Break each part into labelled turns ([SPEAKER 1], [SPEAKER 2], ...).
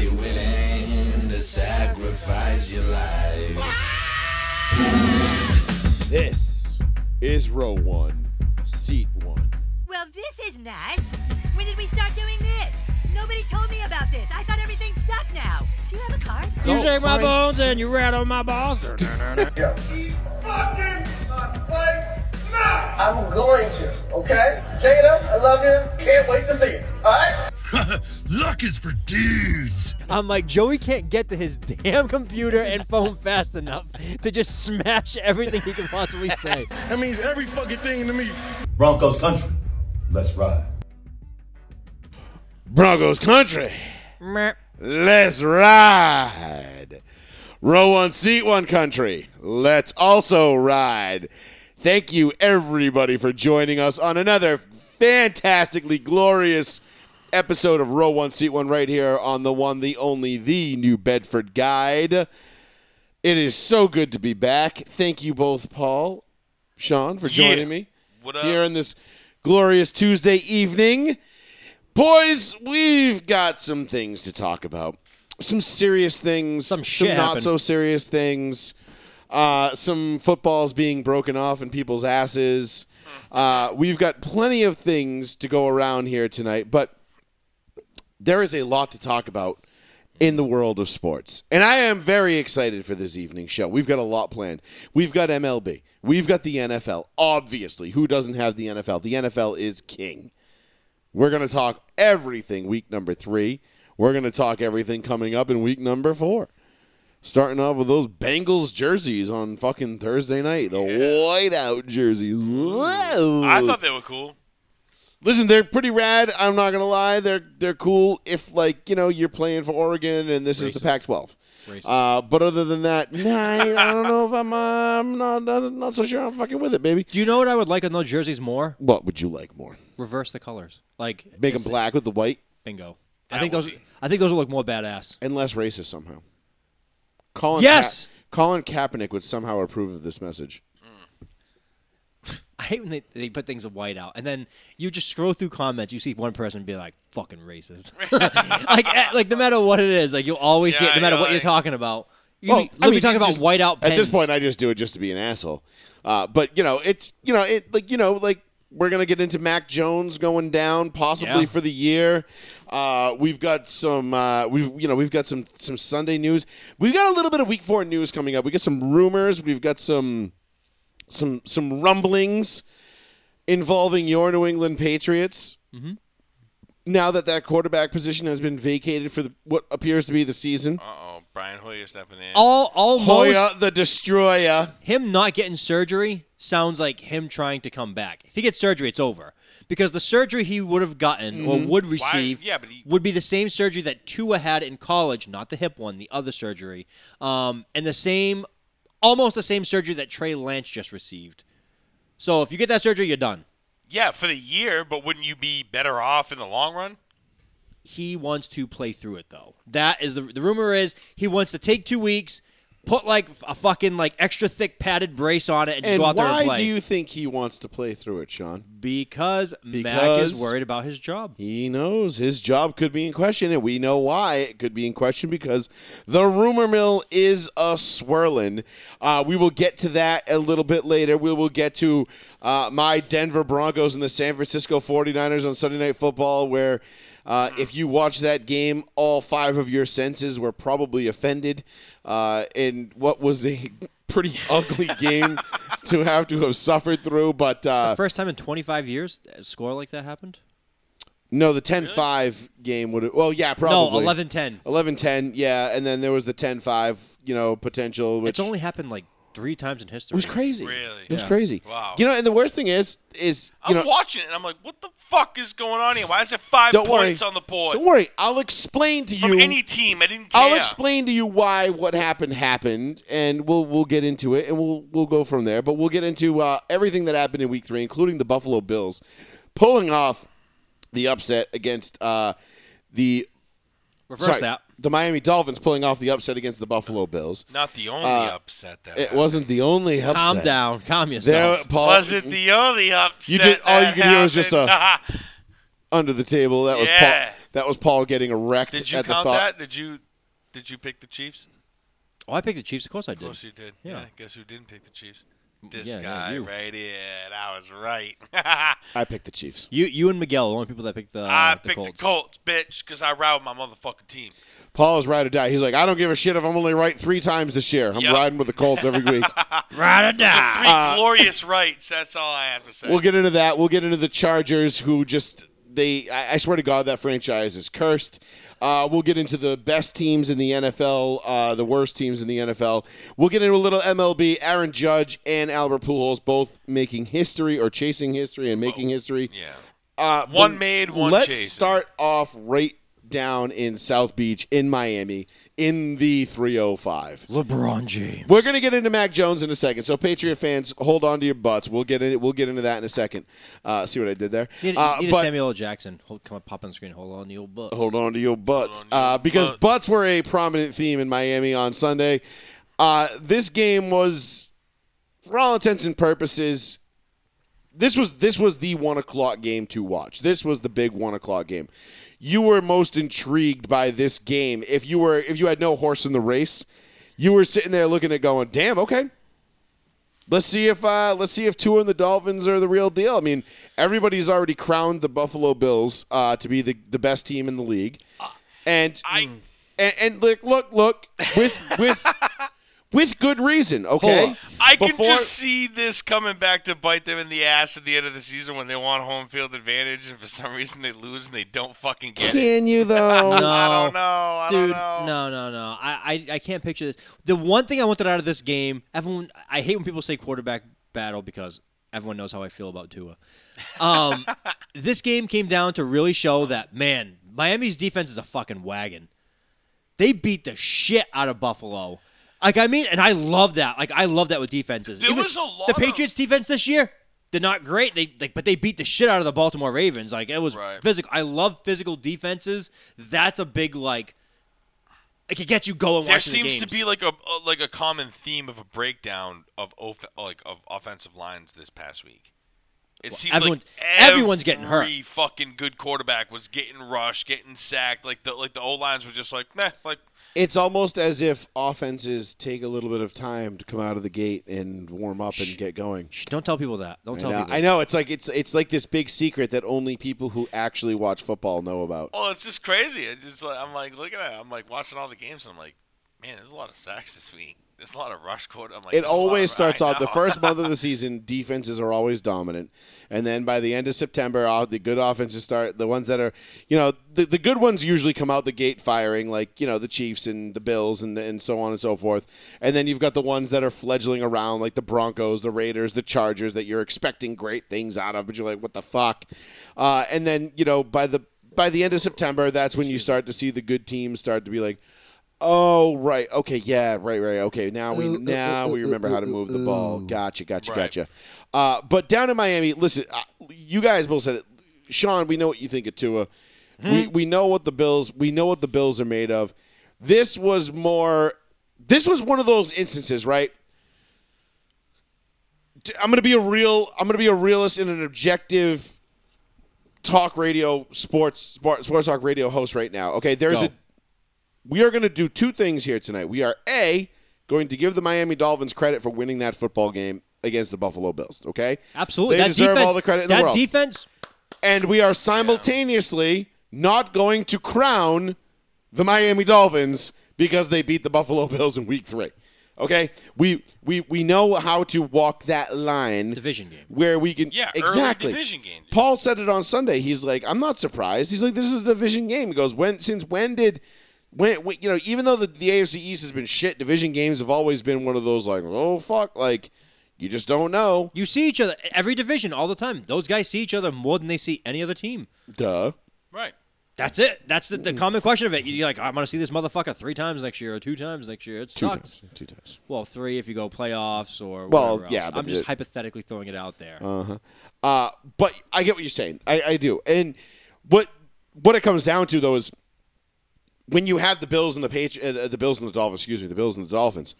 [SPEAKER 1] you willing to sacrifice your life?
[SPEAKER 2] This is row one, seat one.
[SPEAKER 3] Well, this is nice. When did we start doing this? Nobody told me about this. I thought everything stuck now. Do you have a card?
[SPEAKER 4] You
[SPEAKER 2] Don't
[SPEAKER 4] shake my
[SPEAKER 2] find-
[SPEAKER 4] bones and you rattle my balls.
[SPEAKER 5] I'm going to, okay? Jada, I love you. Can't wait to see you. Alright?
[SPEAKER 6] Luck is for dudes.
[SPEAKER 4] I'm like, Joey can't get to his damn computer and phone fast enough to just smash everything he can possibly say.
[SPEAKER 6] That means every fucking thing to me.
[SPEAKER 7] Broncos country. Let's ride.
[SPEAKER 2] Broncos country.
[SPEAKER 4] Meh.
[SPEAKER 2] Let's ride. Row one, seat one country. Let's also ride. Thank you, everybody, for joining us on another fantastically glorious episode of Row One, Seat One, right here on the one, the only, the New Bedford Guide. It is so good to be back. Thank you both, Paul, Sean, for joining me
[SPEAKER 8] What up?
[SPEAKER 2] here on this glorious Tuesday evening. Boys, we've got some things to talk about. Some serious things,
[SPEAKER 4] Some
[SPEAKER 2] some,
[SPEAKER 4] shit
[SPEAKER 2] not
[SPEAKER 4] happened.
[SPEAKER 2] so serious things, uh, some footballs being broken off in people's asses.
[SPEAKER 8] Hmm.
[SPEAKER 2] Uh, we've got plenty of things to go around here tonight, but there is a lot to talk about in the world of sports. And I am very excited for this evening's show. We've got a lot planned. We've got MLB. We've got the NFL. Obviously, who doesn't have the NFL? The NFL is king. We're going to talk everything week number 3. We're going to talk everything coming up in week number 4. Starting off with those Bengals jerseys on fucking Thursday night. The whiteout jerseys. Whoa.
[SPEAKER 8] I thought they were cool.
[SPEAKER 2] Listen, they're pretty rad. I'm not gonna lie, they're they're cool. If like you know you're playing for Oregon and this is the Pac-12, uh, but other than that, nah, I I don't know if I'm uh, I'm not, not not so sure I'm fucking with it, baby.
[SPEAKER 4] Do you know what I would like on those jerseys more?
[SPEAKER 2] What would you like more?
[SPEAKER 4] Reverse the colors, like
[SPEAKER 2] Make them black with the white
[SPEAKER 4] bingo. I
[SPEAKER 8] That
[SPEAKER 4] think
[SPEAKER 8] would
[SPEAKER 4] those.
[SPEAKER 8] be-
[SPEAKER 4] I think those will look more badass.
[SPEAKER 2] and less racist somehow. Colin
[SPEAKER 4] Yes!
[SPEAKER 2] Ka- Colin Kaepernick would somehow approve of this message.
[SPEAKER 4] I hate when they, they put things in white out, and then you just scroll through comments. You see one person be like, "Fucking racist," like eh, like no matter what it is, like you'll always see it,
[SPEAKER 8] Yeah,
[SPEAKER 4] no matter
[SPEAKER 8] yeah,
[SPEAKER 4] what you're
[SPEAKER 8] like-
[SPEAKER 4] talking about. You
[SPEAKER 2] Well,
[SPEAKER 4] be, I mean, talking
[SPEAKER 2] it's
[SPEAKER 4] about
[SPEAKER 2] just-
[SPEAKER 4] white out.
[SPEAKER 2] At this point, I just do it just to be an asshole. Uh, but you know, it's you know, it like you know, like we're gonna get into Mac Jones going down possibly
[SPEAKER 4] Yeah.
[SPEAKER 2] for the year. Uh, we've got some uh, we've you know we've got some some Sunday news. We've got a little bit of Week Four news coming up. We got some rumors. We've got some some some rumblings involving your New England Patriots.
[SPEAKER 4] Mm-hmm.
[SPEAKER 2] Now that that quarterback position has been vacated for the, what appears to be the season,
[SPEAKER 8] Uh oh, Brian Hoyer stepping in.
[SPEAKER 2] Oh.
[SPEAKER 4] all almost
[SPEAKER 2] Hoya the Destroyer.
[SPEAKER 4] him not getting surgery sounds like him trying to come back. If he gets surgery, it's over. Because the surgery he would have gotten or would receive
[SPEAKER 8] yeah, but he-
[SPEAKER 4] would be the same surgery that Tua had in college, not the hip one, the other surgery, um, and the same, almost the same surgery that Trey Lance just received. So if you get that surgery, you're done.
[SPEAKER 8] Yeah, for the year, but wouldn't you be better off in the long run?
[SPEAKER 4] he wants to play through it though. That is the the rumor is he wants to take two weeks, put like a fucking like extra thick padded brace on it, and, just
[SPEAKER 2] And
[SPEAKER 4] go out there and
[SPEAKER 2] why
[SPEAKER 4] play.
[SPEAKER 2] do you think he wants to play through it, Sean?
[SPEAKER 4] Because, Mac
[SPEAKER 2] Because-
[SPEAKER 4] is worried about his job.
[SPEAKER 2] He knows his job could be in question, and we know why it could be in question because the rumor mill is a swirling. Uh, we will get to that a little bit later. We will get to uh, my Denver Broncos and the San Francisco 49ers on Sunday Night Football, where uh, if you watch that game, all five of your senses were probably offended uh, in what was a pretty ugly game to have to have suffered through. But uh,
[SPEAKER 4] First time in 25 years, a score like that happened.
[SPEAKER 2] No, the 10 5 game would have. Well, yeah, probably. Oh,
[SPEAKER 4] No, 11-10.
[SPEAKER 2] 11 10, yeah. And then there was the 10 5, you know, potential, which
[SPEAKER 4] It's only happened like three times in history.
[SPEAKER 2] was crazy.
[SPEAKER 8] Really?
[SPEAKER 2] It was
[SPEAKER 8] Yeah.
[SPEAKER 2] crazy.
[SPEAKER 8] Wow.
[SPEAKER 2] You know, and the worst thing is, is, you
[SPEAKER 8] I'm
[SPEAKER 2] know,
[SPEAKER 8] watching it and I'm like, what the fuck is going on here? Why is there 5
[SPEAKER 2] don't worry.
[SPEAKER 8] points on the board
[SPEAKER 2] Don't worry. I'll explain to
[SPEAKER 8] from
[SPEAKER 2] you.
[SPEAKER 8] any team? I didn't care.
[SPEAKER 2] I'll explain to you why what happened happened, and we'll we'll get into it, and we'll we'll go from there. But we'll get into uh, everything that happened in Week Three, including the Buffalo Bills pulling off the upset against uh, the
[SPEAKER 4] Reverse
[SPEAKER 2] sorry,
[SPEAKER 4] that.
[SPEAKER 2] the Miami Dolphins pulling off the upset against the Buffalo Bills.
[SPEAKER 8] Not the only upset that
[SPEAKER 2] Uh, It
[SPEAKER 8] happened.
[SPEAKER 2] wasn't the only upset.
[SPEAKER 4] Calm down. Calm
[SPEAKER 2] There,
[SPEAKER 4] yourself.
[SPEAKER 2] Paul,
[SPEAKER 8] Wasn't the only upset.
[SPEAKER 2] You did- all you
[SPEAKER 8] that
[SPEAKER 2] could hear was just uh, a-
[SPEAKER 8] happened.
[SPEAKER 2] under the table. That was
[SPEAKER 8] Yeah.
[SPEAKER 2] Paul. That was Paul getting erect
[SPEAKER 8] Did you
[SPEAKER 2] at the
[SPEAKER 8] count
[SPEAKER 2] thought.
[SPEAKER 8] that? Did you did you pick the Chiefs?
[SPEAKER 4] Oh, I picked the Chiefs. Of course I did.
[SPEAKER 8] Of course you did.
[SPEAKER 4] Yeah.
[SPEAKER 8] Yeah. Guess who didn't pick the Chiefs?
[SPEAKER 2] Mm,
[SPEAKER 8] This
[SPEAKER 4] yeah,
[SPEAKER 8] guy
[SPEAKER 4] you.
[SPEAKER 8] right here. I was right.
[SPEAKER 2] I picked the Chiefs.
[SPEAKER 4] You, you and Miguel, are the only people that picked the.
[SPEAKER 8] I
[SPEAKER 4] the
[SPEAKER 8] picked
[SPEAKER 4] Colts.
[SPEAKER 8] the Colts, bitch, because I ride with my motherfucking team.
[SPEAKER 2] Paul is ride or die. He's like, I don't give a shit if I'm only right three times this year. I'm
[SPEAKER 8] Yep.
[SPEAKER 2] riding with the Colts every week.
[SPEAKER 8] So three glorious rights. That's all I have to say.
[SPEAKER 2] Uh, we'll get into that. We'll get into the Chargers, who just they. I, I swear to God, that franchise is cursed. Uh, we'll get into the best teams in the NFL, uh, the worst teams in the NFL. We'll get into a little MLB. Aaron Judge and Albert Pujols both making history or chasing history and making history.
[SPEAKER 8] yeah.
[SPEAKER 2] Uh,
[SPEAKER 8] One
[SPEAKER 2] but
[SPEAKER 8] made, one
[SPEAKER 2] Let's
[SPEAKER 8] chasing.
[SPEAKER 2] start off right down in South Beach in Miami in the 305.
[SPEAKER 4] LeBron James.
[SPEAKER 2] We're gonna get into Mac Jones in a second, so Patriot fans, hold on to your butts. We'll get in, we'll get into that in a second. Uh, see what I did there?
[SPEAKER 4] Need,
[SPEAKER 2] Uh,
[SPEAKER 4] need a
[SPEAKER 2] but
[SPEAKER 4] Samuel L. Jackson. Hold, come up, pop on the screen. Hold on the old book.
[SPEAKER 2] hold on to your butts
[SPEAKER 8] Hold on to your
[SPEAKER 2] uh, because
[SPEAKER 8] butts.
[SPEAKER 2] butts were a prominent theme in Miami on Sunday. Uh, this game was, for all intents and purposes, this was this was the one o'clock game to watch. This was the big one o'clock game. You were most intrigued by this game. If you were if you had no horse in the race, you were sitting there looking at going, "Damn, okay." Let's see if uh, let's see if Tua and the Dolphins are the real deal. I mean, everybody's already crowned the Buffalo Bills uh, to be the, the best team in the league, and
[SPEAKER 8] Uh, I-
[SPEAKER 2] and, and look look look with with with good reason. Okay,
[SPEAKER 4] up.
[SPEAKER 8] I can
[SPEAKER 2] Before-
[SPEAKER 8] just see this coming back to bite them in the ass at the end of the season when they want home field advantage, and for some reason they lose and they don't fucking get it.
[SPEAKER 2] Can you though?
[SPEAKER 4] No,
[SPEAKER 8] I don't know. I
[SPEAKER 4] Dude,
[SPEAKER 8] don't know.
[SPEAKER 4] no, no, no. I, I, I can't picture this. The one thing I wanted out of this game, everyone, I hate when people say quarterback battle because everyone knows how I feel about Tua. Um, this game came down to really show that man, Miami's defense is a fucking wagon. They beat the shit out of Buffalo. Like I mean, and I love that. Like I love that with defenses.
[SPEAKER 8] There was a lot
[SPEAKER 4] The
[SPEAKER 8] of-
[SPEAKER 4] Patriots defense this year, they're not great. They like, but they beat the shit out of the Baltimore Ravens. Like it was
[SPEAKER 8] Right.
[SPEAKER 4] physical. I love physical defenses. That's a big like. It could get you going.
[SPEAKER 8] There
[SPEAKER 4] watching the
[SPEAKER 8] seems to
[SPEAKER 4] games.
[SPEAKER 8] be like a a- like a common theme of a breakdown of off, like of offensive lines this past week. It seemed
[SPEAKER 4] everyone-
[SPEAKER 8] like
[SPEAKER 4] everyone's getting hurt.
[SPEAKER 8] every Fucking good quarterback was getting rushed, getting sacked. Like the like the O lines were just like meh. Like
[SPEAKER 2] It's almost as if offenses take a little bit of time to come out of the gate and warm up and get going.
[SPEAKER 4] Shh, don't tell people that. Don't
[SPEAKER 2] I
[SPEAKER 4] tell
[SPEAKER 2] know,
[SPEAKER 4] people.
[SPEAKER 2] I know. It's like it's it's like this big secret that only people who actually watch football know about.
[SPEAKER 8] oh, it's just crazy. It's just like I'm like looking at. it. I'm like watching all the games. and I'm like, man, there's a lot of sacks this week. There's a lot of rush quarter. I'm like,
[SPEAKER 2] It
[SPEAKER 8] there's a lot
[SPEAKER 2] always
[SPEAKER 8] of-
[SPEAKER 2] starts
[SPEAKER 8] I
[SPEAKER 2] off the
[SPEAKER 8] know.
[SPEAKER 2] first month of the season. Defenses are always dominant, and then by the end of September, all the good offenses start. The ones that are, you know, the, the good ones usually come out the gate firing, like you know the Chiefs and the Bills and and so on and so forth. And then you've got the ones that are fledgling around, like the Broncos, the Raiders, the Chargers, that you're expecting great things out of, but you're like, what the fuck? Uh, and then you know by the by the end of September, that's when you start to see the good teams start to be like. Oh right, okay, yeah, right, right, okay. Now we now we remember how to move the ball. Gotcha, gotcha,
[SPEAKER 8] Right.
[SPEAKER 2] gotcha. Uh, but down in Miami, listen, uh, you guys both said it. Sean, we know what you think of Tua. We we know what the Bills we know what the Bills are made of. This was more. This was one of those instances, right? T- I'm gonna be a real. I'm gonna be a realist and an objective talk radio sports sport, sports talk radio host right now. Okay, there's
[SPEAKER 4] Go.
[SPEAKER 2] a we are going to do two things here tonight. We are a going to give the Miami Dolphins credit for winning that football game against the Buffalo Bills. Okay,
[SPEAKER 4] Absolutely,
[SPEAKER 2] they
[SPEAKER 4] that
[SPEAKER 2] deserve
[SPEAKER 4] defense,
[SPEAKER 2] all the credit in
[SPEAKER 4] that
[SPEAKER 2] the world.
[SPEAKER 4] defense.
[SPEAKER 2] and we are simultaneously not going to crown the Miami Dolphins because they beat the Buffalo Bills in Week Three. Okay, we we we know how to walk that line
[SPEAKER 4] Division game.
[SPEAKER 2] where we can
[SPEAKER 8] Yeah, early
[SPEAKER 2] exactly
[SPEAKER 8] division game, dude.
[SPEAKER 2] Paul said it on Sunday. He's like, I'm not surprised. He's like, this is a division game. He goes, when since when did when, when you know even though the, the AFC East has been shit, division games have always been one of those like, oh fuck, like you just don't know.
[SPEAKER 4] You see each other every division all the time. Those guys see each other more than they see any other team.
[SPEAKER 2] Duh.
[SPEAKER 8] right.
[SPEAKER 4] That's it. That's the, the
[SPEAKER 2] Mm.
[SPEAKER 4] common question of it. You're like, I'm gonna see this motherfucker three times next year or two times next year. It
[SPEAKER 2] Two
[SPEAKER 4] sucks.
[SPEAKER 2] times. Two times.
[SPEAKER 4] Well, three if you go playoffs or
[SPEAKER 2] Well,
[SPEAKER 4] whatever
[SPEAKER 2] yeah,
[SPEAKER 4] else.
[SPEAKER 2] but
[SPEAKER 4] I'm just
[SPEAKER 2] it-
[SPEAKER 4] hypothetically throwing it out there.
[SPEAKER 2] Uh, but I get what you're saying. I, I do. And what what it comes down to though is when you have the Bills and the page uh, the Bills and the Dolphins, excuse me, the Bills and the Dolphins.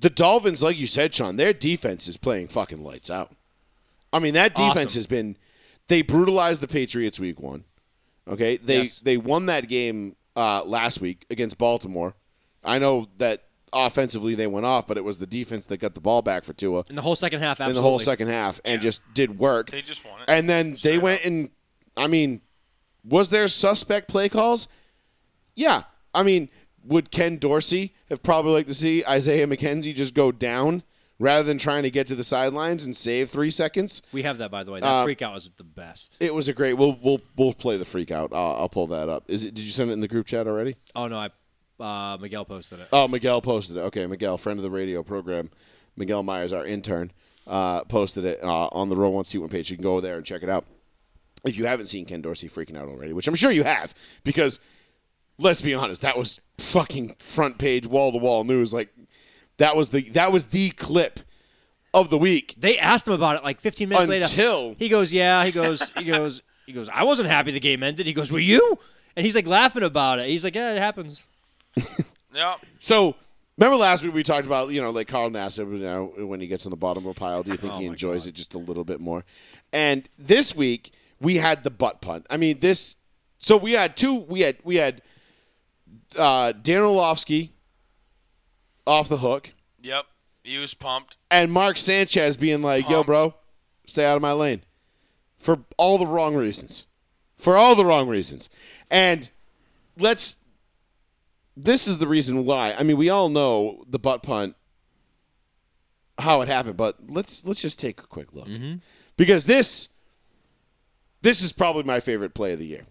[SPEAKER 2] The Dolphins, like you said, Sean, their defense is playing fucking lights out. I mean, that defense
[SPEAKER 4] Awesome.
[SPEAKER 2] has been they brutalized the Patriots week one. Okay, they
[SPEAKER 4] Yes.
[SPEAKER 2] they won that game uh, last week against Baltimore. I know that offensively they went off, but it was the defense that got the ball back for Tua
[SPEAKER 4] in the whole second half. Absolutely.
[SPEAKER 2] in the whole second half and just did work.
[SPEAKER 8] They just won it.
[SPEAKER 2] And then they
[SPEAKER 8] Straight
[SPEAKER 2] went
[SPEAKER 8] up.
[SPEAKER 2] and I mean, was there suspect play calls? Yeah. I mean, would Ken Dorsey have probably liked to see Isaiah McKenzie just go down rather than trying to get to the sidelines and save three seconds?
[SPEAKER 4] We have that by the way. That
[SPEAKER 2] Uh,
[SPEAKER 4] freak out was the best.
[SPEAKER 2] It was a great. We'll we'll we'll play the freak out. I'll, I'll pull that up. Is it? Did you send it in the group chat already?
[SPEAKER 4] Oh no, I uh, Miguel posted it.
[SPEAKER 2] Oh, Miguel posted it. Okay, Miguel, friend of the radio program, Miguel Myers, our intern, uh, posted it uh, on the Row One Seat One page. You can go there and check it out if you haven't seen Ken Dorsey freaking out already, which I'm sure you have, because let's be honest, that was fucking front page, wall to wall news. Like that was the that was the clip of the week.
[SPEAKER 4] They asked him about it like 15 minutes
[SPEAKER 2] Until-
[SPEAKER 4] later. He goes, "Yeah." He goes, "He goes, he goes." I wasn't happy the game ended. He goes, "Were you?" And he's like laughing about it. He's like, "Yeah, it happens."
[SPEAKER 8] Yep.
[SPEAKER 2] So remember last week we talked about you know like Carl Nassib you know, when he gets on the bottom of a pile, do you think he enjoys it just a little bit more? And this week we had the butt punt. I mean this. So we had two. We had we had uh, Dan Orlovsky off the hook
[SPEAKER 8] Yep. He was pumped.
[SPEAKER 2] and Mark Sanchez being like, "Yo, bro, stay out of my lane," for all the wrong reasons, for all the wrong reasons, and let's. This is the reason why. I mean, we all know the butt punt, how it happened, but let's let's just take a quick look because this this is probably my favorite play of the year.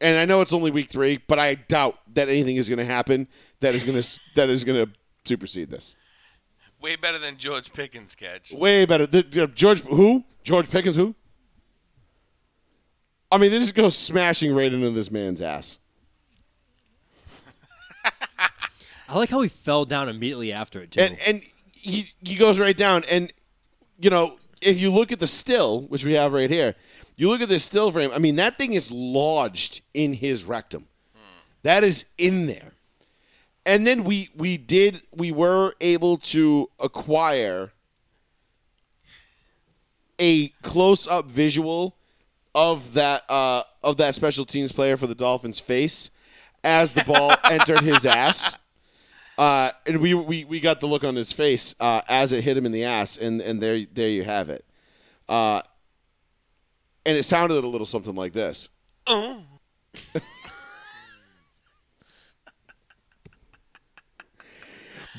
[SPEAKER 2] And I know it's only week three, but I doubt that anything is going to happen that is going to that is going to supersede this
[SPEAKER 8] Way better than George Pickens' catch.
[SPEAKER 2] way better. The, the- George who? George Pickens who? I mean, this just goes smashing right into this man's ass.
[SPEAKER 4] I like how he fell down immediately after it too.
[SPEAKER 2] And and he he goes right down and you know, if you look at the still, which we have right here, you look at this still frame, I mean that thing is lodged in his rectum. That is in there. And then we we did we were able to acquire a close up visual of that uh, of that special teams player for the Dolphins face as the ball entered his ass. Uh, and we, we we got the look on his face uh, as it hit him in the ass, and, and there there you have it. Uh, and it sounded a little something like this.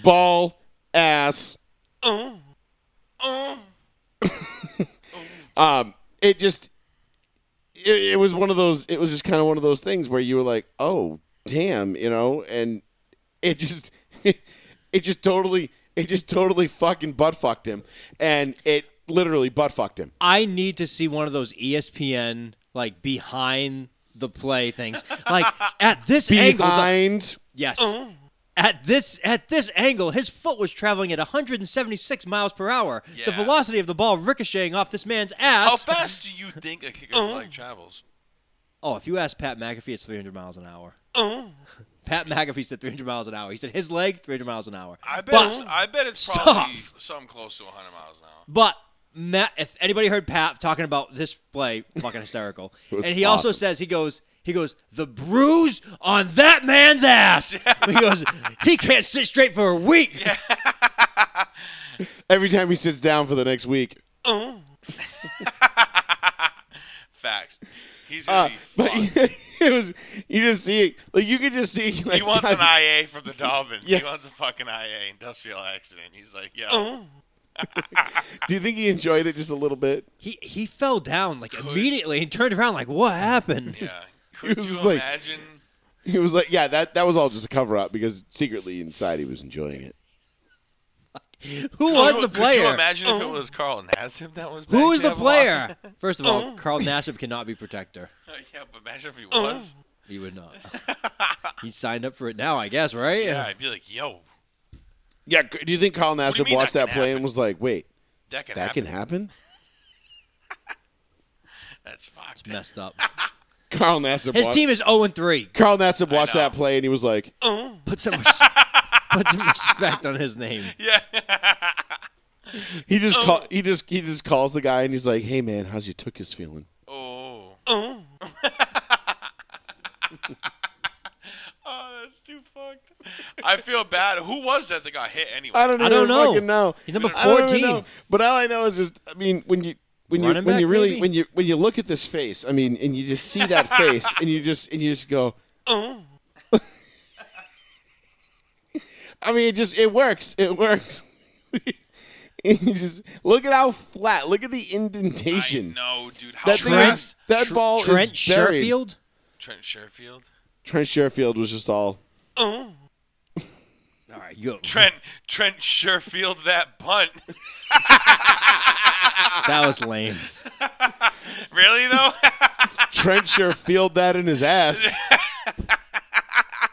[SPEAKER 2] Ball ass. um, it just it, it was one of those. It was just kind of one of those things where you were like, oh damn, you know, and it just it just totally it just totally fucking butt fucked him, and it literally butt fucked him.
[SPEAKER 4] I need to see one of those E ESPN like behind the play things. Like at this angle, the-
[SPEAKER 2] Behind Oh.
[SPEAKER 4] yes. At this at this angle, his foot was traveling at 176 miles per hour. The
[SPEAKER 8] Yeah.
[SPEAKER 4] velocity of the ball ricocheting off this man's ass.
[SPEAKER 8] How fast do you think a kicker's leg travels?
[SPEAKER 4] Oh, if you ask Pat McAfee, it's 300 miles an hour.
[SPEAKER 8] Oh.
[SPEAKER 4] Pat McAfee said 300 miles an hour. He said his leg 300 miles an hour.
[SPEAKER 8] I bet.
[SPEAKER 4] But-
[SPEAKER 8] It's, I bet it's
[SPEAKER 4] Stop.
[SPEAKER 8] probably something close to 100 miles an hour.
[SPEAKER 4] But Matt, if anybody heard Pat talking about this play, fucking hysterical. and
[SPEAKER 2] was
[SPEAKER 4] he also
[SPEAKER 2] awesome.
[SPEAKER 4] says he goes, he goes, the bruise on that man's ass. he goes, he can't sit straight for a week.
[SPEAKER 2] every time he sits down for the next week.
[SPEAKER 8] Facts. He's gonna be
[SPEAKER 2] Uh, But
[SPEAKER 8] fucked.
[SPEAKER 2] it was you just see it like you could just see like
[SPEAKER 8] He wants an
[SPEAKER 2] God,
[SPEAKER 8] IA from the Dolphins.
[SPEAKER 2] Yeah.
[SPEAKER 8] He wants a fucking IA industrial accident. He's like, yo,
[SPEAKER 2] Do you think he enjoyed it just a little bit?
[SPEAKER 4] He he fell down like immediately and turned around like, what happened?
[SPEAKER 8] yeah. Could
[SPEAKER 2] was
[SPEAKER 8] you
[SPEAKER 2] just like-
[SPEAKER 8] imagine?
[SPEAKER 2] He was like, yeah, that that was all just a cover up because secretly inside he was enjoying it.
[SPEAKER 4] Who
[SPEAKER 8] Could
[SPEAKER 4] was the
[SPEAKER 8] you- Could you
[SPEAKER 4] player? Uh-huh.
[SPEAKER 8] imagine if it was Carl Nassib that Oh. was?
[SPEAKER 4] Who
[SPEAKER 8] back
[SPEAKER 4] is the
[SPEAKER 8] there
[SPEAKER 4] player? First of all, Carl Nassib cannot be protector.
[SPEAKER 8] blocking? yeah, but imagine if he was.
[SPEAKER 4] He would not. he signed up for it now, I guess, right?
[SPEAKER 8] Yeah, I'd be like, yo,
[SPEAKER 2] Yeah, c- do you think Colin
[SPEAKER 8] do you
[SPEAKER 2] Nassib
[SPEAKER 8] mean
[SPEAKER 2] watched
[SPEAKER 8] that
[SPEAKER 2] that,
[SPEAKER 8] can
[SPEAKER 2] play
[SPEAKER 8] happen?
[SPEAKER 2] and was like, wait,
[SPEAKER 8] that can
[SPEAKER 2] that
[SPEAKER 8] happen.
[SPEAKER 2] can happen?
[SPEAKER 8] That's fucked.
[SPEAKER 4] Messed up.
[SPEAKER 2] Carl Nassib.
[SPEAKER 4] His
[SPEAKER 2] wa-
[SPEAKER 4] team is 0 and 3.
[SPEAKER 2] Carl Nassib watched
[SPEAKER 8] know.
[SPEAKER 2] that play and he was like,
[SPEAKER 4] Put some res- put some respect on his name.
[SPEAKER 2] he just
[SPEAKER 8] Uh,
[SPEAKER 2] call, he just he just calls
[SPEAKER 4] Uh-huh.
[SPEAKER 2] the guy and he's like, hey man, how's your took is feeling?
[SPEAKER 8] Oh, Oh, that's too fucked. I feel bad. Who was that that got hit anyway?
[SPEAKER 2] I don't
[SPEAKER 4] I
[SPEAKER 2] even
[SPEAKER 4] don't know.
[SPEAKER 2] fucking know.
[SPEAKER 4] He's number
[SPEAKER 2] I don't even
[SPEAKER 4] 14.
[SPEAKER 2] know. But all I know is just I mean when you when you
[SPEAKER 4] Running
[SPEAKER 2] when you
[SPEAKER 4] back,
[SPEAKER 2] really
[SPEAKER 4] maybe?
[SPEAKER 2] when you when you look at this face, I mean, and you just see that face and you just and you just go, "Oh." I mean, it just it works. It works. And you just look at how flat. Look at the
[SPEAKER 8] I
[SPEAKER 2] indentation.
[SPEAKER 8] know, dude. How
[SPEAKER 2] That thing is
[SPEAKER 8] fast
[SPEAKER 2] that ball
[SPEAKER 4] Trent
[SPEAKER 2] is buried.
[SPEAKER 4] Sherfield?
[SPEAKER 8] Trent Sherfield.
[SPEAKER 2] Trent Sherfield was just all
[SPEAKER 4] Uh-huh. All right, you
[SPEAKER 8] Trent Trent Sherfield that punt.
[SPEAKER 4] That was lame.
[SPEAKER 8] really though?
[SPEAKER 2] Trent Sherfield that in his ass.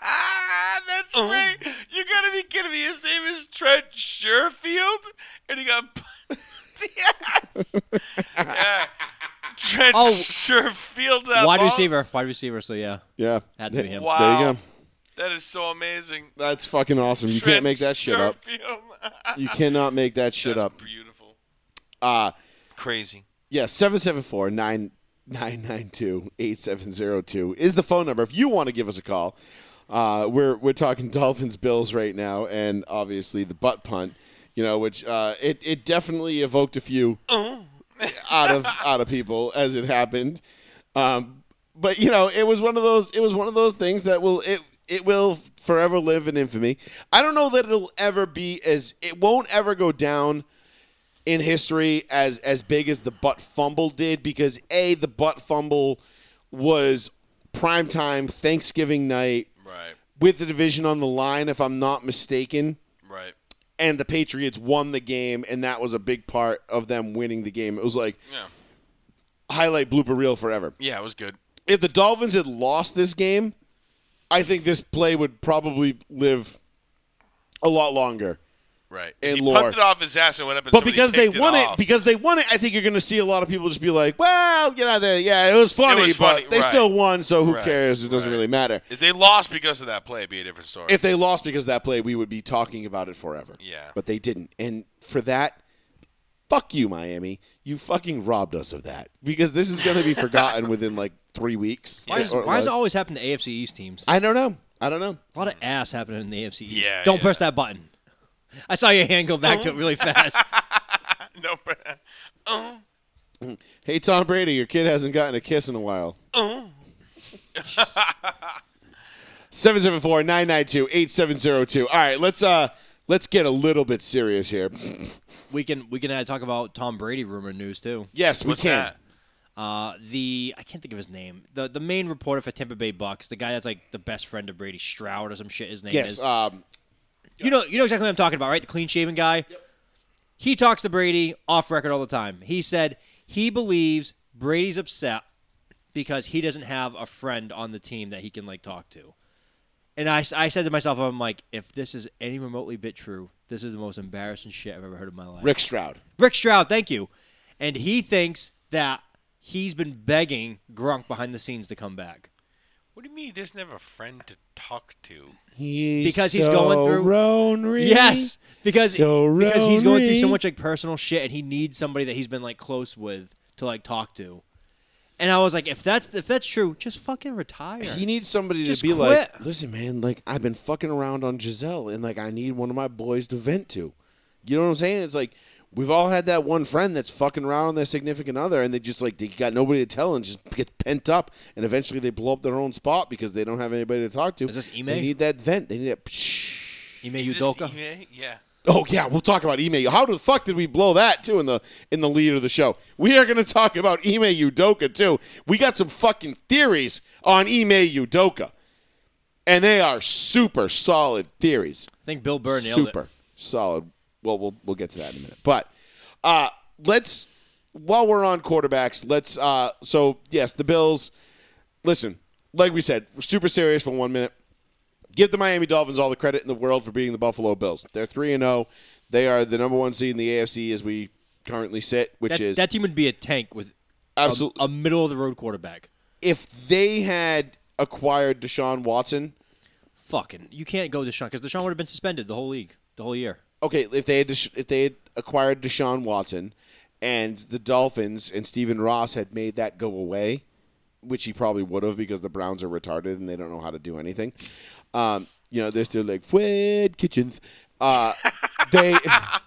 [SPEAKER 8] Ah, that's
[SPEAKER 2] Uh-huh.
[SPEAKER 8] great. You gotta be kidding me. His name is Trent Sherfield, and he got punched in the ass. Yeah. Trent
[SPEAKER 4] Oh.
[SPEAKER 8] Sherfield that
[SPEAKER 4] Wide
[SPEAKER 8] ball.
[SPEAKER 4] receiver. Wide receiver, so yeah.
[SPEAKER 2] Yeah,
[SPEAKER 4] Had to be him.
[SPEAKER 8] Wow.
[SPEAKER 2] There you go.
[SPEAKER 8] That is so amazing.
[SPEAKER 2] That's fucking awesome. You can't
[SPEAKER 8] Trent
[SPEAKER 2] make that shit up.
[SPEAKER 8] Sherfield.
[SPEAKER 2] You cannot make that shit
[SPEAKER 8] That's
[SPEAKER 2] up.
[SPEAKER 8] beautiful.
[SPEAKER 2] Uh,
[SPEAKER 8] Crazy.
[SPEAKER 2] yeah, 774 992 8702 is the phone number. If you want to give us a call, uh, we're, we're talking Dolphins Bills right now, and obviously the butt punt, you know, which uh, it, it definitely evoked a few out of out of people as it happened. Um, but you know, it was one of those. It was one of those things that will it it will forever live in infamy. I don't know that it'll ever be as it won't ever go down in history as as big as the butt fumble did because a the butt fumble was primetime Thanksgiving night
[SPEAKER 8] Right.
[SPEAKER 2] with the division on the line, if I'm not mistaken
[SPEAKER 8] Right.
[SPEAKER 2] and the Patriots won the game, and that was a big part of them winning the game. It was like
[SPEAKER 8] Yeah.
[SPEAKER 2] highlight blooper reel forever.
[SPEAKER 8] Yeah, it was good.
[SPEAKER 2] If the Dolphins had lost this game, I think this play would probably live a lot longer.
[SPEAKER 8] Right.
[SPEAKER 2] And
[SPEAKER 8] he
[SPEAKER 2] lore.
[SPEAKER 8] punted off his ass and went up. And
[SPEAKER 2] But
[SPEAKER 8] somebody
[SPEAKER 2] because they
[SPEAKER 8] picked
[SPEAKER 2] won it,
[SPEAKER 8] off.
[SPEAKER 2] because they won it, I think you're going to see a lot of people just be like, "Well, get out of there." Yeah, it was funny,
[SPEAKER 8] was
[SPEAKER 2] but
[SPEAKER 8] funny,
[SPEAKER 2] they
[SPEAKER 8] right.
[SPEAKER 2] still won, so who
[SPEAKER 8] Right,
[SPEAKER 2] cares? It doesn't
[SPEAKER 8] right.
[SPEAKER 2] really matter.
[SPEAKER 8] if they lost because of that play, it'd be a different story.
[SPEAKER 2] If they lost because of that play, we would be talking about it forever.
[SPEAKER 8] Yeah.
[SPEAKER 2] But they didn't. And for that, fuck you, Miami. You fucking robbed us of that. Because this is going to be forgotten within like three weeks.
[SPEAKER 4] Why, is,
[SPEAKER 2] Or,
[SPEAKER 4] why does it
[SPEAKER 2] like-
[SPEAKER 4] always happen to AFC East teams?
[SPEAKER 2] I don't know. I don't know.
[SPEAKER 4] A lot of ass happening in the AFC East.
[SPEAKER 8] Mm. Yeah,
[SPEAKER 4] Don't
[SPEAKER 8] yeah.
[SPEAKER 4] press that button. I saw your hand go back to it really fast.
[SPEAKER 8] no, bro.
[SPEAKER 2] Hey, Tom Brady, your kid hasn't gotten a kiss in a while. 774-992-8702. All right, let's uh let's get a little bit serious here.
[SPEAKER 4] we can we can uh, talk about Tom Brady rumor news too.
[SPEAKER 2] Yes, we
[SPEAKER 8] What's
[SPEAKER 2] can.
[SPEAKER 8] that?
[SPEAKER 4] Uh, the I can't think of his name. The the main reporter for Tampa Bay Bucks, the guy that's like the best friend of Brady, Stroud or some shit. His name
[SPEAKER 2] Yes,
[SPEAKER 4] is.
[SPEAKER 2] um
[SPEAKER 4] you know you know exactly what I'm talking about, right? The clean shaven guy. He talks to Brady off record all the time. He said he believes Brady's upset because he doesn't have a friend on the team that he can like talk to. And I, s- I said to myself, I'm like, if this is any remotely bit true, this is the most embarrassing shit I've ever heard in my life.
[SPEAKER 2] Rick Stroud.
[SPEAKER 4] Rick Stroud, thank you. And he thinks that he's been begging Gronk behind the scenes to come back.
[SPEAKER 8] What do you mean he doesn't have a friend to talk to?
[SPEAKER 2] He's
[SPEAKER 4] Because he's going through-
[SPEAKER 2] Ronery.
[SPEAKER 4] Yes, because
[SPEAKER 2] So
[SPEAKER 4] because he's going through so
[SPEAKER 2] lonely.
[SPEAKER 4] much like personal shit, and he needs somebody that he's been like close with to like talk to. And I was like, if that's if that's true, just fucking retire.
[SPEAKER 2] He needs somebody
[SPEAKER 4] Just
[SPEAKER 2] to be like,
[SPEAKER 4] quit.
[SPEAKER 2] listen, man, like I've been fucking around on Giselle, and like I need one of my boys to vent to. You know what I'm saying? It's like we've all had that one friend that's fucking around on their significant other, and they just like they got nobody to tell, and just get pent up, and eventually they blow up their own spot because they don't have anybody to talk to.
[SPEAKER 4] Is this Ime?
[SPEAKER 2] They need that vent. They need that. Psh.
[SPEAKER 4] Ime
[SPEAKER 8] Is this
[SPEAKER 4] Udoka.
[SPEAKER 8] Ime? Yeah.
[SPEAKER 2] Oh yeah, we'll talk about Ime. How the fuck did we blow that too in the in the lead of the show? We are going to talk about Ime Udoka too. We got some fucking theories on Ime Udoka, and they are super solid theories.
[SPEAKER 4] I think Bill Burr nailed
[SPEAKER 2] super
[SPEAKER 4] it.
[SPEAKER 2] solid. Well, we'll we'll get to that in a minute. But uh, let's while we're on quarterbacks, let's. Uh, so yes, the Bills. Listen, like we said, we're super serious for one minute give the Miami Dolphins all the credit in the world for beating the Buffalo Bills. They're 3 and 0. They are the number 1 seed in the AFC as we currently sit, which
[SPEAKER 4] That,
[SPEAKER 2] is
[SPEAKER 4] that team would be a tank with a,
[SPEAKER 2] absolutely
[SPEAKER 4] a middle of the road quarterback.
[SPEAKER 2] if they had acquired Deshaun Watson,
[SPEAKER 4] Fucking, you can't go Deshaun because Deshaun would have been suspended the whole league, the whole year.
[SPEAKER 2] okay, if they had Desha- if they had acquired Deshaun Watson and the Dolphins and Stephen Ross had made that go away, which he probably would have because the Browns are retarded and they don't know how to do anything. Um, you know, they're still like Fred Kitchens. Uh, they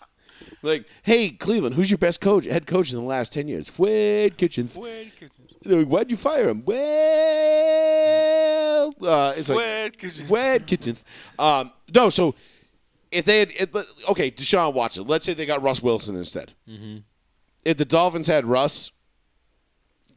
[SPEAKER 2] like, hey Cleveland, who's your best coach, head coach in the last ten years? Fred Kitchens.
[SPEAKER 8] Fred Kitchens.
[SPEAKER 2] They're like, Why'd you fire him? Well, uh, it's
[SPEAKER 8] Fred
[SPEAKER 2] like
[SPEAKER 8] Kitchens.
[SPEAKER 2] Fred Kitchens. Um, no, so if they had, if, but- okay, Deshaun Watson. Let's say they got Russ Wilson instead. If the Dolphins had Russ,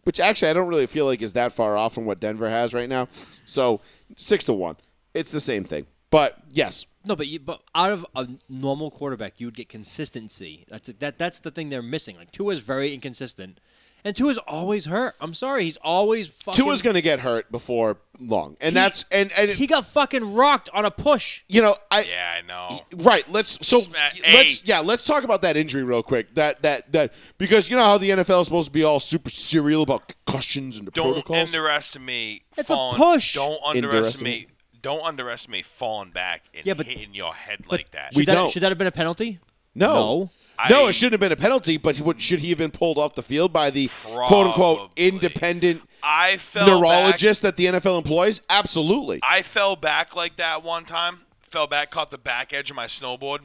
[SPEAKER 2] which actually I don't really feel like is that far off from what Denver has right now, so six to one, it's the same thing. But yes,
[SPEAKER 4] No, but you, but out of a normal quarterback, you would get consistency. That's that. That's the thing they're missing. Like Tua is very inconsistent, and Tua is always hurt. I'm sorry, he's always fucking.
[SPEAKER 2] Tua's going to get hurt before long, and that's and and
[SPEAKER 4] He got fucking rocked on a push.
[SPEAKER 2] you know I
[SPEAKER 8] Yeah, I know.
[SPEAKER 2] Right. Let's so
[SPEAKER 8] Sma-
[SPEAKER 2] let's
[SPEAKER 8] Hey.
[SPEAKER 2] yeah. Let's talk about that injury real quick. That that that because you know how the NFL is supposed to be all super serial about concussions and the
[SPEAKER 8] Don't
[SPEAKER 2] protocols.
[SPEAKER 8] underestimate
[SPEAKER 4] It's a
[SPEAKER 8] falling.
[SPEAKER 4] push.
[SPEAKER 8] Don't underestimate. Don't underestimate falling back and
[SPEAKER 4] Yeah, but-
[SPEAKER 8] hitting your head like that.
[SPEAKER 4] Should
[SPEAKER 2] We
[SPEAKER 4] that,
[SPEAKER 2] don't.
[SPEAKER 4] Should that have been a penalty?
[SPEAKER 2] no.
[SPEAKER 8] No.
[SPEAKER 2] No,
[SPEAKER 8] I-
[SPEAKER 2] it shouldn't have been a penalty, but he would, should he have been pulled off the field by the quote unquote
[SPEAKER 8] Probably.
[SPEAKER 2] independent
[SPEAKER 8] I fell
[SPEAKER 2] neurologist that the NFL employs? Absolutely.
[SPEAKER 8] Back, I fell back like that one time. Fell back, caught the back edge of my snowboard,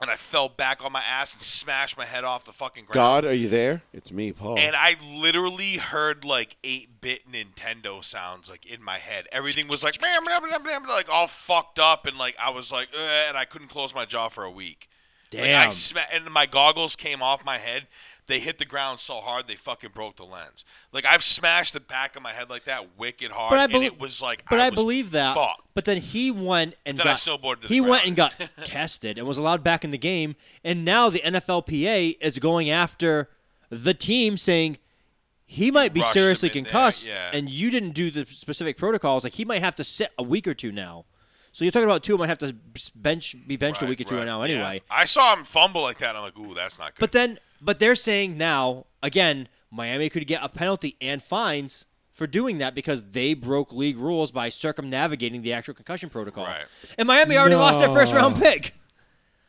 [SPEAKER 8] and I fell back on my ass and smashed my head off the fucking ground.
[SPEAKER 2] God, are you there? It's me,
[SPEAKER 4] Oh.
[SPEAKER 2] Paul.
[SPEAKER 8] And I literally heard like eight bit Nintendo sounds like in my head. Everything was like "Bam, bam, bam, bam," like all fucked up, and like I was like, "Ugh," and I couldn't close my jaw for a week. Like, I
[SPEAKER 4] Damn.
[SPEAKER 8] sma- and my goggles came off my head. They hit the ground so hard they fucking broke the lens. Like I've smashed the back of my head like that wicked hard,
[SPEAKER 4] But I
[SPEAKER 8] and
[SPEAKER 4] belie-
[SPEAKER 8] it was like,
[SPEAKER 4] But I,
[SPEAKER 8] I, was
[SPEAKER 4] believe that.
[SPEAKER 8] fucked.
[SPEAKER 4] But then he went and
[SPEAKER 8] Then I
[SPEAKER 4] got,
[SPEAKER 8] snowboarded to the
[SPEAKER 4] he went
[SPEAKER 8] ground.
[SPEAKER 4] and got tested and was allowed back in the game. And now the NFLPA is going after the team saying he might be
[SPEAKER 8] rushed him
[SPEAKER 4] seriously
[SPEAKER 8] in there,
[SPEAKER 4] concussed,
[SPEAKER 8] yeah.
[SPEAKER 4] and you didn't do the specific protocols. Like he might have to sit a week or two now. So you're talking about two might have to bench be benched a
[SPEAKER 8] Right,
[SPEAKER 4] week or two
[SPEAKER 8] right,
[SPEAKER 4] now
[SPEAKER 8] yeah.
[SPEAKER 4] anyway.
[SPEAKER 8] I saw him fumble like that. And I'm like, ooh, that's not good.
[SPEAKER 4] But then, but they're saying now again, Miami could get a penalty and fines for doing that because they broke league rules by circumnavigating the actual concussion protocol.
[SPEAKER 8] Right.
[SPEAKER 4] And Miami already lost their first
[SPEAKER 2] No.
[SPEAKER 4] round pick.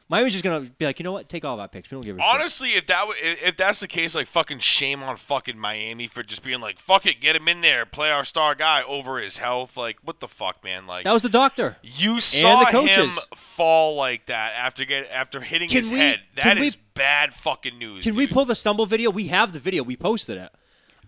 [SPEAKER 4] Miami's just gonna be like, you know what? Take all of our picks. We don't give a shit.
[SPEAKER 8] Honestly, if that wa- i- if that's the case, like fucking shame on fucking Miami for just being like, fuck it, get him in there, play our star guy over his health. Like, what the fuck, man? Like,
[SPEAKER 4] That was the doctor.
[SPEAKER 8] you saw
[SPEAKER 4] coaches.
[SPEAKER 8] him fall like that after get after hitting
[SPEAKER 4] Can
[SPEAKER 8] his
[SPEAKER 4] we-
[SPEAKER 8] head.
[SPEAKER 4] can
[SPEAKER 8] That
[SPEAKER 4] we-
[SPEAKER 8] is bad fucking news.
[SPEAKER 4] Can we
[SPEAKER 8] dude.
[SPEAKER 4] pull the stumble video? We have the video. We posted it.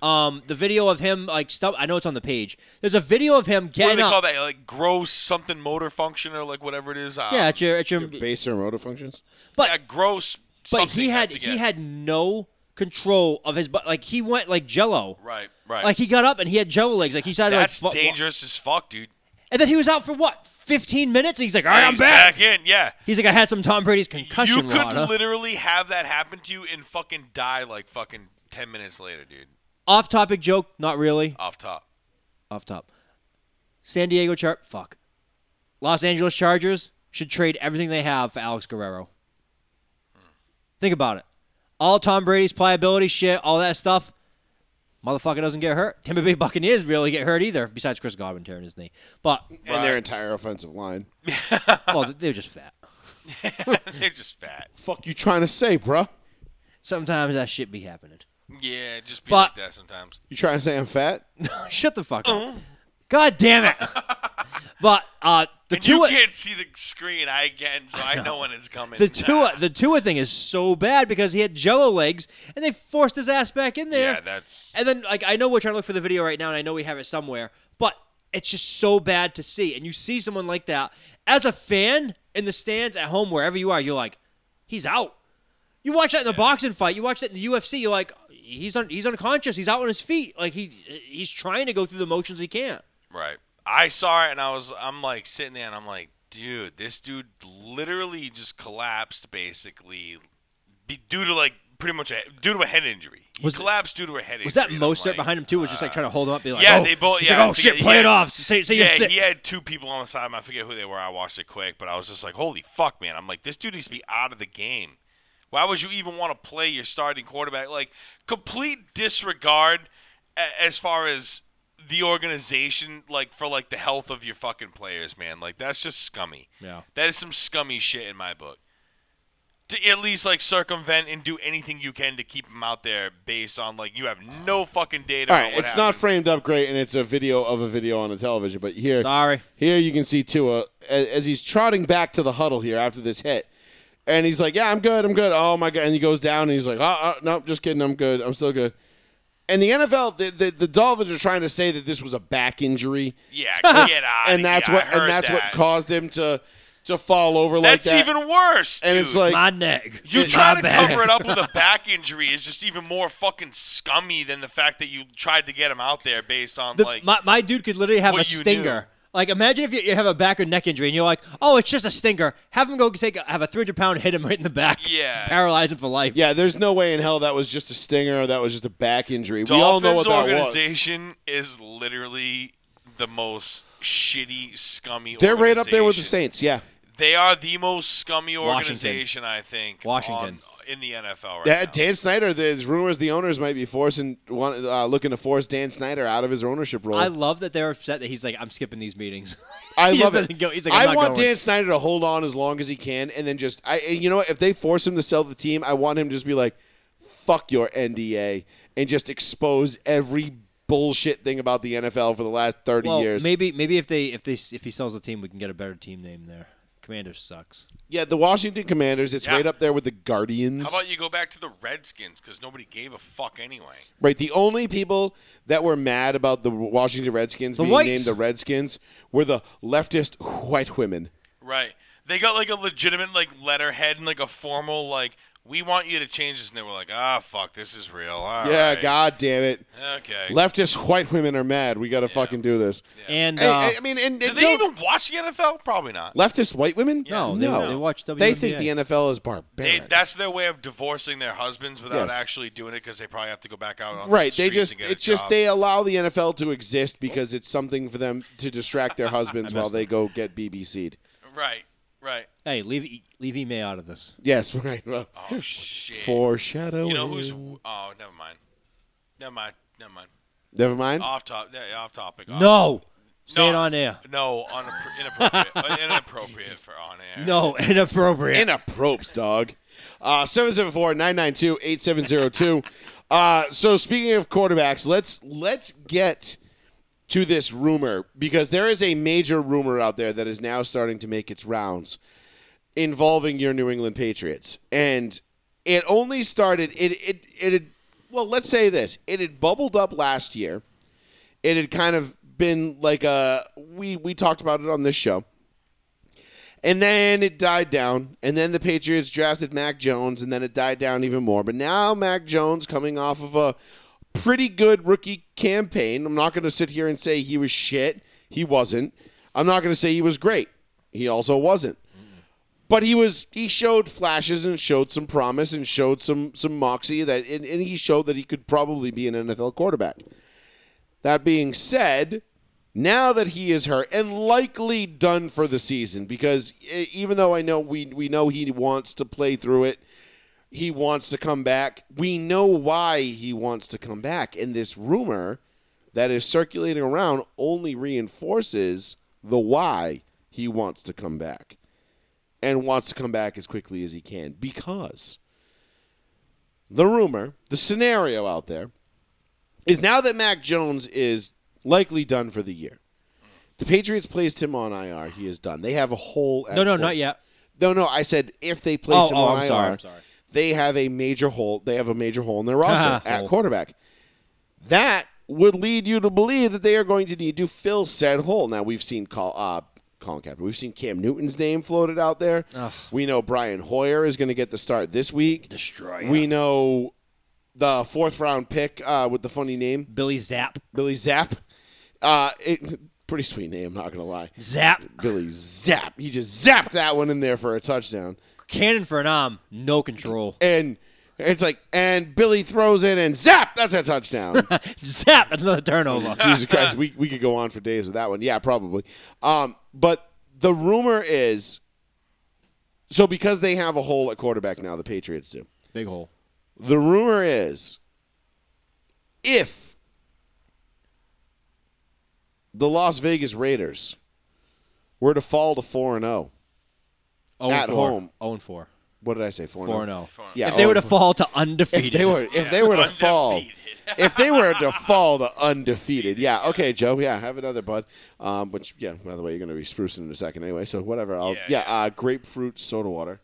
[SPEAKER 4] Um, the video of him like stump. I know it's on the page. There's a video of him
[SPEAKER 8] What do
[SPEAKER 4] getting
[SPEAKER 8] they
[SPEAKER 4] up.
[SPEAKER 8] call that? Like gross something motor function or like whatever it is. Um,
[SPEAKER 4] Yeah, at your at your.
[SPEAKER 2] Baser motor functions.
[SPEAKER 8] yeah, gross.
[SPEAKER 4] But
[SPEAKER 8] something,
[SPEAKER 4] he
[SPEAKER 8] I
[SPEAKER 4] had
[SPEAKER 8] forget.
[SPEAKER 4] he had no control of his butt. Like he went like Jello.
[SPEAKER 8] right, right.
[SPEAKER 4] Like he got up and he had jello legs. Like he started
[SPEAKER 8] that's
[SPEAKER 4] like fu-
[SPEAKER 8] dangerous as fuck, dude.
[SPEAKER 4] And then he was out for what? 15 minutes and he's like, "All right, I'm
[SPEAKER 8] He's
[SPEAKER 4] back."
[SPEAKER 8] in, yeah.
[SPEAKER 4] He's like, "I had some Tom Brady's concussion
[SPEAKER 8] You could
[SPEAKER 4] Lana."
[SPEAKER 8] literally have that happen to you and fucking die like fucking ten minutes later, dude.
[SPEAKER 4] Off topic joke, not really.
[SPEAKER 8] Off top.
[SPEAKER 4] Off top. San Diego Char fuck. Los Angeles Chargers should trade everything they have for Alex Guerrero. Think about it. All Tom Brady's pliability shit, all that stuff. Motherfucker doesn't get hurt. Tampa Bay Buccaneers really get hurt either, besides Chris Godwin tearing his knee. But
[SPEAKER 2] And their entire offensive line.
[SPEAKER 4] well, they're just fat.
[SPEAKER 8] They're just fat.
[SPEAKER 2] Fuck you trying to say, bruh?
[SPEAKER 4] Sometimes that shit be happening.
[SPEAKER 8] Yeah, just be
[SPEAKER 4] But-
[SPEAKER 8] like that sometimes.
[SPEAKER 2] You trying to say I'm fat?
[SPEAKER 4] Shut the fuck up.
[SPEAKER 8] Uh-huh.
[SPEAKER 4] God damn it. but uh, the
[SPEAKER 8] And you
[SPEAKER 4] Tua,
[SPEAKER 8] can't see the screen I again, so I know when it's coming.
[SPEAKER 4] the Tua, the Tua thing is so bad because he had Jello legs and they forced his ass back in there.
[SPEAKER 8] Yeah, that's
[SPEAKER 4] and then like I know we're trying to look for the video right now and I know we have it somewhere, but it's just so bad to see. And you see someone like that as a fan in the stands at home wherever you are, you're like, he's out. You watch that in the boxing fight. You watch that in the UFC. You're like, he's un- he's unconscious. He's out on his feet. Like he he's trying to go through the motions. He can't.
[SPEAKER 8] right. I saw it and I was I'm like sitting there and I'm like, dude, this dude literally just collapsed basically be, due to like pretty much a, due to a head injury. He
[SPEAKER 4] Was-
[SPEAKER 8] collapsed due to a head injury.
[SPEAKER 4] Was that
[SPEAKER 8] and I'm
[SPEAKER 4] Mostert
[SPEAKER 8] like,
[SPEAKER 4] behind him too? Was just like trying to hold him up, be like,
[SPEAKER 8] Yeah,
[SPEAKER 4] oh,
[SPEAKER 8] they both.
[SPEAKER 4] he's
[SPEAKER 8] Yeah,
[SPEAKER 4] like,
[SPEAKER 8] I
[SPEAKER 4] oh
[SPEAKER 8] forget-
[SPEAKER 4] shit, play
[SPEAKER 8] he
[SPEAKER 4] it
[SPEAKER 8] had-
[SPEAKER 4] off. Say, say
[SPEAKER 8] yeah,
[SPEAKER 4] you're sick.
[SPEAKER 8] he had two people on the side. of him. I forget who they were. I watched it quick, but I was just like, "Holy fuck, man!" I'm like, "This dude needs to be out of the game. Why would you even want to play your starting quarterback? Like complete disregard a- as far as the organization, like for like the health of your fucking players, man. Like that's just scummy.
[SPEAKER 4] Yeah.
[SPEAKER 8] that is some scummy shit in my book. to at least like circumvent and do anything you can to keep him out there based on like you have no fucking data.
[SPEAKER 2] All
[SPEAKER 8] about
[SPEAKER 2] right,
[SPEAKER 8] what
[SPEAKER 2] it's not
[SPEAKER 8] happened.
[SPEAKER 2] framed up great, and it's a video of a video on a television. But here,
[SPEAKER 4] Sorry.
[SPEAKER 2] here you can see Tua as, as he's trotting back to the huddle here after this hit, and he's like, "Yeah, I'm good, I'm good." Oh my god! And he goes down, and he's like, "Oh, oh no, just kidding, I'm good, I'm still good." And the NFL, the, the the Dolphins are trying to say that this was a back injury,
[SPEAKER 8] Yeah, get out.
[SPEAKER 2] and that's
[SPEAKER 8] yeah, I
[SPEAKER 2] what
[SPEAKER 8] heard
[SPEAKER 2] and that's
[SPEAKER 8] that.
[SPEAKER 2] what caused him to to fall over
[SPEAKER 8] That's
[SPEAKER 2] like that.
[SPEAKER 8] even worse.
[SPEAKER 2] and it's
[SPEAKER 8] dude.
[SPEAKER 2] like
[SPEAKER 4] My neck.
[SPEAKER 8] You
[SPEAKER 4] My
[SPEAKER 8] trying to
[SPEAKER 4] back.
[SPEAKER 8] cover it up with a back injury is just even more fucking scummy than the fact that you tried to get him out there based on
[SPEAKER 4] The-
[SPEAKER 8] like.
[SPEAKER 4] my, my dude could literally have a
[SPEAKER 8] what you
[SPEAKER 4] stinger.
[SPEAKER 8] do.
[SPEAKER 4] Like imagine if you, you have a back or neck injury and you're like, oh, it's just a stinger. Have him go take a, have a 300 pound hit him right in the back.
[SPEAKER 8] Yeah.
[SPEAKER 4] Paralyze him for life.
[SPEAKER 2] yeah, there's no way in hell that was just a stinger. That was just a back injury. we all
[SPEAKER 8] Dolphins
[SPEAKER 2] know what that was.
[SPEAKER 8] organization is literally the most shitty, scummy.
[SPEAKER 2] They're right up there with the
[SPEAKER 8] organization.
[SPEAKER 2] Saints. Yeah.
[SPEAKER 8] They are the most scummy
[SPEAKER 4] Washington.
[SPEAKER 8] organization, I think,
[SPEAKER 4] Washington.
[SPEAKER 8] on- in the NFL right
[SPEAKER 2] Yeah,
[SPEAKER 8] now.
[SPEAKER 2] Dan Snyder. There's rumors the owners might be forcing, want- uh, looking to force Dan Snyder out of his ownership role.
[SPEAKER 4] I love that they're upset that he's like, I'm skipping these meetings.
[SPEAKER 2] I
[SPEAKER 4] He just
[SPEAKER 2] love it.
[SPEAKER 4] doesn't Go, he's like, I'm
[SPEAKER 2] I
[SPEAKER 4] not
[SPEAKER 2] want
[SPEAKER 4] going.
[SPEAKER 2] Dan Snyder to hold on as long as he can, and then just, I, and you know, what? if they force him to sell the team, I want him to just be like, "Fuck your NDA," and just expose every bullshit thing about the NFL for the last thirty
[SPEAKER 4] Well,
[SPEAKER 2] years.
[SPEAKER 4] maybe maybe if they if they if he sells the team, we can get a better team name there. Commander sucks.
[SPEAKER 2] yeah, the Washington Commanders. It's
[SPEAKER 8] Yeah.
[SPEAKER 2] right up there with the Guardians.
[SPEAKER 8] How about you go back to the Redskins because nobody gave a fuck anyway.
[SPEAKER 2] Right. The only people that were mad about the Washington Redskins being
[SPEAKER 4] whites.
[SPEAKER 2] named the Redskins were the leftist white women.
[SPEAKER 8] Right. They got like a legitimate like letterhead and like a formal like we want you to change this, and they were like, ah, fuck, this is real. All
[SPEAKER 2] yeah,
[SPEAKER 8] right.
[SPEAKER 2] god damn it.
[SPEAKER 8] Okay.
[SPEAKER 2] Leftist white women are mad. We got to fucking do this.
[SPEAKER 4] And
[SPEAKER 2] Hey,
[SPEAKER 4] uh,
[SPEAKER 2] I, I mean, and,
[SPEAKER 8] Do
[SPEAKER 2] and
[SPEAKER 8] they
[SPEAKER 2] no-
[SPEAKER 8] even watch the NFL? Probably not.
[SPEAKER 2] leftist white women?
[SPEAKER 4] no, they,
[SPEAKER 2] no.
[SPEAKER 4] they watch WNBA.
[SPEAKER 2] They think the NFL is barbaric.
[SPEAKER 8] They, that's their way of divorcing their husbands without
[SPEAKER 2] Yes.
[SPEAKER 8] actually doing it because they probably have to go back out. On
[SPEAKER 2] right.
[SPEAKER 8] The
[SPEAKER 2] They
[SPEAKER 8] streets
[SPEAKER 2] just
[SPEAKER 8] and get a
[SPEAKER 2] it's just
[SPEAKER 8] job.
[SPEAKER 2] they allow the NFL to exist because it's something for them to distract their husbands while they go get BBC'd.
[SPEAKER 8] Right. Right.
[SPEAKER 4] Hey, leave E- leave Ime out of this.
[SPEAKER 2] Yes, right. Well,
[SPEAKER 8] Oh shit.
[SPEAKER 2] foreshadowing.
[SPEAKER 8] You know who's? Oh, never mind. Never mind. Never mind.
[SPEAKER 2] Never mind.
[SPEAKER 8] Off top. yeah, Off topic. Off.
[SPEAKER 4] No, say it on air.
[SPEAKER 8] No, on inappropriate. inappropriate for on air.
[SPEAKER 4] No, inappropriate.
[SPEAKER 2] in a propes dog. Uh, 774-992-8702. Uh, so speaking of quarterbacks, let's let's get to this rumor because there is a major rumor out there that is now starting to make its rounds involving your New England Patriots. And it only started it it it had, well, let's say this. It had bubbled up last year. It had kind of been like a we we talked about it on this show. And then it died down. And then the Patriots drafted Mac Jones, and then it died down even more. But now Mac Jones coming off of a pretty good rookie campaign. I'm not going to sit here and say he was shit. He wasn't. I'm not going to say he was great. He also wasn't. But he was he showed flashes and showed some promise and showed some some moxie that and, and he showed that he could probably be an NFL quarterback. That being said, now that he is hurt and likely done for the season, because e- even though I know we we know he wants to play through it, he wants to come back. We know why he wants to come back, and this rumor that is circulating around only reinforces the why he wants to come back and wants to come back as quickly as he can because the rumor, the scenario out there is now that Mac Jones is likely done for the year. The Patriots placed him on IR. He is done. They have a whole
[SPEAKER 4] no, no, not yet.
[SPEAKER 2] No, no. I said if they place
[SPEAKER 4] Oh,
[SPEAKER 2] him
[SPEAKER 4] oh,
[SPEAKER 2] on
[SPEAKER 4] I'm
[SPEAKER 2] IR,
[SPEAKER 4] sorry, I'm sorry.
[SPEAKER 2] they have a major hole. They have a major hole in their roster at
[SPEAKER 4] Hole.
[SPEAKER 2] quarterback. That would lead you to believe that they are going to need to fill said hole. Now we've seen call uh, Colin Kaepernick. We've seen Cam Newton's name floated out there. We know Brian Hoyer is going to get the start this week.
[SPEAKER 4] Destroyer.
[SPEAKER 2] We know the fourth round pick uh, with the funny name.
[SPEAKER 4] Billy Zap.
[SPEAKER 2] Billy Zap. Uh, it, pretty sweet name, not gonna lie.
[SPEAKER 4] Zap.
[SPEAKER 2] Billy Zap. He just zapped that one in there for a touchdown,
[SPEAKER 4] Cannon for an arm. No control.
[SPEAKER 2] and it's like, and Billy throws it, and zap, that's a touchdown.
[SPEAKER 4] Zap. That's another turnover.
[SPEAKER 2] Jesus Christ, we, we could go on for days with that one. Yeah, probably. Um, but the rumor is, so because they have a hole at quarterback now, the Patriots do.
[SPEAKER 4] Big hole.
[SPEAKER 2] The rumor is if the Las Vegas Raiders were to fall to 4 and 0
[SPEAKER 4] Oh,
[SPEAKER 2] At home.
[SPEAKER 4] Oh and four.
[SPEAKER 2] What did I say? Four
[SPEAKER 4] Four
[SPEAKER 2] and
[SPEAKER 4] and
[SPEAKER 2] zero.
[SPEAKER 4] oh.
[SPEAKER 2] Yeah,
[SPEAKER 4] if they
[SPEAKER 2] oh,
[SPEAKER 4] were to fall to
[SPEAKER 2] If
[SPEAKER 4] undefeated,
[SPEAKER 2] they were, if they were to fall,
[SPEAKER 8] Undefeated.
[SPEAKER 2] if they were to fall to undefeated, yeah. Okay, Joe. Yeah, have another bud. Um, which yeah. By the way, you're going to be sprucing in a second anyway. So whatever. I'll yeah.
[SPEAKER 8] Yeah,
[SPEAKER 2] uh, grapefruit soda water.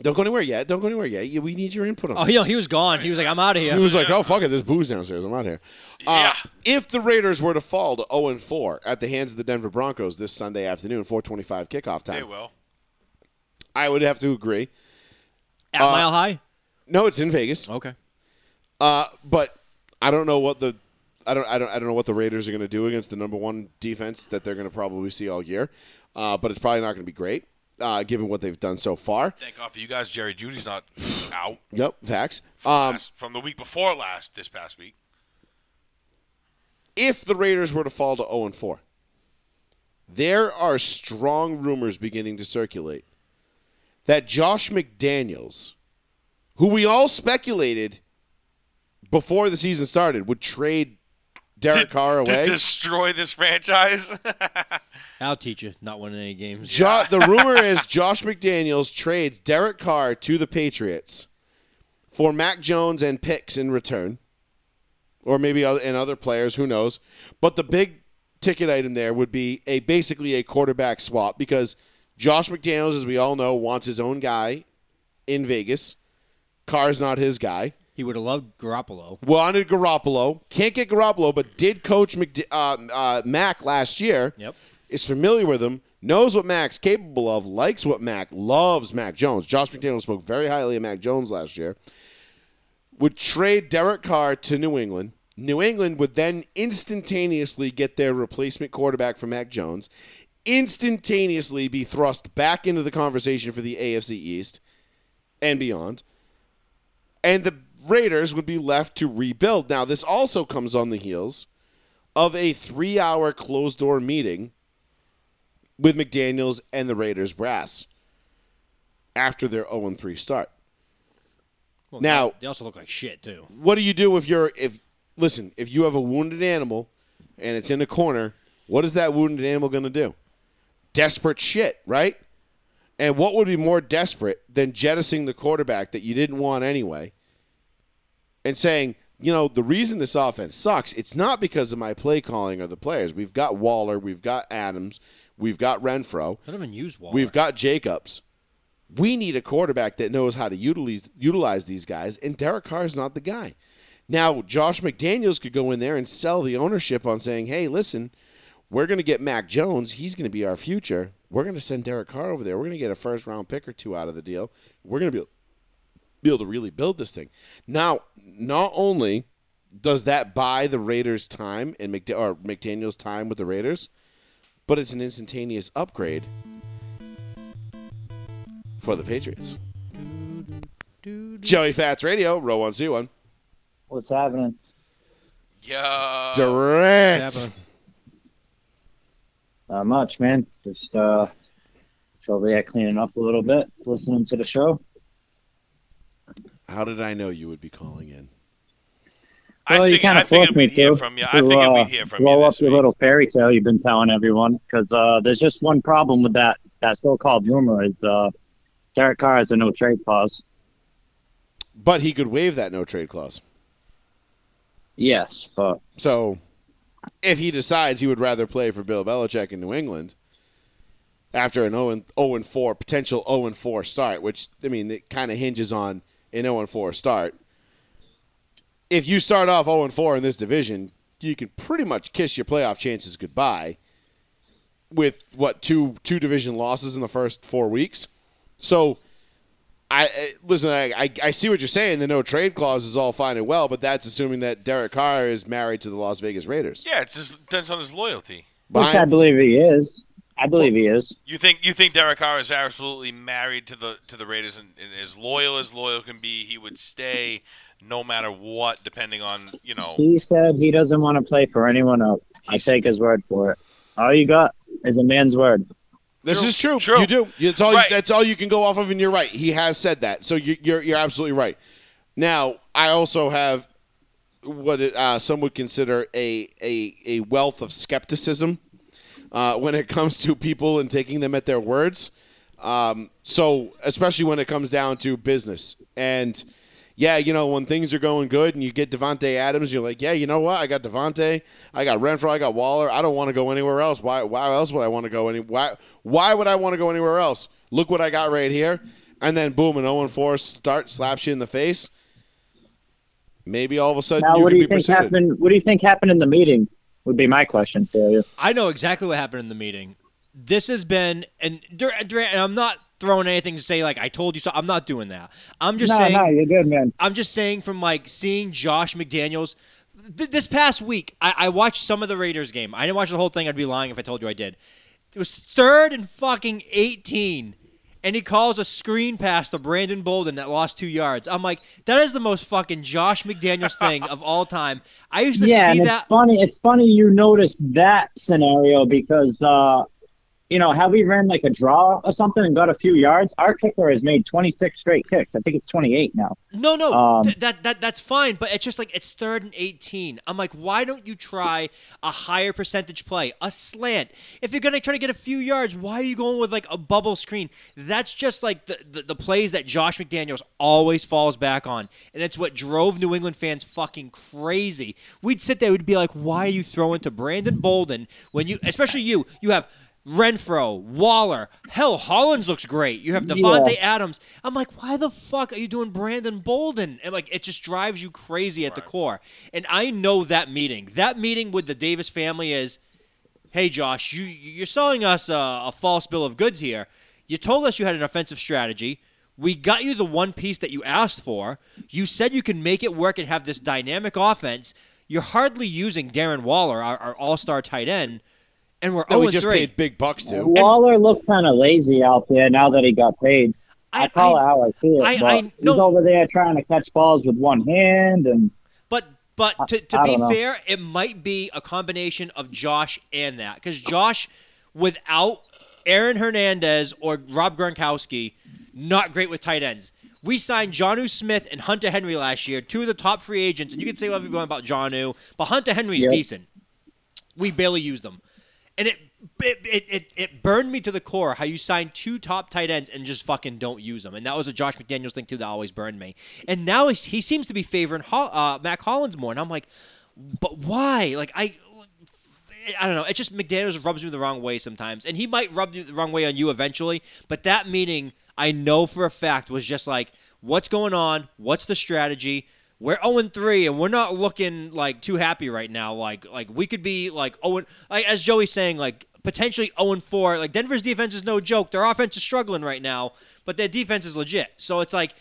[SPEAKER 2] Don't go anywhere yet. Don't go anywhere yet. You- We need your input on
[SPEAKER 4] oh,
[SPEAKER 2] this.
[SPEAKER 4] you know, he was gone. He was like, I'm out of here.
[SPEAKER 2] He was like, "Oh fuck it, there's booze downstairs. I'm out here." Uh, If the Raiders were to fall to 0 and 4 at the hands of the Denver Broncos this Sunday afternoon, 4:25 kickoff
[SPEAKER 8] They
[SPEAKER 2] time,
[SPEAKER 8] will.
[SPEAKER 2] I would have to agree.
[SPEAKER 4] At
[SPEAKER 2] uh,
[SPEAKER 4] Mile High.
[SPEAKER 2] No, it's in Vegas,
[SPEAKER 4] Okay.
[SPEAKER 2] but I don't know what the I don't I don't I don't know what the Raiders are going to do against the number one defense that they're going to probably see all year. Uh, but it's probably not going to be great, uh, given what they've done so far.
[SPEAKER 8] Thank God for you guys. Jerry Judy's not out
[SPEAKER 2] Yep, facts. Um,
[SPEAKER 8] last, from the week before last, this past week.
[SPEAKER 2] if the Raiders were to fall to 0 and 4, there are strong rumors beginning to circulate that Josh McDaniels, who we all speculated before the season started, would trade Derek Carr
[SPEAKER 8] To
[SPEAKER 2] away.
[SPEAKER 8] destroy this franchise.
[SPEAKER 4] I'll teach you. Not winning any games.
[SPEAKER 2] Jo- the rumor is Josh McDaniels trades Derek Carr to the Patriots for Mac Jones and picks in return, or maybe other, and other players. Who knows? But the big ticket item there would be a basically a quarterback swap because Josh McDaniels, as we all know, wants his own guy in Vegas. Carr's not his guy.
[SPEAKER 4] He would have loved Garoppolo.
[SPEAKER 2] Wanted Garoppolo. Can't get Garoppolo, but did coach McD- uh, uh, Mac last year
[SPEAKER 4] Yep.
[SPEAKER 2] is familiar with him, knows what Mac's capable of, likes what Mac, loves Mac Jones. Josh McDaniel spoke very highly of Mac Jones last year. Would trade Derek Carr to New England. New England would then instantaneously get their replacement quarterback for Mac Jones, instantaneously be thrust back into the conversation for the AFC East and beyond. And the Raiders would be left to rebuild. Now, this also comes on the heels of a three hour closed door meeting with McDaniels and the Raiders brass after their 0 3 start.
[SPEAKER 4] Well,
[SPEAKER 2] Now-
[SPEAKER 4] they also look like shit too.
[SPEAKER 2] What do you do if you're if listen, if you have a wounded animal and it's in a corner, what is that wounded animal going to do? Desperate shit, right? And what would be more desperate than jettisoning the quarterback that you didn't want anyway and saying, you know, the reason this offense sucks, it's not because of my play calling or the players. We've got Waller, we've got Adams, we've got Renfro.
[SPEAKER 4] They don't even use Waller.
[SPEAKER 2] We've got Jacobs. We need a quarterback that knows how to utilize utilize these guys, and Derek Carr is not the guy. Now, Josh McDaniels could go in there and sell the ownership on saying, "Hey, listen, we're going to get Mac Jones. He's going to be our future. We're going to send Derek Carr over there. We're going to get a first round pick or two out of the deal. We're going to be be able to really build this thing." Now, not only does that buy the Raiders time and McD- or McDaniels time with the Raiders, but it's an instantaneous upgrade for the Patriots. Joey Fats Radio, row one, C one.
[SPEAKER 9] What's happening?
[SPEAKER 8] yeah.
[SPEAKER 2] Durant.
[SPEAKER 9] Not much, man. Just uh, just over here cleaning up a little bit, listening to the show.
[SPEAKER 2] How did I know you would be calling in?
[SPEAKER 8] I
[SPEAKER 9] you
[SPEAKER 8] think
[SPEAKER 9] kinda
[SPEAKER 8] I figured
[SPEAKER 9] forced me
[SPEAKER 8] we'd hear
[SPEAKER 9] to,
[SPEAKER 8] from you. I
[SPEAKER 9] to,
[SPEAKER 8] figured
[SPEAKER 9] uh,
[SPEAKER 8] we'd hear from
[SPEAKER 9] blow
[SPEAKER 8] you
[SPEAKER 9] up
[SPEAKER 8] this
[SPEAKER 9] your
[SPEAKER 8] week.
[SPEAKER 9] little fairy tale you've been telling everyone, because uh, there's just one problem with that that so-called rumor is uh, Derek Carr has a no trade clause.
[SPEAKER 2] But he could waive that no trade clause.
[SPEAKER 9] Yes, but
[SPEAKER 2] So if he decides he would rather play for Bill Belichick in New England after an 0 and- 0 and 4 potential 0 and 4 start, which I mean it kind of hinges on an 0 and 4 start. If you start off 0 and 4 in this division, you can pretty much kiss your playoff chances goodbye with what two two division losses in the first 4 weeks. So I, I listen. I, I I see what you're saying. The no trade clause is all fine and well, but that's assuming that Derek Carr is married to the Las Vegas Raiders.
[SPEAKER 8] Yeah, it just depends on his loyalty.
[SPEAKER 9] which I
[SPEAKER 2] Behind-
[SPEAKER 9] believe he is. I believe he is.
[SPEAKER 8] You think you think Derek Carr is absolutely married to the to the Raiders and, and as loyal as loyal can be, he would stay no matter what, depending on you know.
[SPEAKER 9] He said he doesn't want to play for anyone else. I
[SPEAKER 8] He's-
[SPEAKER 9] take his word for it. All you got is a man's word.
[SPEAKER 2] this
[SPEAKER 8] True,
[SPEAKER 2] is true.
[SPEAKER 8] true.
[SPEAKER 2] You do. It's all.
[SPEAKER 8] Right.
[SPEAKER 2] That's all you can go off of, and you're right. He has said that, so you, you're you're absolutely right. Now, I also have what it, uh, some would consider a a a wealth of skepticism uh, when it comes to people and taking them at their words. Um, so especially when it comes down to business and yeah, you know when things are going good and you get Devonte Adams, you're like, yeah, you know what? I got Devonte, I got Renfro, I got Waller. I don't want to go anywhere else. Why? Why else would I want to go any? Why? Why would I want to go anywhere else? Look what I got right here. And then boom, an 0 4 start slaps you in the face. Maybe all of a sudden
[SPEAKER 9] Now,
[SPEAKER 2] you
[SPEAKER 9] what
[SPEAKER 2] could
[SPEAKER 9] do you
[SPEAKER 2] be
[SPEAKER 9] think
[SPEAKER 2] presented.
[SPEAKER 9] happened? What do you think happened in the meeting? Would be my question for you.
[SPEAKER 4] I know exactly what happened in the meeting. This has been and Dur- Durant. And I'm not throwing anything to say like I told you so. I'm not doing that. I'm just
[SPEAKER 9] No,
[SPEAKER 4] saying.
[SPEAKER 9] no, you're good, man.
[SPEAKER 4] I'm just saying from like seeing Josh McDaniels th- this past week. I-, I watched some of the Raiders game. I didn't watch the whole thing. I'd be lying if I told you I did. It was third and fucking eighteen, and he calls a screen pass to Brandon Bolden that lost two yards. I'm like, that is the most fucking Josh McDaniels thing of all time. I used to
[SPEAKER 9] yeah,
[SPEAKER 4] see
[SPEAKER 9] and
[SPEAKER 4] that.
[SPEAKER 9] it's funny. It's funny you noticed that scenario because uh, you know how we ran like a draw or something and got a few yards. Our kicker has made 26 straight kicks. I think it's 28 now.
[SPEAKER 4] No, no,
[SPEAKER 9] Um,
[SPEAKER 4] th- that that that's fine, but it's just like it's third and eighteen. I'm like, why don't you try a higher percentage play, a slant? If you're gonna try to get a few yards, why are you going with like a bubble screen? That's just like the the, the plays that Josh McDaniels always falls back on, and it's what drove New England fans fucking crazy. We'd sit there, we'd be like, why are you throwing to Brandon Bolden when you, especially you, you have. Renfro, Waller, hell, Hollins looks great. You have Devontae Adams. I'm like, why the fuck are you doing Brandon Bolden? And like, it just drives you crazy at the core. And I know that meeting. That meeting with the Davis family is, hey, Josh, you you're selling us a, a false bill of goods here. You told us you had an offensive strategy. We got you the one piece that you asked for. You said you can make it work and have this dynamic offense. You're hardly using Darren Waller, our, our all-star tight end, Oh and we're
[SPEAKER 2] That we
[SPEAKER 4] 0
[SPEAKER 2] Oh, just
[SPEAKER 4] 3.
[SPEAKER 2] paid big bucks to.
[SPEAKER 9] Waller looked kind of lazy out there now that he got paid. I, call it how I see it.
[SPEAKER 4] I-
[SPEAKER 9] but
[SPEAKER 4] I- no.
[SPEAKER 9] He's over there trying to catch balls with one hand, and
[SPEAKER 4] But but to, to
[SPEAKER 9] I
[SPEAKER 4] be
[SPEAKER 9] don't know.
[SPEAKER 4] fair, it might be a combination of Josh and that because Josh, without Aaron Hernandez or Rob Gronkowski, not great with tight ends. We signed Jonu Smith and Hunter Henry last year, two of the top free agents, and you can say whatever you want about Jonu, but Hunter Henry's
[SPEAKER 9] Yep.
[SPEAKER 4] decent. We barely used them, and it it, it it it burned me to the core how you sign two top tight ends and just fucking don't use them, and that was a Josh McDaniels thing too that always burned me. And now he's, he seems to be favoring Hol- uh, Mac Hollins more, and I'm like, but why? Like I. I don't know. It just McDaniels rubs me the wrong way sometimes, and he might rub you the wrong way on you eventually. But that meeting, I know for a fact, was just like, what's going on? What's the strategy? We're 0 3, and we're not looking like too happy right now. Like, like we could be like 0 like, as Joey's saying, like potentially 0 4. Like Denver's defense is no joke. Their offense is struggling right now, but their defense is legit. So it's like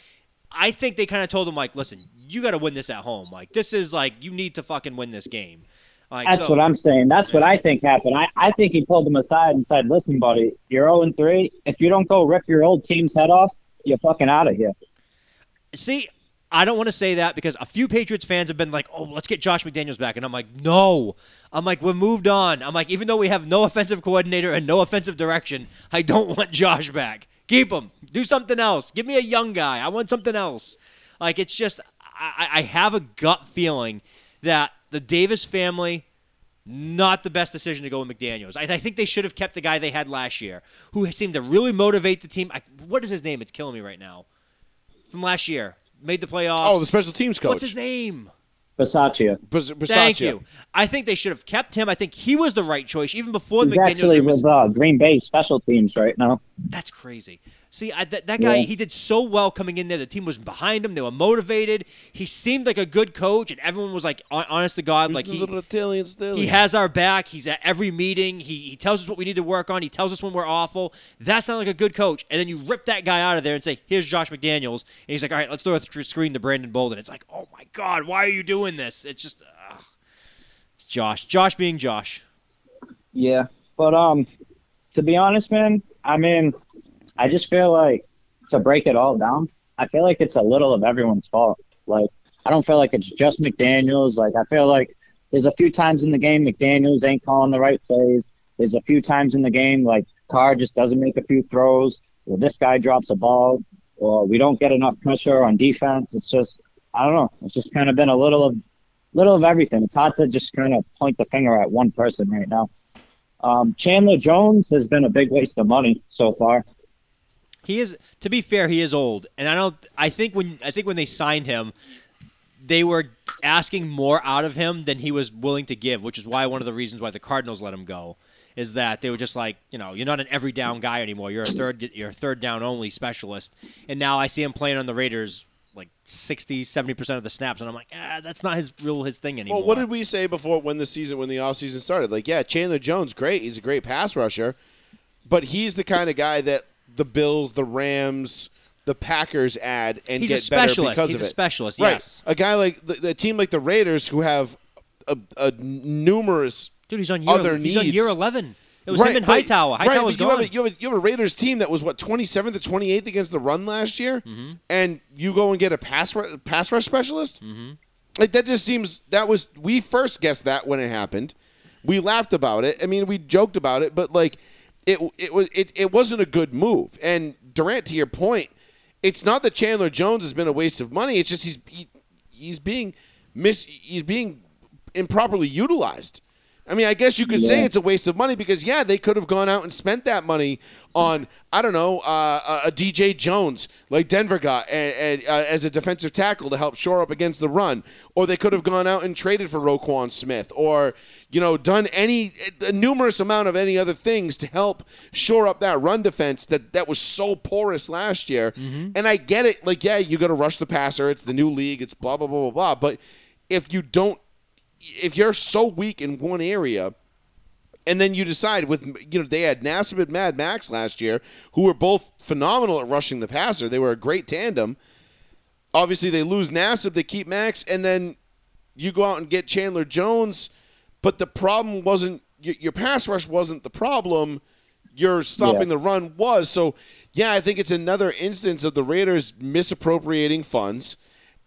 [SPEAKER 4] I think they kind of told him like, listen, you got to win this at home. Like this is like you need to fucking win this game. Like,
[SPEAKER 9] that's
[SPEAKER 4] so-
[SPEAKER 9] what I'm saying. That's what I think happened. I, I think he pulled him aside and said, "Listen, buddy, you're 0 and 3. If you don't go rip your old team's head off, you're fucking out of here."
[SPEAKER 4] See, I don't want to say that because a few Patriots fans have been like, "Oh, let's get Josh McDaniels back," and I'm like, "No." I'm like, "We're moved on." I'm like, even though we have no offensive coordinator and no offensive direction, I don't want Josh back. Keep him. Do something else. Give me a young guy. I want something else. Like it's just, I, I I have a gut feeling that the Davis family not the best decision to go with McDaniels. I, I think they should have kept the guy they had last year, who seemed to really motivate the team. I, what is his name? It's killing me right now. From last year, made the playoffs.
[SPEAKER 2] Oh, the special teams coach.
[SPEAKER 4] what's his name?
[SPEAKER 9] Basaccia.
[SPEAKER 2] Bas- Basaccia.
[SPEAKER 4] Thank you. I think they should have kept him. I think he was the right choice, even before
[SPEAKER 9] He's
[SPEAKER 4] the McDaniels.
[SPEAKER 9] actually
[SPEAKER 4] rumors-
[SPEAKER 9] with uh, Green Bay special teams right now.
[SPEAKER 4] That's crazy. See, I, that, that guy,
[SPEAKER 9] Yeah.
[SPEAKER 4] he did so well coming in there. The team was behind him. They were motivated. He seemed like a good coach, and everyone was like, hon- honest to God, like
[SPEAKER 2] The
[SPEAKER 4] he,
[SPEAKER 2] little Italian still.
[SPEAKER 4] He has our back. He's at every meeting. He, he tells us what we need to work on. He tells us when we're awful. That sounds like a good coach. And then you rip that guy out of there and say, here's Josh McDaniels. And he's like, all right, let's throw a th- screen to Brandon Bolden. It's like, oh my God, why are you doing this? It's just, ugh. it's Josh. Josh being Josh.
[SPEAKER 9] Yeah, but um, to be honest, man, I mean, I just feel like to break it all down, I feel like it's a little of everyone's fault. Like, I don't feel like it's just McDaniel's. Like, I feel like there's a few times in the game McDaniel's ain't calling the right plays. There's a few times in the game like Carr just doesn't make a few throws, or this guy drops a ball, or we don't get enough pressure on defense. It's just, I don't know. It's just kind of been a little of, little of everything. It's hard to just kind of point the finger at one person right now. Um, Chandler Jones has been a big waste of money so far.
[SPEAKER 4] He is to be fair, he is old, and I don't. I think when I think when they signed him, they were asking more out of him than he was willing to give, which is why one of the reasons why the Cardinals let him go is that they were just like, you know, you're not an every down guy anymore. You're a third you're a third down only specialist. And now I see him playing on the Raiders like 60, 70% of the snaps and I'm like, "Ah, that's not his real his thing anymore."
[SPEAKER 2] Well, what did we say before when the season, when the offseason started? Like, yeah, Chandler Jones, great. He's a great pass rusher. But he's the kind of guy that the Bills, the Rams, the Packers add and
[SPEAKER 4] He's a
[SPEAKER 2] get better
[SPEAKER 4] specialist.
[SPEAKER 2] because
[SPEAKER 4] He's
[SPEAKER 2] of
[SPEAKER 4] a
[SPEAKER 2] it.
[SPEAKER 4] specialist,
[SPEAKER 2] right.
[SPEAKER 4] yes.
[SPEAKER 2] A guy like the, the team like the Raiders who have a, a numerous
[SPEAKER 4] Dude, he's on year
[SPEAKER 2] other
[SPEAKER 4] he's on year
[SPEAKER 2] needs.
[SPEAKER 4] 11. It was him
[SPEAKER 2] but-
[SPEAKER 4] and Hightower. Hightower
[SPEAKER 2] right,
[SPEAKER 4] was
[SPEAKER 2] but you
[SPEAKER 4] gone.
[SPEAKER 2] have, a, you, have a, you have a Raiders team that was what 27th to 28th against the run last year,
[SPEAKER 4] Mm-hmm.
[SPEAKER 2] and you go and get a pass ru- pass rush specialist. Mm-hmm. Like that just seems that was we first guessed that when it happened. We laughed about it. I mean, we joked about it, but like it it was it, it wasn't a good move. And Durant, to your point, it's not that Chandler Jones has been a waste of money. It's just he's he, he's being mis he's being improperly utilized. I mean, I guess you could say it's a waste of money because yeah, they could have gone out and spent that money on I don't know uh, a a DJ Jones like Denver got and, and, uh, as a defensive tackle to help shore up against the run, or they could have gone out and traded for Roquan Smith, or you know done any a numerous amount of any other things to help shore up that run defense that that was so porous last year. And I get it, like yeah, you got to rush the passer. It's the new league. It's blah blah blah blah blah. But if you don't if you're so weak in one area and then you decide with you know they had Nassib and Mad Max last year who were both phenomenal at rushing the passer they were a great tandem obviously they lose Nassib they keep Max and then you go out and get Chandler Jones but the problem wasn't your, your pass rush wasn't the problem your stopping the run was so yeah I think it's another instance of the Raiders misappropriating funds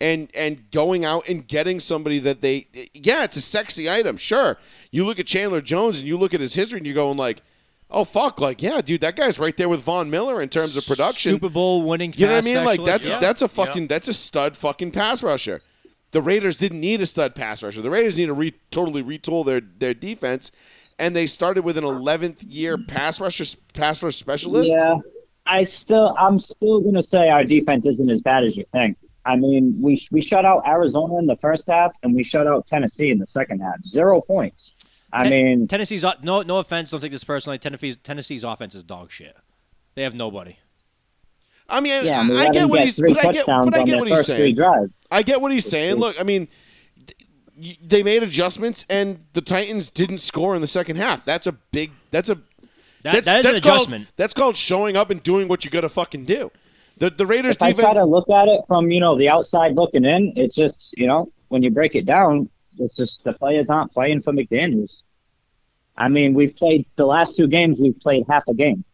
[SPEAKER 2] and and going out and getting somebody that they yeah it's a sexy item sure you look at chandler jones and you look at his history and you're going like oh fuck like yeah dude that guy's right there with von miller in terms of production
[SPEAKER 4] Super Bowl winning
[SPEAKER 2] you know what
[SPEAKER 4] pass
[SPEAKER 2] i mean like that's
[SPEAKER 4] specialist. Yeah.
[SPEAKER 2] that's a fucking that's a stud fucking pass rusher the raiders didn't need a stud pass rusher the raiders need to re- totally retool their their defense and they started with an 11th year pass rusher pass rush specialist
[SPEAKER 9] Yeah, I still, I'm still gonna say our defense isn't as bad as you think. I mean, we we shut out Arizona in the first half, and we shut out Tennessee in the second half. Zero points. I
[SPEAKER 4] Ten-
[SPEAKER 9] mean,
[SPEAKER 4] Tennessee's o- no no offense, don't take this personally. Tennessee's Tennessee's offense is dog shit. They have nobody.
[SPEAKER 2] i mean
[SPEAKER 9] yeah, I,
[SPEAKER 2] I,
[SPEAKER 9] mean,
[SPEAKER 2] I
[SPEAKER 9] um,
[SPEAKER 2] get
[SPEAKER 9] let them
[SPEAKER 2] what
[SPEAKER 9] get
[SPEAKER 2] he's
[SPEAKER 9] three
[SPEAKER 2] but i get,
[SPEAKER 9] touchdowns
[SPEAKER 2] but I
[SPEAKER 9] on
[SPEAKER 2] get
[SPEAKER 9] their
[SPEAKER 2] what he's
[SPEAKER 9] first three
[SPEAKER 2] saying
[SPEAKER 9] drives.
[SPEAKER 2] I get what he's saying. Look, I mean, y- they made adjustments, and the Titans didn't score in the second half. That's a big. That's a.
[SPEAKER 4] That,
[SPEAKER 2] That's,
[SPEAKER 4] that is
[SPEAKER 2] that's
[SPEAKER 4] an
[SPEAKER 2] called,
[SPEAKER 4] adjustment.
[SPEAKER 2] That's called showing up and doing what you got to fucking do. The the Raiders
[SPEAKER 9] If I
[SPEAKER 2] defense.
[SPEAKER 9] try to look at it from you know the outside looking in, it's just you know when you break it down, it's just the players aren't playing for McDaniel's. I mean, we've played the last two games. We've played half a game.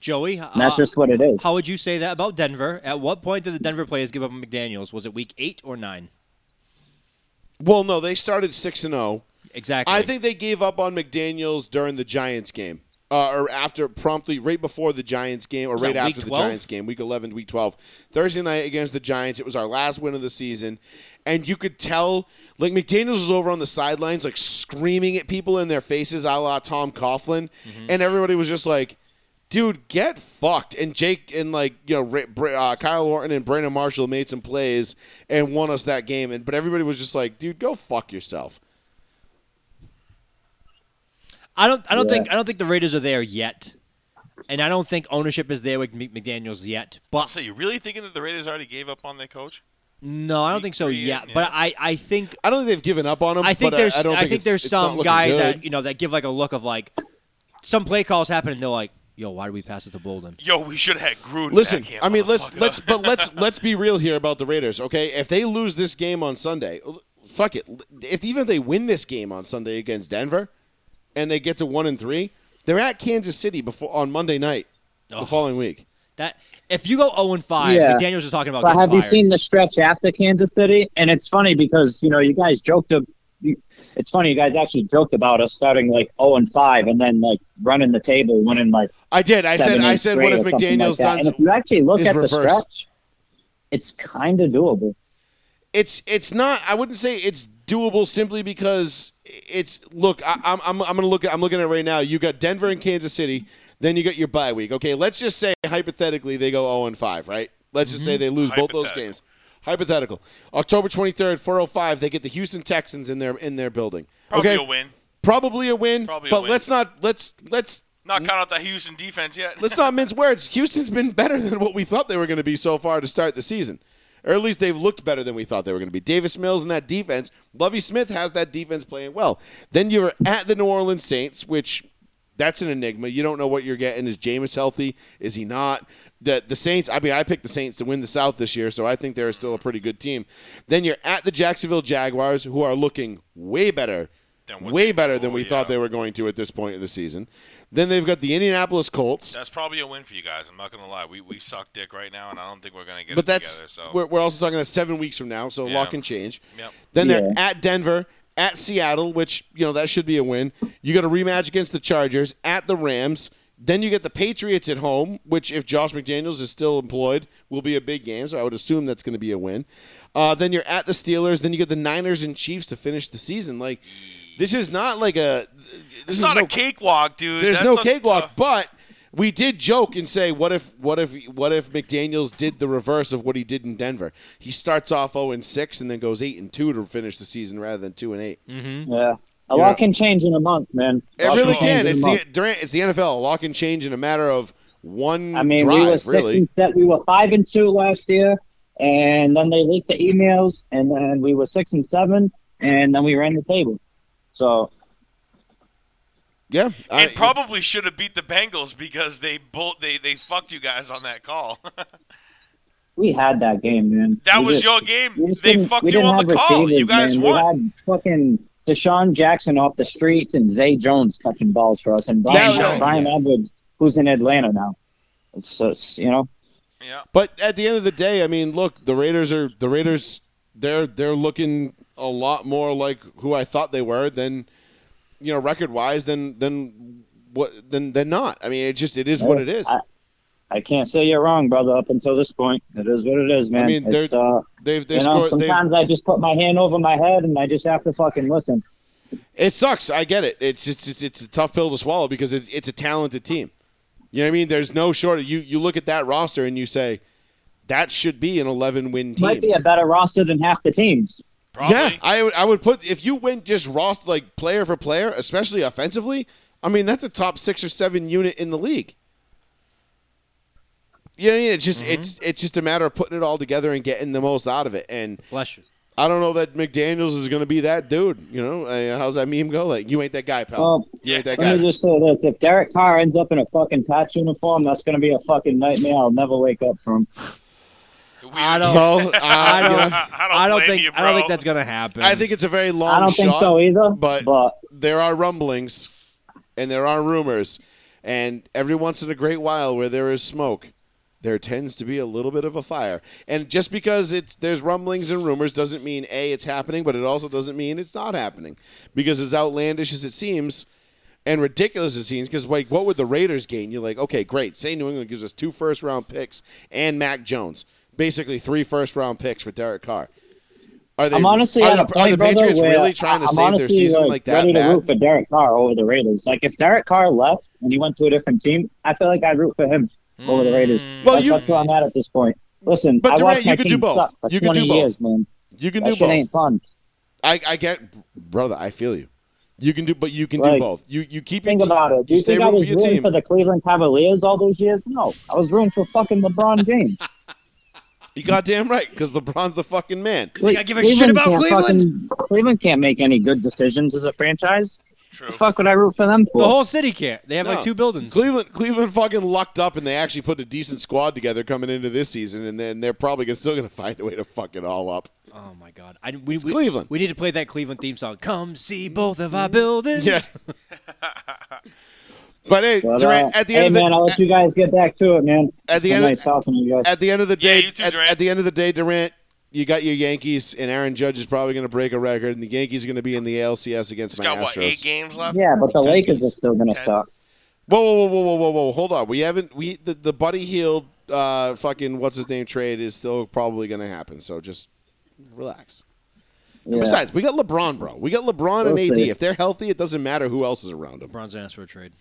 [SPEAKER 4] Joey,
[SPEAKER 9] And that's
[SPEAKER 4] uh,
[SPEAKER 9] just what it is.
[SPEAKER 4] How would you say that about Denver? At what point did the Denver players give up on McDaniels? Was it week eight or nine?
[SPEAKER 2] well, no, they started six and oh. zero.
[SPEAKER 4] Exactly.
[SPEAKER 2] I think they gave up on McDaniel's during the Giants game, uh, or after promptly right before the Giants game, or
[SPEAKER 4] Was
[SPEAKER 2] right
[SPEAKER 4] that week
[SPEAKER 2] after the
[SPEAKER 4] 12?
[SPEAKER 2] Giants game, week eleven, week twelve, Thursday night against the Giants. It was our last win of the season, and you could tell like McDaniel's was over on the sidelines, like screaming at people in their faces, a la Tom Coughlin,
[SPEAKER 4] Mm-hmm.
[SPEAKER 2] and everybody was just like. Dude, get fucked. And Jake and like you know Ra- Bra- uh, Kyle Orton and Brandon Marshall made some plays and won us that game. And but everybody was just like, dude, go fuck yourself.
[SPEAKER 4] I don't. I don't
[SPEAKER 9] Yeah.
[SPEAKER 4] think. I don't think the Raiders are there yet, and I don't think ownership is there with Mc- McDaniel's yet. But
[SPEAKER 8] So you really thinking that the Raiders already gave up on their coach?
[SPEAKER 4] no, I don't think so
[SPEAKER 8] Three,
[SPEAKER 4] yet.
[SPEAKER 8] yeah.
[SPEAKER 4] But I. I think.
[SPEAKER 2] I don't think they've given up on him.
[SPEAKER 4] I think
[SPEAKER 2] but
[SPEAKER 4] there's.
[SPEAKER 2] I, don't think, it's-
[SPEAKER 4] there's
[SPEAKER 2] it's not
[SPEAKER 4] some
[SPEAKER 2] looking
[SPEAKER 4] guys
[SPEAKER 2] good.
[SPEAKER 4] that you know that give like a look of like, some play calls happen and they're like, "Yo, why did we pass it to Bolden?"
[SPEAKER 8] Yo, we should have had Gruden.
[SPEAKER 2] Listen,
[SPEAKER 8] back here,
[SPEAKER 2] I mean, let's
[SPEAKER 8] motherfucker.
[SPEAKER 2] let's but let's let's be real here about the Raiders, okay? If they lose this game on Sunday, l- fuck it. If even if they win this game on Sunday against Denver, and they get to one and three, they're at Kansas City before on Monday night
[SPEAKER 4] Oh.
[SPEAKER 2] the following week.
[SPEAKER 4] That if you go zero and five,
[SPEAKER 9] Yeah.
[SPEAKER 4] McDaniel's is talking about.
[SPEAKER 9] But
[SPEAKER 4] getting
[SPEAKER 9] have you
[SPEAKER 4] fired.
[SPEAKER 9] seen the stretch after Kansas City? And it's funny because you know you guys joked. Of, you- it's funny you guys actually joked about us starting like zero and five, and then like running the table, winning like
[SPEAKER 2] I did. I
[SPEAKER 9] seven,
[SPEAKER 2] said. I
[SPEAKER 9] eight,
[SPEAKER 2] said,
[SPEAKER 9] three
[SPEAKER 2] what if
[SPEAKER 9] or something
[SPEAKER 2] McDaniel's
[SPEAKER 9] like that.
[SPEAKER 2] done?
[SPEAKER 9] And if you actually look
[SPEAKER 2] is
[SPEAKER 9] at the
[SPEAKER 2] reverse.
[SPEAKER 9] stretch, it's kind of doable.
[SPEAKER 2] it's it's not i wouldn't say it's doable simply because it's look I, i'm i'm, I'm gonna look at, i'm looking at it right now you got denver and kansas city Then you get your bye week. Okay, let's just say hypothetically they go 0 and 5, right? Let's just say they lose both those
[SPEAKER 8] Mm-hmm. Hypothetical.
[SPEAKER 2] games. Hypothetical. October 23rd, 405, they get the Houston Texans in their in their building.
[SPEAKER 8] Probably
[SPEAKER 2] okay?
[SPEAKER 8] a win.
[SPEAKER 2] Probably a win,
[SPEAKER 8] Probably a
[SPEAKER 2] but
[SPEAKER 8] win.
[SPEAKER 2] let's not let's let's
[SPEAKER 8] Not count out the Houston defense yet.
[SPEAKER 2] let's not mince words. Houston's been better than what we thought they were going to be so far to start the season. Or at least they've looked better than we thought they were going to be. Davis Mills and that defense. Lovey Smith has that defense playing well. Then you're at the New Orleans Saints, which that's an enigma. You don't know what you're getting. Is Jameis healthy? Is he not? The the Saints, I mean, I picked the Saints to win the South this year, so I think they're still a pretty good team. Then you're at the Jacksonville Jaguars, who are looking way better
[SPEAKER 8] Than what
[SPEAKER 2] way
[SPEAKER 8] they-
[SPEAKER 2] better than
[SPEAKER 8] oh,
[SPEAKER 2] we
[SPEAKER 8] yeah.
[SPEAKER 2] thought they were going to at this point in the season. Then they've got the Indianapolis Colts.
[SPEAKER 8] That's probably a win for you guys. I'm not gonna lie. We we suck dick right now, and I don't think we're gonna get
[SPEAKER 2] but
[SPEAKER 8] it
[SPEAKER 2] that's
[SPEAKER 8] together. So
[SPEAKER 2] we're, we're also talking about seven weeks from now, so a
[SPEAKER 8] Yeah.
[SPEAKER 2] lot can change.
[SPEAKER 8] Yep.
[SPEAKER 2] Then they're
[SPEAKER 9] Yeah.
[SPEAKER 2] at Denver, at Seattle, which you know that should be a win. You got a rematch against the Chargers, at the Rams. Then you get the Patriots at home, which if Josh McDaniels is still employed, will be a big game. So I would assume that's going to be a win. Uh, then you're at the Steelers. Then you get the Niners and Chiefs to finish the season. Like this is not like a this
[SPEAKER 8] it's
[SPEAKER 2] is
[SPEAKER 8] not
[SPEAKER 2] no
[SPEAKER 8] a cakewalk, dude.
[SPEAKER 2] there's
[SPEAKER 8] That's
[SPEAKER 2] no
[SPEAKER 8] a-
[SPEAKER 2] cakewalk,
[SPEAKER 8] tough-
[SPEAKER 2] but we did joke and say, what if, what if, what if McDaniel's did the reverse of what he did in Denver? He starts off 0 and 6 and then goes 8 and 2 to finish the season rather than 2 and 8.
[SPEAKER 8] Mm-hmm.
[SPEAKER 9] Yeah. A
[SPEAKER 2] Yeah.
[SPEAKER 9] lot can change in a month, man. A
[SPEAKER 2] It
[SPEAKER 9] lot
[SPEAKER 2] really
[SPEAKER 9] change
[SPEAKER 2] can.
[SPEAKER 9] in a
[SPEAKER 2] It's
[SPEAKER 9] month.
[SPEAKER 2] the Durant, it's the NFL. A lot can change in a matter of one
[SPEAKER 9] I mean, we were
[SPEAKER 2] drive,
[SPEAKER 9] six
[SPEAKER 2] really.
[SPEAKER 9] and seven. We were five and two last year, and then they leaked the emails, and then we were six and seven, and then we ran the table. So
[SPEAKER 2] Yeah, I-
[SPEAKER 8] and uh, probably should have beat the Bengals because they bull- they they fucked you guys on that call.
[SPEAKER 9] we had that game, man.
[SPEAKER 8] that
[SPEAKER 9] We
[SPEAKER 8] was
[SPEAKER 9] just-
[SPEAKER 8] your game.
[SPEAKER 9] we just
[SPEAKER 8] They
[SPEAKER 9] didn't-
[SPEAKER 8] fucked
[SPEAKER 9] we
[SPEAKER 8] you
[SPEAKER 9] didn't
[SPEAKER 8] on
[SPEAKER 9] have
[SPEAKER 8] the call.
[SPEAKER 9] receivers,
[SPEAKER 8] You guys
[SPEAKER 9] man.
[SPEAKER 8] won.
[SPEAKER 9] We had fucking Deshaun Jackson off the streets and Zay Jones catching balls for us, and Brian,
[SPEAKER 2] Deshaun,
[SPEAKER 9] Brian
[SPEAKER 2] yeah.
[SPEAKER 9] Edwards, who's in Atlanta now. It's just you know,
[SPEAKER 8] Yeah.
[SPEAKER 2] But at the end of the day, I mean, look, the Raiders are the Raiders. They're they're looking a lot more like who I thought they were than you know record wise than than what than than not. I mean, it just it is what it is.
[SPEAKER 9] I- I can't say you're wrong, brother. Up until this point, it is what it is, man.
[SPEAKER 2] mean, they're-
[SPEAKER 9] it's, uh,
[SPEAKER 2] They've they
[SPEAKER 9] you know,
[SPEAKER 2] scored. They,
[SPEAKER 9] sometimes I just put my hand over my head and I just have to fucking listen.
[SPEAKER 2] it sucks. I get it. It's it's it's, it's a tough pill to swallow because it's it's a talented team. You know what I mean? There's no shortage. You you look at that roster and you say that should be an 11 win team.
[SPEAKER 9] Might be a better roster than half the teams.
[SPEAKER 8] Probably.
[SPEAKER 2] Yeah, I would I would put if you went just Ross like player for player, especially offensively. I mean, that's a top six or seven unit in the league. You know, what I mean? it's just it's it's just a matter of putting it all together and getting the most out of it. And
[SPEAKER 4] Bless you.
[SPEAKER 2] I don't know that McDaniel's is going to be that dude. You know, Uh, how's that meme go? Like, you ain't that guy, pal.
[SPEAKER 9] Well,
[SPEAKER 2] you ain't that
[SPEAKER 9] Let me
[SPEAKER 2] guy.
[SPEAKER 9] just say this: if Derek Carr ends up in a fucking patch uniform, that's going to be a fucking nightmare. I'll never wake up from.
[SPEAKER 8] Weird.
[SPEAKER 4] I don't.
[SPEAKER 2] No, uh,
[SPEAKER 4] I
[SPEAKER 2] you know,
[SPEAKER 4] don't.
[SPEAKER 8] I don't
[SPEAKER 4] I don't
[SPEAKER 8] blame
[SPEAKER 4] think.
[SPEAKER 8] you,
[SPEAKER 4] I don't
[SPEAKER 8] bro.
[SPEAKER 4] think that's gonna happen.
[SPEAKER 2] I think it's a very long
[SPEAKER 9] I don't
[SPEAKER 2] shot.
[SPEAKER 9] think so either.
[SPEAKER 2] but-
[SPEAKER 9] But,
[SPEAKER 2] there are rumblings and there are rumors and every once in a great while where there is smoke there tends to be a little bit of a fire and just because it's there's rumblings and rumors doesn't mean a it's happening but it also doesn't mean it's not happening because as outlandish as it seems and ridiculous it seems because like what would the raiders gain you're like okay great say new england gives us two first round picks and mac jones basically three first round picks for derek carr are they
[SPEAKER 9] I'm honestly
[SPEAKER 2] are
[SPEAKER 9] at
[SPEAKER 2] the,
[SPEAKER 9] a point,
[SPEAKER 2] are the
[SPEAKER 9] brother,
[SPEAKER 2] patriots
[SPEAKER 9] where
[SPEAKER 2] really trying to
[SPEAKER 9] I'm
[SPEAKER 2] save their
[SPEAKER 9] honestly,
[SPEAKER 2] season
[SPEAKER 9] like,
[SPEAKER 2] like that
[SPEAKER 9] Ready to
[SPEAKER 2] bad?
[SPEAKER 9] root for Derek Carr over the Raiders. Like if Derek Carr left and he went to a different team, I feel like I'd root for him over the Raiders.
[SPEAKER 2] Hmm. Well,
[SPEAKER 9] that's,
[SPEAKER 2] you-
[SPEAKER 9] that's where I'm at at this point. Listen,
[SPEAKER 2] But
[SPEAKER 9] I
[SPEAKER 2] Durant,
[SPEAKER 9] watched my
[SPEAKER 2] you could do
[SPEAKER 9] team
[SPEAKER 2] both.
[SPEAKER 9] suck for
[SPEAKER 2] You could do
[SPEAKER 9] 20
[SPEAKER 2] both.
[SPEAKER 9] Years, man.
[SPEAKER 2] You can
[SPEAKER 9] That
[SPEAKER 2] do
[SPEAKER 9] shit
[SPEAKER 2] both.
[SPEAKER 9] ain't fun.
[SPEAKER 2] I, I get, brother. I feel you. You can do, but you can do
[SPEAKER 9] Like,
[SPEAKER 2] both. You you keep
[SPEAKER 9] Think
[SPEAKER 2] your team-
[SPEAKER 9] about it. Do you,
[SPEAKER 2] stay
[SPEAKER 9] think I
[SPEAKER 2] rooting
[SPEAKER 9] was
[SPEAKER 2] for your
[SPEAKER 9] rooting
[SPEAKER 2] team.
[SPEAKER 9] for the Cleveland Cavaliers all those years? No, I was rooting for fucking LeBron James.
[SPEAKER 2] You goddamn right, because LeBron's the fucking man.
[SPEAKER 4] Like, I give a shit about
[SPEAKER 9] can't
[SPEAKER 4] Cleveland?
[SPEAKER 9] fucking- Cleveland can't make any good decisions as a franchise.
[SPEAKER 8] True.
[SPEAKER 9] The fuck would I root for them for?
[SPEAKER 4] the whole city can't. They have
[SPEAKER 2] No.
[SPEAKER 4] like two buildings.
[SPEAKER 2] Cleveland Cleveland fucking lucked up, and they actually put a decent squad together coming into this season, and then they're probably gonna- still going to find a way to fuck it all up.
[SPEAKER 4] Oh my god! I, we, we,
[SPEAKER 2] Cleveland.
[SPEAKER 4] We need to play that Cleveland theme song. Come see both of our buildings.
[SPEAKER 2] Yeah. but hey,
[SPEAKER 9] But, uh,
[SPEAKER 2] Durant, at the
[SPEAKER 9] hey
[SPEAKER 2] end
[SPEAKER 9] man,
[SPEAKER 2] of
[SPEAKER 9] I'll
[SPEAKER 2] the
[SPEAKER 9] let you guys get back to it, man.
[SPEAKER 2] At the end
[SPEAKER 9] It's been
[SPEAKER 2] of-
[SPEAKER 9] nice talking to you guys.
[SPEAKER 2] at the end of the day,
[SPEAKER 8] you too,
[SPEAKER 2] at,
[SPEAKER 8] Durant.
[SPEAKER 2] at the end of the day, Durant, you got your Yankees, and Aaron Judge is probably going to break a record, and the Yankees are going to be in the ALCS against
[SPEAKER 8] He's
[SPEAKER 2] my
[SPEAKER 8] got
[SPEAKER 2] Astros.
[SPEAKER 8] what eight games left?
[SPEAKER 9] yeah, but the Lakers are still gonna suck.
[SPEAKER 2] Whoa, whoa, whoa, whoa, whoa, whoa! Hold on. We haven't. We the, the Buddy Healed, uh, fucking what's his name trade is still probably going to happen. So just relax.
[SPEAKER 9] Yeah.
[SPEAKER 2] Besides, we got LeBron, bro. We got LeBron and
[SPEAKER 9] We'll
[SPEAKER 2] AD.
[SPEAKER 9] see.
[SPEAKER 2] If they're healthy, it doesn't matter who else is around them.
[SPEAKER 4] LeBron's asked for a trade.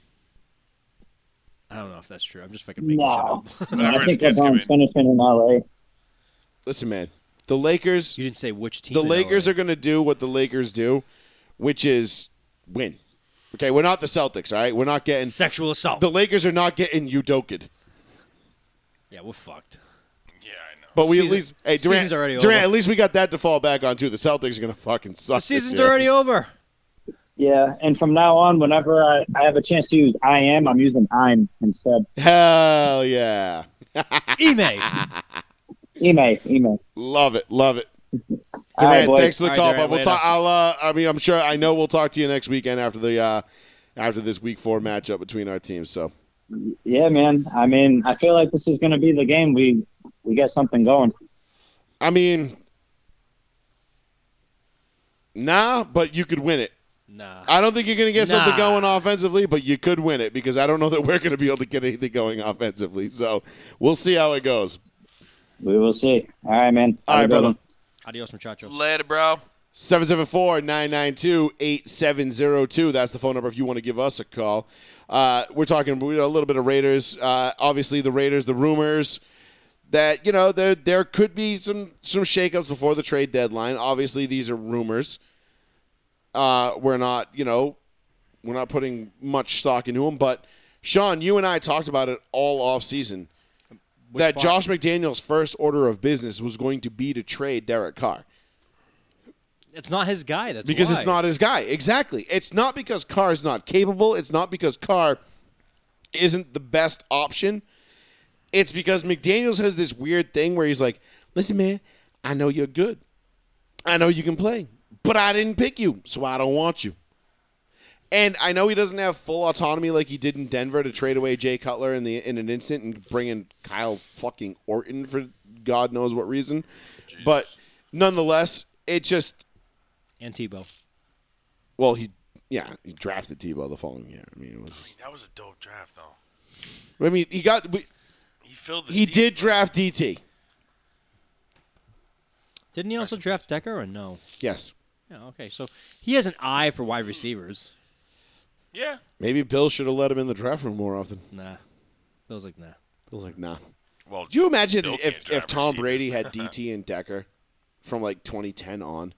[SPEAKER 4] I don't know if that's true. I'm just fucking making
[SPEAKER 9] No,
[SPEAKER 4] shit up.
[SPEAKER 8] Whatever
[SPEAKER 9] I
[SPEAKER 8] his
[SPEAKER 9] think
[SPEAKER 8] kids come in.
[SPEAKER 9] LeBron's finishing in LA.
[SPEAKER 2] Listen, man, the Lakers,
[SPEAKER 4] you didn't say which team.
[SPEAKER 2] the Lakers are going to do what the Lakers do, which is win. Okay, we're not the Celtics, all right? We're not getting
[SPEAKER 4] sexual assault.
[SPEAKER 2] the Lakers are not getting Udoka.
[SPEAKER 4] yeah, we're fucked.
[SPEAKER 8] Yeah, I know.
[SPEAKER 2] But we at
[SPEAKER 4] Season-
[SPEAKER 2] least hey Durant,
[SPEAKER 4] season's already
[SPEAKER 2] Durant
[SPEAKER 4] over.
[SPEAKER 2] at least we got that to fall back on too. The Celtics are gonna fucking suck.
[SPEAKER 4] The season's
[SPEAKER 2] this year.
[SPEAKER 4] already over.
[SPEAKER 9] Yeah, and from now on, whenever I, I have a chance to use I am, I'm using I'm instead.
[SPEAKER 2] Hell yeah.
[SPEAKER 4] Ime.
[SPEAKER 9] Email, email.
[SPEAKER 2] Love it. Love it.
[SPEAKER 9] All right,
[SPEAKER 2] Durant,
[SPEAKER 9] boys.
[SPEAKER 2] thanks for the
[SPEAKER 4] All right,
[SPEAKER 2] call.
[SPEAKER 4] Durant,
[SPEAKER 2] but we'll
[SPEAKER 4] later.
[SPEAKER 2] talk I'll uh, I mean I'm sure I know we'll talk to you next weekend after the uh after this week four matchup between our teams. So
[SPEAKER 9] Yeah, man. I mean, I feel like this is going to be the game we we get something going.
[SPEAKER 2] I mean Nah, but you could win it.
[SPEAKER 4] Nah.
[SPEAKER 2] I don't think you're going to get something
[SPEAKER 4] Nah.
[SPEAKER 2] going offensively, but you could win it because I don't know that we're going to be able to get anything going offensively. So we'll see how it goes.
[SPEAKER 9] We will see. All right, man.
[SPEAKER 2] All right,
[SPEAKER 9] Have a good
[SPEAKER 2] brother.
[SPEAKER 9] one.
[SPEAKER 4] Adios, muchacho.
[SPEAKER 8] Later, bro.
[SPEAKER 2] 774 992 8702. That's the phone number if you want to give us a call. Uh, we're talking we- a little bit of Raiders. Uh, obviously, the Raiders, the rumors that, you know, there, there could be some, some shakeups before the trade deadline. Obviously, these are rumors. Uh, we're not, you know, we're not putting much stock into them. But, Sean, you and I talked about it all offseason that Josh McDaniel's first order of business was going to be to trade Derek Carr
[SPEAKER 4] It's not his guy. That's
[SPEAKER 2] because it's
[SPEAKER 4] why.
[SPEAKER 2] not his guy. Exactly. It's not because Carr is not capable. It's not because Carr isn't the best option. It's because McDaniels has this weird thing where he's like, "Listen, man, I know you're good. I know you can play, but I didn't pick you, so I don't want you." And I know he doesn't have full autonomy like he did in Denver to trade away Jay Cutler in the in an instant and bring in Kyle fucking Orton for God knows what reason. But nonetheless, it just
[SPEAKER 4] And Tebow.
[SPEAKER 2] well, he yeah, he drafted Tebow the following year. I mean, it was.
[SPEAKER 8] That was a dope draft, though.
[SPEAKER 2] I mean, he got we-
[SPEAKER 8] He filled the
[SPEAKER 2] he
[SPEAKER 8] seat.
[SPEAKER 2] did draft DT.
[SPEAKER 4] Didn't he also draft Decker or no?
[SPEAKER 2] Yes,
[SPEAKER 4] Yeah, okay. So he has an eye for wide receivers.
[SPEAKER 8] Yeah.
[SPEAKER 2] maybe Bill should have let him in the draft room more often.
[SPEAKER 4] Nah. Bill's like, nah.
[SPEAKER 2] Bill's like, nah.
[SPEAKER 8] Well,
[SPEAKER 2] Do you imagine
[SPEAKER 8] Bill can't
[SPEAKER 2] if if
[SPEAKER 8] draft
[SPEAKER 2] Tom
[SPEAKER 8] receivers.
[SPEAKER 2] Brady had DT and Decker from like 2010 on?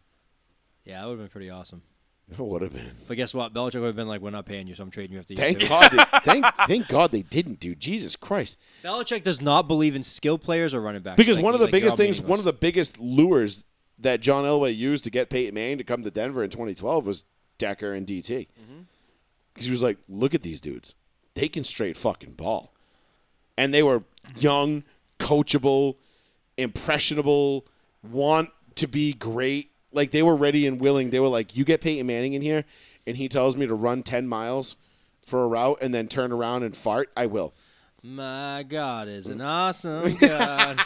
[SPEAKER 4] Yeah, that would have been pretty awesome.
[SPEAKER 2] It would have been.
[SPEAKER 4] But guess what? Belichick would have been like, we're not paying you, so I'm trading you after you.
[SPEAKER 2] Thank
[SPEAKER 4] too."
[SPEAKER 2] God. They, thank thank God they didn't do. Jesus Christ.
[SPEAKER 4] Belichick does not believe in skill players or running backs.
[SPEAKER 2] Because
[SPEAKER 4] Like,
[SPEAKER 2] one of the
[SPEAKER 4] he's like,
[SPEAKER 2] biggest
[SPEAKER 4] "You're all
[SPEAKER 2] things, one of the biggest lures that John Elway used to get Peyton Manning to come to Denver in 2012 was Decker and DT. Because he was like, look at these dudes. They can straight fucking ball. And they were young, coachable, impressionable, want to be great. Like they were ready and willing. They were like, you get Peyton Manning in here and he tells me to run 10 miles for a route and then turn around and fart, I will.
[SPEAKER 4] mean, My God is an awesome God.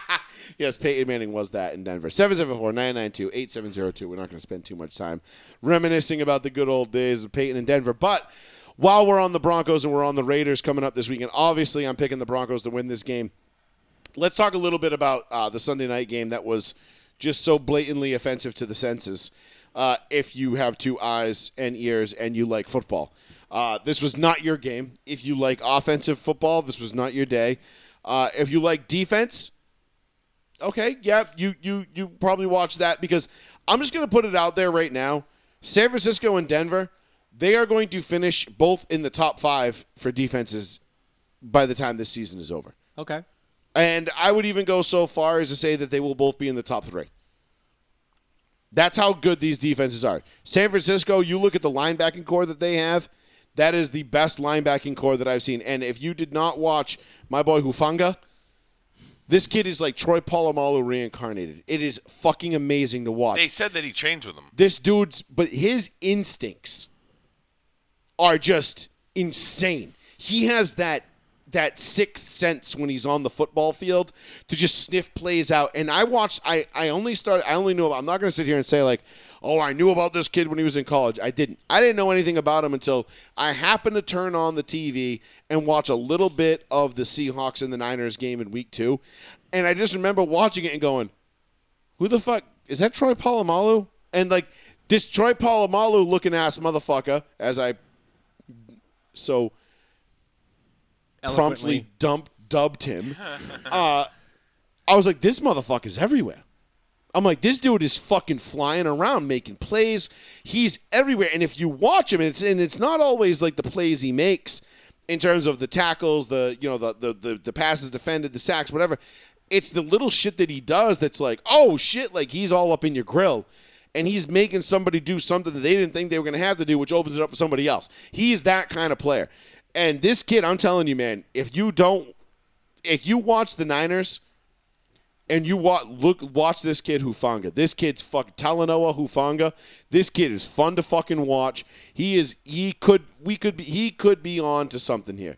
[SPEAKER 2] Yes, Peyton Manning was that in Denver. 774 992 8702. We're not going to spend too much time reminiscing about the good old days of Peyton in Denver. But while we're on the Broncos and we're on the Raiders coming up this weekend, obviously I'm picking the Broncos to win this game. Let's talk a little bit about uh, the Sunday night game that was just so blatantly offensive to the senses. Uh, if you have two eyes and ears and you like football, uh, this was not your game. If you like offensive football, this was not your day. Uh, if you like defense, okay, yeah, you you you probably watch that because I'm just gonna put it out there right now. San Francisco and Denver, they are going to finish both in the top five for defenses by the time this season is over.
[SPEAKER 4] okay.
[SPEAKER 2] And I would even go so far as to say that they will both be in the top three. That's how good these defenses are. San Francisco, you look at the linebacking core that they have, that is the best linebacking core that I've seen. And if you did not watch my boy Hufanga, this kid is like Troy Polamalu reincarnated. It is fucking amazing to watch
[SPEAKER 8] They said that he trains with him.
[SPEAKER 2] this dude's but his instincts are just insane. He has that that sixth sense when he's on the football field to just sniff plays out. And I watched I I only started I only knew about I'm not going to sit here and say like, "Oh, I knew about this kid when he was in college." I didn't. I didn't know anything about him until I happened to turn on the TV and watch a little bit of the Seahawks and the Niners game in week 2. And I just remember watching it and going, who the fuck is that Troy Polamalu? And like this Troy Polamalu looking ass motherfucker, as I so promptly dump dubbed him. Uh, I was like, this motherfucker's everywhere. I'm like, this dude is fucking flying around making plays. He's everywhere, and if you watch him, it's and it's not always like the plays he makes in terms of the tackles, the you know the the the, the passes defended, the sacks, whatever. It's the little shit that he does that's like, oh shit, like he's all up in your grill. And he's making somebody do something that they didn't think they were going to have to do, which opens it up for somebody else. He's that kind of player. And this kid, I'm telling you, man, if you don't, if you watch the Niners, and you watch look watch this kid Hufanga. This kid's fuck Talanoa Hufanga. This kid is fun to fucking watch. He is he could we could be he could be on to something here.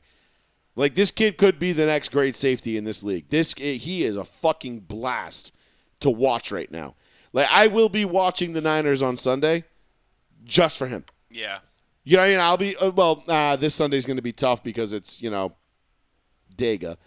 [SPEAKER 2] Like this kid could be the next great safety in this league. This eh, he is a fucking blast to watch right now. Like I will be watching the Niners on Sunday just for him.
[SPEAKER 8] Yeah.
[SPEAKER 2] You know, what I mean, I'll be uh, well. Uh, this Sunday's going to be tough because it's you know, Dega,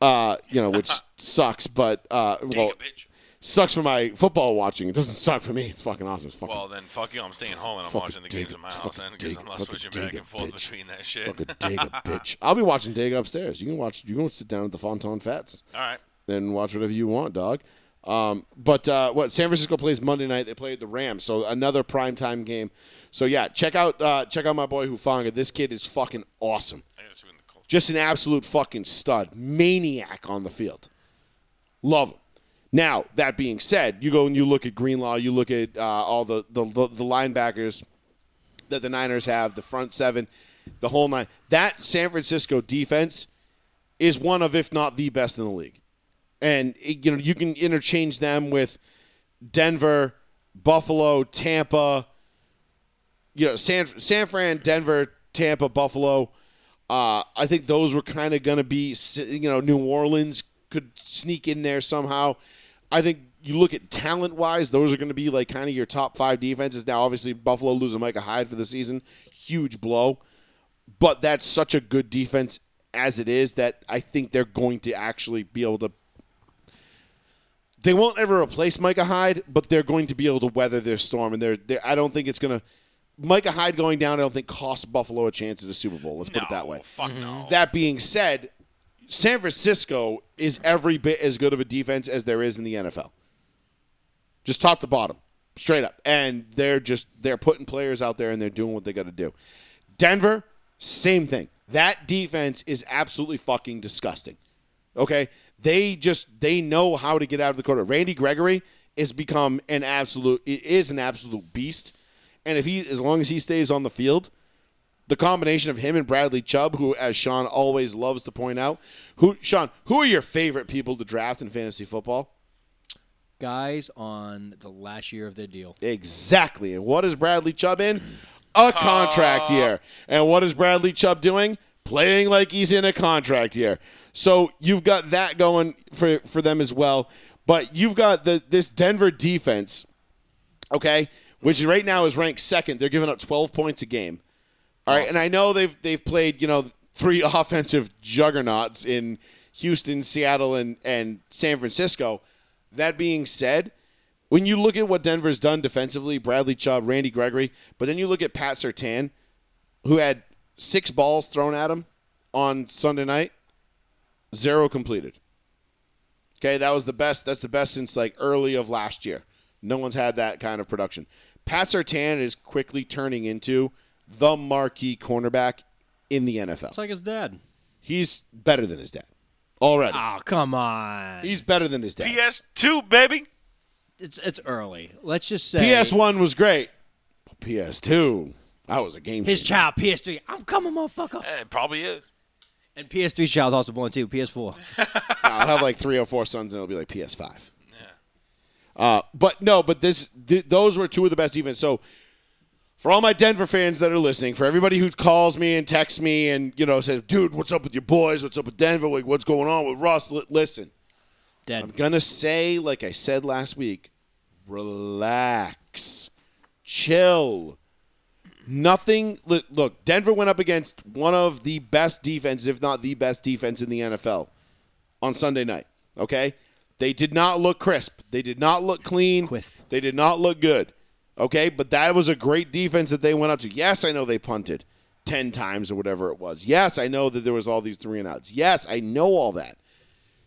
[SPEAKER 2] uh, you know, which sucks. But uh,
[SPEAKER 8] Take
[SPEAKER 2] well,
[SPEAKER 8] a bitch.
[SPEAKER 2] sucks for my football watching. It doesn't suck for me. It's fucking awesome. It's fucking
[SPEAKER 8] Well, then fuck you. I'm staying home and I'm
[SPEAKER 2] fucking
[SPEAKER 8] watching the
[SPEAKER 2] dig
[SPEAKER 8] games
[SPEAKER 2] it.
[SPEAKER 8] in my
[SPEAKER 2] Fucking
[SPEAKER 8] house, and
[SPEAKER 2] dig
[SPEAKER 8] because
[SPEAKER 2] it.
[SPEAKER 8] I'm not
[SPEAKER 2] Fucking
[SPEAKER 8] switching
[SPEAKER 2] dig
[SPEAKER 8] back
[SPEAKER 2] it,
[SPEAKER 8] and forth
[SPEAKER 2] bitch.
[SPEAKER 8] between that shit.
[SPEAKER 2] fucking Dega, bitch. I'll be watching Dega upstairs. You can watch. You can sit down at the Fonton Fats
[SPEAKER 8] All right.
[SPEAKER 2] and watch whatever you want, dog. Um, but uh, what San Francisco plays Monday night. They play the Rams, so another primetime game. So yeah, check out uh, check out my boy Hufanga. This kid is fucking awesome.
[SPEAKER 8] I gotta see when the Colts.
[SPEAKER 2] just an absolute fucking stud, maniac on the field. Love him. Now that being said, you go and you look at Greenlaw, you look at uh, all the, the the linebackers that the Niners have, the front seven, the whole nine. That San Francisco defense is one of, if not the best in the league. And you know you can interchange them with Denver, Buffalo, Tampa. You know San San Fran, Denver, Tampa, Buffalo. Uh, I think those were kind of going to be, you know, New Orleans could sneak in there somehow. I think you look at talent wise, those are going to be like kind of your top five defenses. Now, obviously, Buffalo losing Micah Hyde for the season, huge blow. But that's such a good defense as it is that I think they're going to actually be able to. They won't ever replace Micah Hyde, but they're going to be able to weather their storm. And they're, they're I don't think it's going to. Micah Hyde going down, I don't think costs Buffalo a chance at a Super Bowl. Let's put it that
[SPEAKER 8] No,
[SPEAKER 2] way.
[SPEAKER 8] Fuck
[SPEAKER 4] Mm-hmm.
[SPEAKER 8] no.
[SPEAKER 2] That being said, San Francisco is every bit as good of a defense as there is in the NFL. Just top to bottom, straight up. And they're just they're putting players out there and they're doing what they got to do. Denver, same thing. That defense is absolutely fucking disgusting. Okay? They just they know how to get out of the corner. Randy Gregory is become an absolute is an absolute beast. And if he as long as he stays on the field, the combination of him and Bradley Chubb, who, as Sean always loves to point out, who Sean, who are your favorite people to draft in fantasy football?
[SPEAKER 4] guys on the last year of their deal.
[SPEAKER 2] Exactly. And what is Bradley Chubb in? A contract year. And what is Bradley Chubb doing? Playing like he's in a contract year. So you've got that going for for them as well. But you've got the this Denver defense, okay, which right now is ranked second. They're giving up 12 points a game. All right, and I know they've they've played you know three offensive juggernauts in Houston, Seattle, and and San Francisco. That being said, when you look at what Denver's done defensively, Bradley Chubb, Randy Gregory, but then you look at Pat Sertan, who had six balls thrown at him on Sunday night, zero completed. Okay, that was the best. That's the best since like early of last year. No one's had that kind of production. Pat Sertan is quickly turning into the marquee cornerback in the
[SPEAKER 4] It's
[SPEAKER 2] NFL.
[SPEAKER 4] like his dad.
[SPEAKER 2] He's better than his dad already.
[SPEAKER 4] Oh, come on.
[SPEAKER 2] He's better than his dad.
[SPEAKER 8] PS2, baby.
[SPEAKER 4] It's it's early. Let's just say
[SPEAKER 2] PS one was great. PS two, that was a game.
[SPEAKER 4] His
[SPEAKER 2] changer.
[SPEAKER 4] child, PS3. I'm coming, motherfucker.
[SPEAKER 8] Eh, It probably is.
[SPEAKER 4] And PS3's child's also born too. PS4.
[SPEAKER 2] I'll have like three or four sons, and it'll be like PS Five. Uh, but no, but this th- those were two of the best events. So for all my Denver fans that are listening, for everybody who calls me and texts me and you know says, "Dude, what's up with your boys? What's up with Denver? Like, what's going on with Russ?" Li- listen,
[SPEAKER 4] Dead.
[SPEAKER 2] I'm gonna say like I said last week, relax, chill. Nothing. li- Look, Denver went up against one of the best defenses, if not the best defense in the NFL on Sunday night. Okay? They did not look crisp. They did not look clean.
[SPEAKER 4] Crisp.
[SPEAKER 2] They did not look good. Okay? But that was a great defense that they went up to. Yes, I know they punted. 10 times or whatever it was. Yes, I know that there was all these three and outs. Yes, I know all that.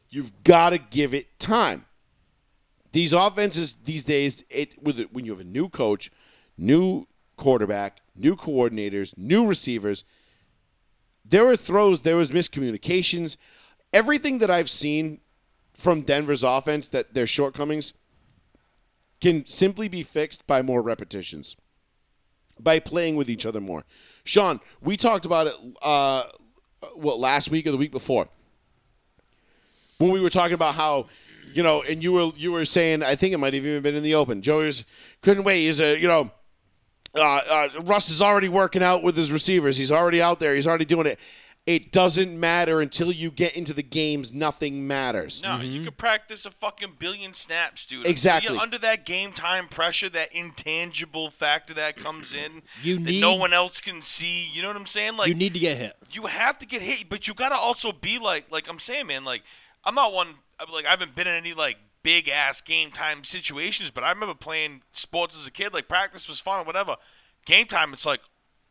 [SPEAKER 2] You've got to give it time. These offenses these days, it with when you have a new coach, new quarterback, new coordinators, new receivers, there were throws, there was miscommunications. Everything that I've seen from Denver's offense that their shortcomings can simply be fixed by more repetitions, by playing with each other more. Sean, we talked about it, uh, what, last week or the week before, when we were talking about how. You know, and you were you were saying I think it might have even been in the open. Joey was, couldn't wait. He's a you know uh, uh, Russ is already working out with his receivers. He's already out there. He's already doing it. It doesn't matter until you get into the games. Nothing matters.
[SPEAKER 8] No, you
[SPEAKER 4] Mm-hmm.
[SPEAKER 8] could practice a fucking billion snaps, dude.
[SPEAKER 2] Exactly.
[SPEAKER 8] You're under that game time pressure, that intangible factor that comes in
[SPEAKER 4] You
[SPEAKER 8] that
[SPEAKER 4] need-
[SPEAKER 8] no one else can see. You know what I'm saying? Like
[SPEAKER 4] you need to get hit.
[SPEAKER 8] you have to get hit, but you gotta also be like, like I'm saying, man. Like I'm not one. I'm, Like I haven't been in any like big ass game time situations, but I remember playing sports as a kid. Like practice was fun or whatever. Game time, it's like,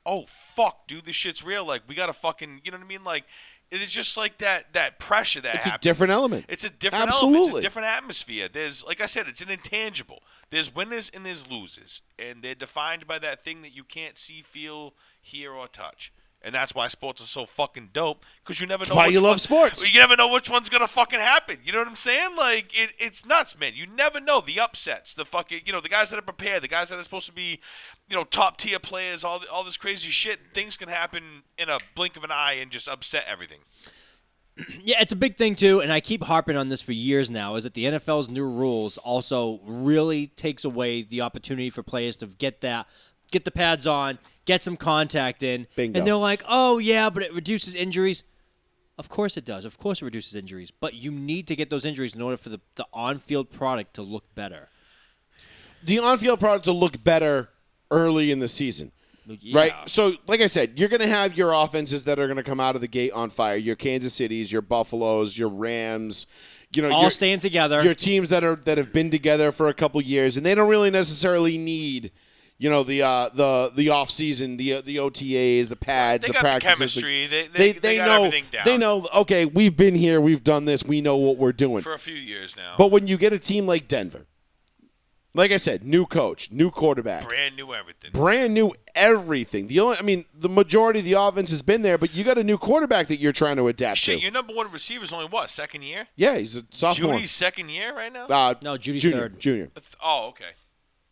[SPEAKER 8] oh fuck, dude, this shit's real. Like we gotta fucking, you know what I mean? Like it's just like that that pressure that
[SPEAKER 2] It's a
[SPEAKER 8] happens.
[SPEAKER 2] different element.
[SPEAKER 8] It's a different element. It's
[SPEAKER 2] Absolutely.
[SPEAKER 8] a different atmosphere. There's like I said, it's an intangible. There's winners and there's losers, and they're defined by that thing that you can't see, feel, hear, or touch. And that's why sports are so fucking dope because you never know.
[SPEAKER 2] why
[SPEAKER 8] which
[SPEAKER 2] you love
[SPEAKER 8] one-
[SPEAKER 2] sports.
[SPEAKER 8] You never know which one's gonna fucking happen. You know what I'm saying? Like it, it's nuts, man. You never know the upsets, the fucking, you know, the guys that are prepared, the guys that are supposed to be, you know, top tier players, all all this crazy shit. Things can happen in a blink of an eye and just upset everything.
[SPEAKER 4] Yeah, it's a big thing too, and I keep harping on this for years now. Is that the NFL's new rules also really takes away the opportunity for players to get that, get the pads on, get some contact in,
[SPEAKER 2] Bingo.
[SPEAKER 4] and they're like, "Oh yeah, but it reduces injuries." Of course it does. Of course it reduces injuries, but you need to get those injuries in order for the, the on-field product to look better.
[SPEAKER 2] The on-field product will look better early in the season. Right. So, like I said, you're going to have your offenses that are going to come out of the gate on fire. Your Kansas Cities, your Buffaloes, your Rams. You know,
[SPEAKER 4] All
[SPEAKER 2] your,
[SPEAKER 4] staying together.
[SPEAKER 2] Your teams that are that have been together for a couple years, and they don't really necessarily need, you know, the uh, the the off season, the uh, the OTAs, the pads,
[SPEAKER 8] They
[SPEAKER 2] the
[SPEAKER 8] got the
[SPEAKER 2] practices.
[SPEAKER 8] chemistry. They- they- they got
[SPEAKER 2] know
[SPEAKER 8] everything down.
[SPEAKER 2] they know. Okay, we've been here, we've done this, we know what we're doing.
[SPEAKER 8] for a few years now.
[SPEAKER 2] but when you get a team like Denver, like I said, new coach, new quarterback,
[SPEAKER 8] brand new everything.
[SPEAKER 2] brand new everything. The only, I mean, the majority of the offense has been there, but you got a new quarterback that you're trying to adapt
[SPEAKER 8] Shit,
[SPEAKER 2] to.
[SPEAKER 8] your number one receiver's only what second year?
[SPEAKER 2] Yeah, he's a sophomore.
[SPEAKER 8] Judy's second year right now.
[SPEAKER 2] uh,
[SPEAKER 4] No, Judy's
[SPEAKER 2] junior,
[SPEAKER 4] third.
[SPEAKER 2] Junior.
[SPEAKER 8] Th- oh, okay.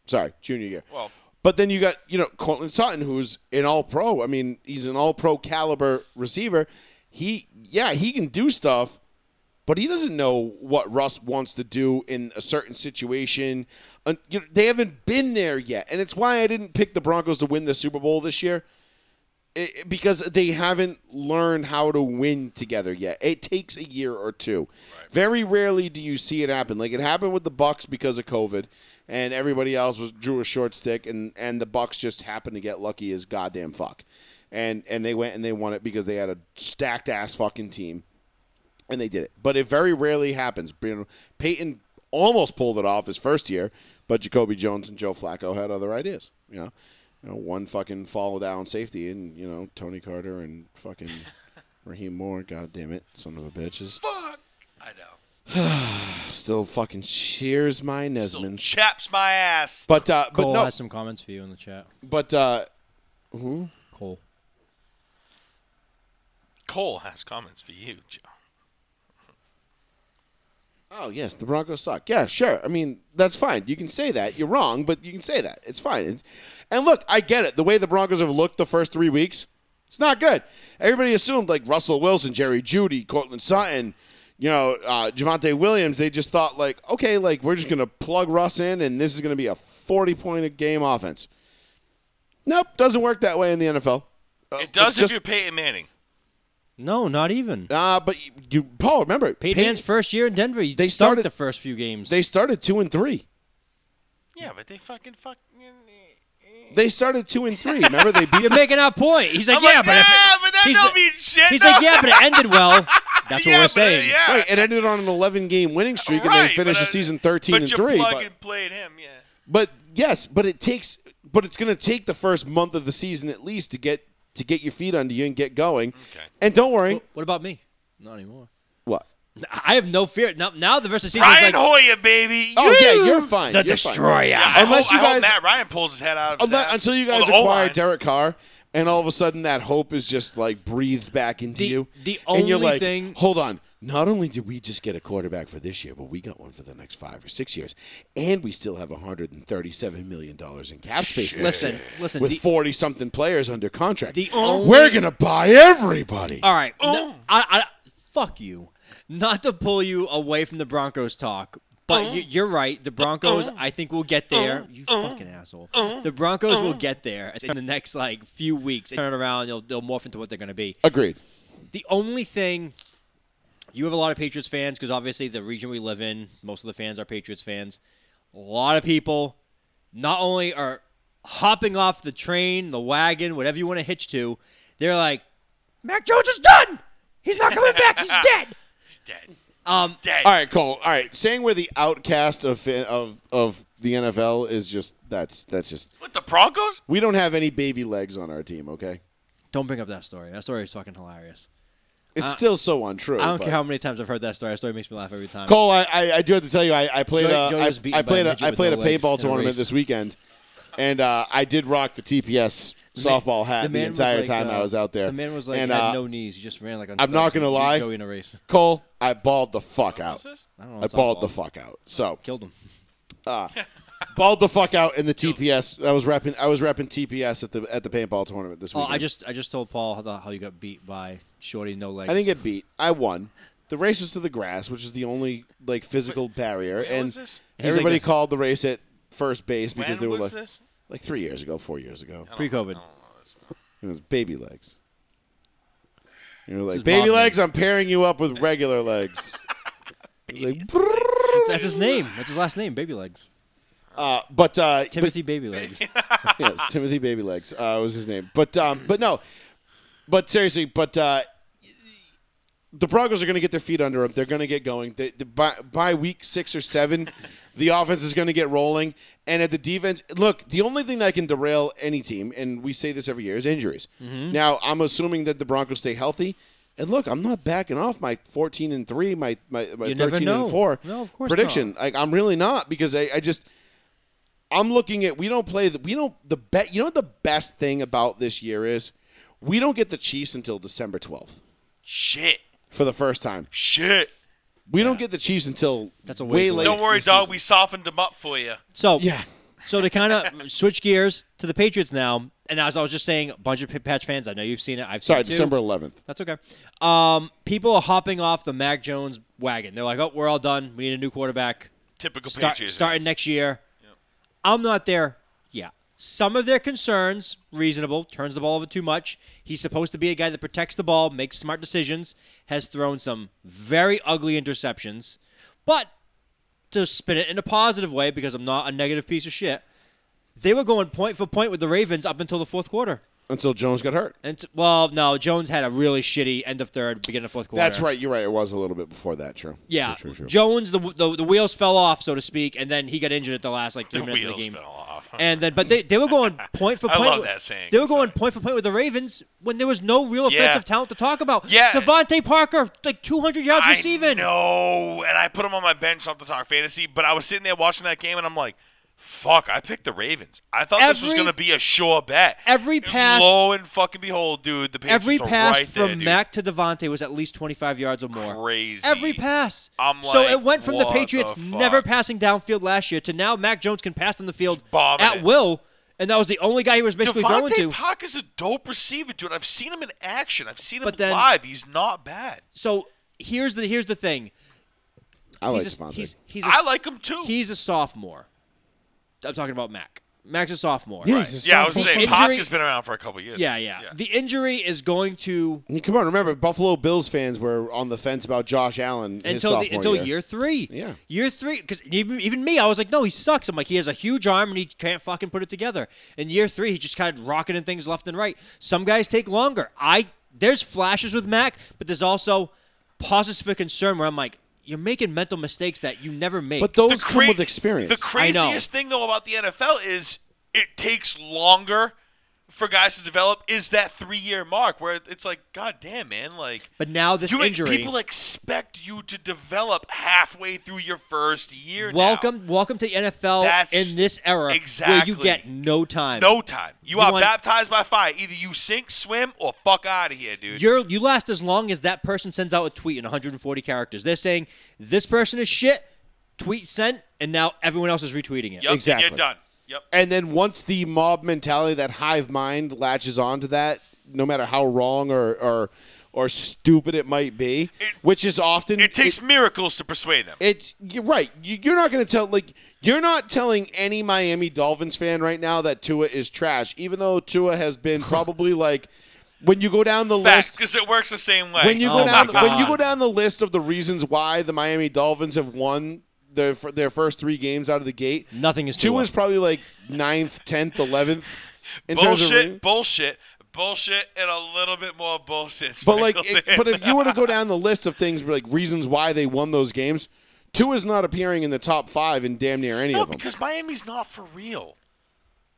[SPEAKER 2] sorry, junior year.
[SPEAKER 8] Well-
[SPEAKER 2] but then you got you know Cortland Sutton, who's an All Pro. I mean, he's an All Pro caliber receiver. He, yeah, he can do stuff, but he doesn't know what Russ wants to do in a certain situation. And, you know, they haven't been there yet, and it's why I didn't pick the Broncos to win the Super Bowl this year. It- it- because they haven't learned how to win together yet. It takes a year or two. Very rarely do you see it happen. Like it happened with the Bucks because of COVID, and everybody else was drew a short stick, and and the Bucks just happened to get lucky as goddamn fuck, and and they went and they won it because they had a stacked ass fucking team, and they did it. But it very rarely happens. You know, Peyton almost pulled it off his first year, but Jacoby Jones and Joe Flacco had other ideas. You know, you know one fucking follow down safety, and you know Tony Carter and fucking Raheem Moore. God damn it, son of a bitches!
[SPEAKER 8] Fuck. I know.
[SPEAKER 2] Still fucking cheers my
[SPEAKER 8] Still
[SPEAKER 2] Nesmans.
[SPEAKER 8] chaps my ass.
[SPEAKER 2] But uh, but
[SPEAKER 4] Cole
[SPEAKER 2] no,
[SPEAKER 4] has some comments for you in the chat.
[SPEAKER 2] but uh,
[SPEAKER 4] Cole,
[SPEAKER 8] Cole has comments for you, Joe.
[SPEAKER 2] oh yes, the Broncos suck. Yeah, sure. I mean that's fine. You can say that. You're wrong, but you can say that. It's fine. It's- and look, I get it. The way the Broncos have looked the first three weeks, it's not good. Everybody assumed like Russell Wilson, Jerry Judy, Cortland Sutton. You know, uh, Javante Williams, they just thought, like, okay, like, we're just going to plug Russ in, and this is going to be a 40 point a game offense. Nope, doesn't work that way in the NFL. Uh,
[SPEAKER 8] It does
[SPEAKER 2] just-
[SPEAKER 8] if you're Peyton Manning.
[SPEAKER 4] no, not even.
[SPEAKER 2] Uh, but you, you Paul, remember
[SPEAKER 4] Peyton,
[SPEAKER 2] Peyton-
[SPEAKER 4] Manning's first year in Denver, he
[SPEAKER 2] They
[SPEAKER 4] stunk
[SPEAKER 2] started-
[SPEAKER 4] the first few games.
[SPEAKER 2] They started two and three.
[SPEAKER 8] Yeah, but they fucking fuck.
[SPEAKER 2] They started two and three. Remember they beat.
[SPEAKER 4] You're
[SPEAKER 2] the,
[SPEAKER 4] making our point. He's like,
[SPEAKER 8] I'm
[SPEAKER 4] yeah,
[SPEAKER 8] like,
[SPEAKER 4] but if it-
[SPEAKER 8] yeah, but that
[SPEAKER 4] he's
[SPEAKER 8] don't
[SPEAKER 4] like-
[SPEAKER 8] mean shit.
[SPEAKER 4] He's
[SPEAKER 8] no.
[SPEAKER 4] like, yeah, but it ended well. That's what
[SPEAKER 8] Yeah,
[SPEAKER 4] we're
[SPEAKER 8] but, uh,
[SPEAKER 4] saying.
[SPEAKER 8] yeah.
[SPEAKER 2] right, it ended on an eleven-game winning streak, and
[SPEAKER 8] Right,
[SPEAKER 2] they finished the
[SPEAKER 8] but, uh,
[SPEAKER 2] season thirteen
[SPEAKER 8] but
[SPEAKER 2] and
[SPEAKER 8] you
[SPEAKER 2] three.
[SPEAKER 8] plug
[SPEAKER 2] But,
[SPEAKER 8] and played him, yeah.
[SPEAKER 2] but yes, but it takes. But it's going to take the first month of the season at least to get to get your feet under you and get going.
[SPEAKER 8] Okay.
[SPEAKER 2] And don't worry.
[SPEAKER 4] What about me? Not anymore.
[SPEAKER 2] What?
[SPEAKER 4] I have no fear. Now, now the rest of the season is
[SPEAKER 8] Ryan
[SPEAKER 4] like
[SPEAKER 8] Hoyer, baby.
[SPEAKER 2] Oh yeah, you're
[SPEAKER 4] Woo!
[SPEAKER 2] fine.
[SPEAKER 4] the
[SPEAKER 2] you're fine.
[SPEAKER 4] destroyer.
[SPEAKER 8] Yeah, I
[SPEAKER 2] Unless
[SPEAKER 8] hope-
[SPEAKER 2] you
[SPEAKER 8] I hope
[SPEAKER 2] guys-
[SPEAKER 8] Matt Ryan pulls his head out of his
[SPEAKER 2] Unle-
[SPEAKER 8] ass.
[SPEAKER 2] until you
[SPEAKER 8] Or
[SPEAKER 2] guys
[SPEAKER 8] the O-line.
[SPEAKER 2] acquire Derek Carr, and all of a sudden that hope is just like breathed back into
[SPEAKER 4] The-
[SPEAKER 2] you.
[SPEAKER 4] the
[SPEAKER 2] and you're
[SPEAKER 4] only
[SPEAKER 2] like,
[SPEAKER 4] thing-
[SPEAKER 2] hold on. Not only did we just get a quarterback for this year, but we got one for the next five or six years, and we still have 137 million dollars in cap space. next
[SPEAKER 4] Listen,
[SPEAKER 2] year
[SPEAKER 4] listen,
[SPEAKER 2] with
[SPEAKER 4] the-
[SPEAKER 2] 40 something players under contract,
[SPEAKER 4] The only-
[SPEAKER 2] we're gonna buy everybody.
[SPEAKER 4] All right. No, I, I, fuck you. Not to pull you away from the Broncos talk, but you, you're right. The Broncos, I think, will get there. you fucking asshole. the Broncos will get there in the next like few weeks. They turn around. They'll, they'll morph into what they're going to be.
[SPEAKER 2] Agreed.
[SPEAKER 4] The only thing you have a lot of Patriots fans because obviously the region we live in, most of the fans are Patriots fans. A lot of people not only are hopping off the train, the wagon, whatever you want to hitch to, they're like, Mac Jones is done. He's not coming back. He's dead.
[SPEAKER 8] He's dead.
[SPEAKER 4] Um,
[SPEAKER 8] Dead.
[SPEAKER 2] All right, Cole. All right, saying we're the outcast of fan- of of the NFL is just that's that's just
[SPEAKER 8] What the Broncos?
[SPEAKER 2] we don't have any baby legs on our team. Okay,
[SPEAKER 4] don't bring up that story. That story is fucking hilarious.
[SPEAKER 2] it's still so untrue.
[SPEAKER 4] Uh, I don't
[SPEAKER 2] but-
[SPEAKER 4] care how many times I've heard that story. That story makes me laugh every time.
[SPEAKER 2] Cole, I, I, I do have to tell you, I, I played
[SPEAKER 4] Joey-
[SPEAKER 2] a,
[SPEAKER 4] Joey
[SPEAKER 2] I,
[SPEAKER 4] was beaten
[SPEAKER 2] I
[SPEAKER 4] by
[SPEAKER 2] played
[SPEAKER 4] a
[SPEAKER 2] a,
[SPEAKER 4] midget
[SPEAKER 2] I
[SPEAKER 4] with
[SPEAKER 2] played
[SPEAKER 4] no
[SPEAKER 2] a
[SPEAKER 4] legs
[SPEAKER 2] paintball
[SPEAKER 4] in a
[SPEAKER 2] tournament
[SPEAKER 4] race.
[SPEAKER 2] this weekend, and uh, I did rock the TPS softball hat
[SPEAKER 4] The
[SPEAKER 2] the,
[SPEAKER 4] man was
[SPEAKER 2] entire
[SPEAKER 4] like,
[SPEAKER 2] time I
[SPEAKER 4] uh,
[SPEAKER 2] was out there.
[SPEAKER 4] The man was like,
[SPEAKER 2] and
[SPEAKER 4] had
[SPEAKER 2] uh,
[SPEAKER 4] no knees. He just ran like. On
[SPEAKER 2] I'm not
[SPEAKER 4] stilts.
[SPEAKER 2] gonna
[SPEAKER 4] He was
[SPEAKER 2] lie.
[SPEAKER 4] Joey in a race.
[SPEAKER 2] Cole, I balled the fuck out.
[SPEAKER 4] I don't know.
[SPEAKER 2] I
[SPEAKER 4] what's up,
[SPEAKER 2] balled the
[SPEAKER 4] Bob.
[SPEAKER 2] fuck out. So
[SPEAKER 4] Killed him.
[SPEAKER 2] balled the fuck out in the TPS. I was repping I was repping TPS at the at the paintball tournament this
[SPEAKER 4] Oh,
[SPEAKER 2] weekend.
[SPEAKER 4] I just I just told Paul how, the, how you got beat by Shorty no legs.
[SPEAKER 2] I didn't get beat. I won. The race was to the grass, which is the only like physical barrier, and
[SPEAKER 8] was this?
[SPEAKER 4] like
[SPEAKER 2] everybody
[SPEAKER 4] this.
[SPEAKER 2] called the race at first base
[SPEAKER 8] When
[SPEAKER 2] because they were like,
[SPEAKER 8] was this?
[SPEAKER 2] like three years ago, four years ago.
[SPEAKER 4] pre-COVID.
[SPEAKER 2] It was baby legs. You were
[SPEAKER 4] is
[SPEAKER 2] like, baby
[SPEAKER 4] Bob
[SPEAKER 2] legs, I'm pairing you up with regular legs. It was like, brrrr.
[SPEAKER 4] That's his name. That's his last name. Baby legs.
[SPEAKER 2] uh, but uh,
[SPEAKER 4] Timothy Baby legs.
[SPEAKER 2] but- yes, Timothy Baby Legs uh, was his name. But um, but no, but seriously, but uh, the Broncos are going to get their feet under them. They're going to get going. They, they, by by week six or seven, the offense is going to get rolling. And at the defense, look, the only thing that can derail any team, and we say this every year, is injuries.
[SPEAKER 4] Mm-hmm.
[SPEAKER 2] Now I'm assuming that the Broncos stay healthy. And look, I'm not backing off my 14 and three, my my, my
[SPEAKER 4] You never
[SPEAKER 2] 13
[SPEAKER 4] know.
[SPEAKER 2] and four
[SPEAKER 4] No, of course
[SPEAKER 2] prediction. Like I'm really not because I, I just I'm looking at we don't play the, we don't the bet you know what the best thing about this year is we don't get the Chiefs until December 12th
[SPEAKER 8] Shit.
[SPEAKER 2] for the first time.
[SPEAKER 8] Shit.
[SPEAKER 2] We don't get the Chiefs until
[SPEAKER 4] That's a
[SPEAKER 2] way
[SPEAKER 4] ways
[SPEAKER 2] late.
[SPEAKER 4] away.
[SPEAKER 8] Don't worry,
[SPEAKER 2] in the
[SPEAKER 8] dog.
[SPEAKER 2] season.
[SPEAKER 8] We softened them up for you.
[SPEAKER 4] So
[SPEAKER 2] yeah.
[SPEAKER 4] So to kind of switch gears to the Patriots now, and as I was just saying, a bunch of Pit Patch fans, I know you've seen it. I've seen
[SPEAKER 2] Sorry,
[SPEAKER 4] it too.
[SPEAKER 2] December 11th.
[SPEAKER 4] That's okay. Um, people are hopping off the Mac Jones wagon. They're like, "Oh, we're all done. We need a new quarterback."
[SPEAKER 8] Typical
[SPEAKER 4] start,
[SPEAKER 8] Patriots.
[SPEAKER 4] starting next year. I'm not there. Yeah. Some of their concerns, reasonable, turns the ball over too much. He's supposed to be a guy that protects the ball, makes smart decisions, has thrown some very ugly interceptions. But to spin it in a positive way, because I'm not a negative piece of shit, they were going point for point with the Ravens up until the fourth quarter.
[SPEAKER 2] Until Jones got hurt.
[SPEAKER 4] And t- well, no, Jones had a really shitty end of third, beginning of fourth quarter.
[SPEAKER 2] That's right. You're right. It was a little bit before that. True.
[SPEAKER 4] Yeah,
[SPEAKER 2] True, true, true.
[SPEAKER 4] Jones, the, the the wheels fell off, so to speak, and then he got injured at the last like three
[SPEAKER 8] The
[SPEAKER 4] minutes of the
[SPEAKER 8] wheels
[SPEAKER 4] game.
[SPEAKER 8] fell off.
[SPEAKER 4] And then, but they, they were going point for
[SPEAKER 8] I
[SPEAKER 4] point.
[SPEAKER 8] love
[SPEAKER 4] with-
[SPEAKER 8] that saying.
[SPEAKER 4] They were going
[SPEAKER 8] Sorry.
[SPEAKER 4] point for point with the Ravens when there was no real
[SPEAKER 8] Yeah.
[SPEAKER 4] offensive talent to talk about.
[SPEAKER 8] Yeah.
[SPEAKER 4] Devontae Parker, like 200 yards receiving.
[SPEAKER 8] No, and I put him on my bench on the Star Fantasy, but I was sitting there watching that game, and I'm like, "Fuck!" I picked the Ravens. I thought this was
[SPEAKER 4] Every-
[SPEAKER 8] gonna be a sure bet.
[SPEAKER 4] every
[SPEAKER 8] And
[SPEAKER 4] pass-
[SPEAKER 8] lo and fucking behold, dude, the Patriots
[SPEAKER 4] Every
[SPEAKER 8] were
[SPEAKER 4] pass
[SPEAKER 8] right
[SPEAKER 4] from
[SPEAKER 8] there, dude.
[SPEAKER 4] Mac to Devontae was at least 25 yards or more.
[SPEAKER 8] Crazy.
[SPEAKER 4] Every pass.
[SPEAKER 8] I'm
[SPEAKER 4] so
[SPEAKER 8] like,
[SPEAKER 4] it went from the
[SPEAKER 8] what the
[SPEAKER 4] Patriots
[SPEAKER 8] fuck?
[SPEAKER 4] never passing downfield last year to now Mac Jones can pass on the field
[SPEAKER 8] Just bombing
[SPEAKER 4] at
[SPEAKER 8] it.
[SPEAKER 4] will, and that was the only guy he was basically throwing to.
[SPEAKER 8] Devontae Parker's a dope receiver, dude. I've seen him in action. I've seen him
[SPEAKER 4] But then-
[SPEAKER 8] live. He's not bad.
[SPEAKER 4] so here's the here's the thing.
[SPEAKER 2] I like
[SPEAKER 4] he's a,
[SPEAKER 2] Devontae.
[SPEAKER 4] he's, he's a-
[SPEAKER 8] I like him too.
[SPEAKER 4] He's a sophomore. I'm talking about Mac. Mac's a sophomore.
[SPEAKER 2] Yeah, he's a
[SPEAKER 8] yeah, I was
[SPEAKER 2] sophomore.
[SPEAKER 8] saying
[SPEAKER 4] Injury-
[SPEAKER 8] Parker's been around for a couple years.
[SPEAKER 4] Yeah, yeah, The injury is going to
[SPEAKER 2] I mean, Come on, remember Buffalo Bills fans were on the fence about Josh Allen his
[SPEAKER 4] until
[SPEAKER 2] sophomore
[SPEAKER 4] the, until year.
[SPEAKER 2] year.
[SPEAKER 4] three.
[SPEAKER 2] Yeah.
[SPEAKER 4] year three. Because even, even me, I was like, no, he sucks. I'm like, he has a huge arm and he can't fucking put it together. In year three, he's just kind of rocketing things left and right. Some guys take longer. I there's flashes with Mac, but there's also pauses for concern where I'm like, you're making mental mistakes that you never make.
[SPEAKER 2] But those
[SPEAKER 8] cra-
[SPEAKER 2] come with experience.
[SPEAKER 8] The
[SPEAKER 4] I know.
[SPEAKER 8] craziest thing though about the NFL is it takes longer for guys to develop is that three year mark where it's like, God damn, man, like
[SPEAKER 4] But now this
[SPEAKER 8] you
[SPEAKER 4] injury.
[SPEAKER 8] people expect you to develop halfway through your first year. now.
[SPEAKER 4] welcome, welcome to the NFL
[SPEAKER 8] That's
[SPEAKER 4] in this era where
[SPEAKER 8] exactly.
[SPEAKER 4] you get no time.
[SPEAKER 8] No time. You,
[SPEAKER 4] You
[SPEAKER 8] are
[SPEAKER 4] want-
[SPEAKER 8] baptized by fire. Either you sink, swim, or fuck out of here, dude.
[SPEAKER 4] You're, you last as long as that person sends out a tweet in 140 characters. They're saying this person is shit. Tweet sent, and now everyone else is retweeting it.
[SPEAKER 8] Yup,
[SPEAKER 2] Exactly.
[SPEAKER 8] You're done. Yep.
[SPEAKER 2] And then once the mob mentality, that hive mind latches onto that, no matter how wrong or or, or stupid it might be, which is often
[SPEAKER 8] It takes miracles to persuade them.
[SPEAKER 2] it's you're right. You, you're not going to tell like you're not telling any Miami Dolphins fan right now that Tua is trash, even though Tua has been probably like when you go down the
[SPEAKER 8] Facts,
[SPEAKER 2] list.
[SPEAKER 8] because it works the same way.
[SPEAKER 2] when you go
[SPEAKER 4] Oh
[SPEAKER 2] down
[SPEAKER 4] my
[SPEAKER 2] when you
[SPEAKER 4] God.
[SPEAKER 2] go down the list of the reasons why the Miami Dolphins have won their their first three games out of the gate,
[SPEAKER 4] Nothing is
[SPEAKER 2] two
[SPEAKER 4] Tua.
[SPEAKER 2] is probably like ninth, tenth, eleventh. In terms
[SPEAKER 8] bullshit,
[SPEAKER 2] of
[SPEAKER 8] bullshit, bullshit, and a little bit more bullshit.
[SPEAKER 2] but like,
[SPEAKER 8] sprinkled
[SPEAKER 2] it,
[SPEAKER 8] in.
[SPEAKER 2] but if you want to go down the list of things like reasons why they won those games, two is not appearing in the top five in damn near any
[SPEAKER 8] no,
[SPEAKER 2] of them.
[SPEAKER 8] because Miami's not for real.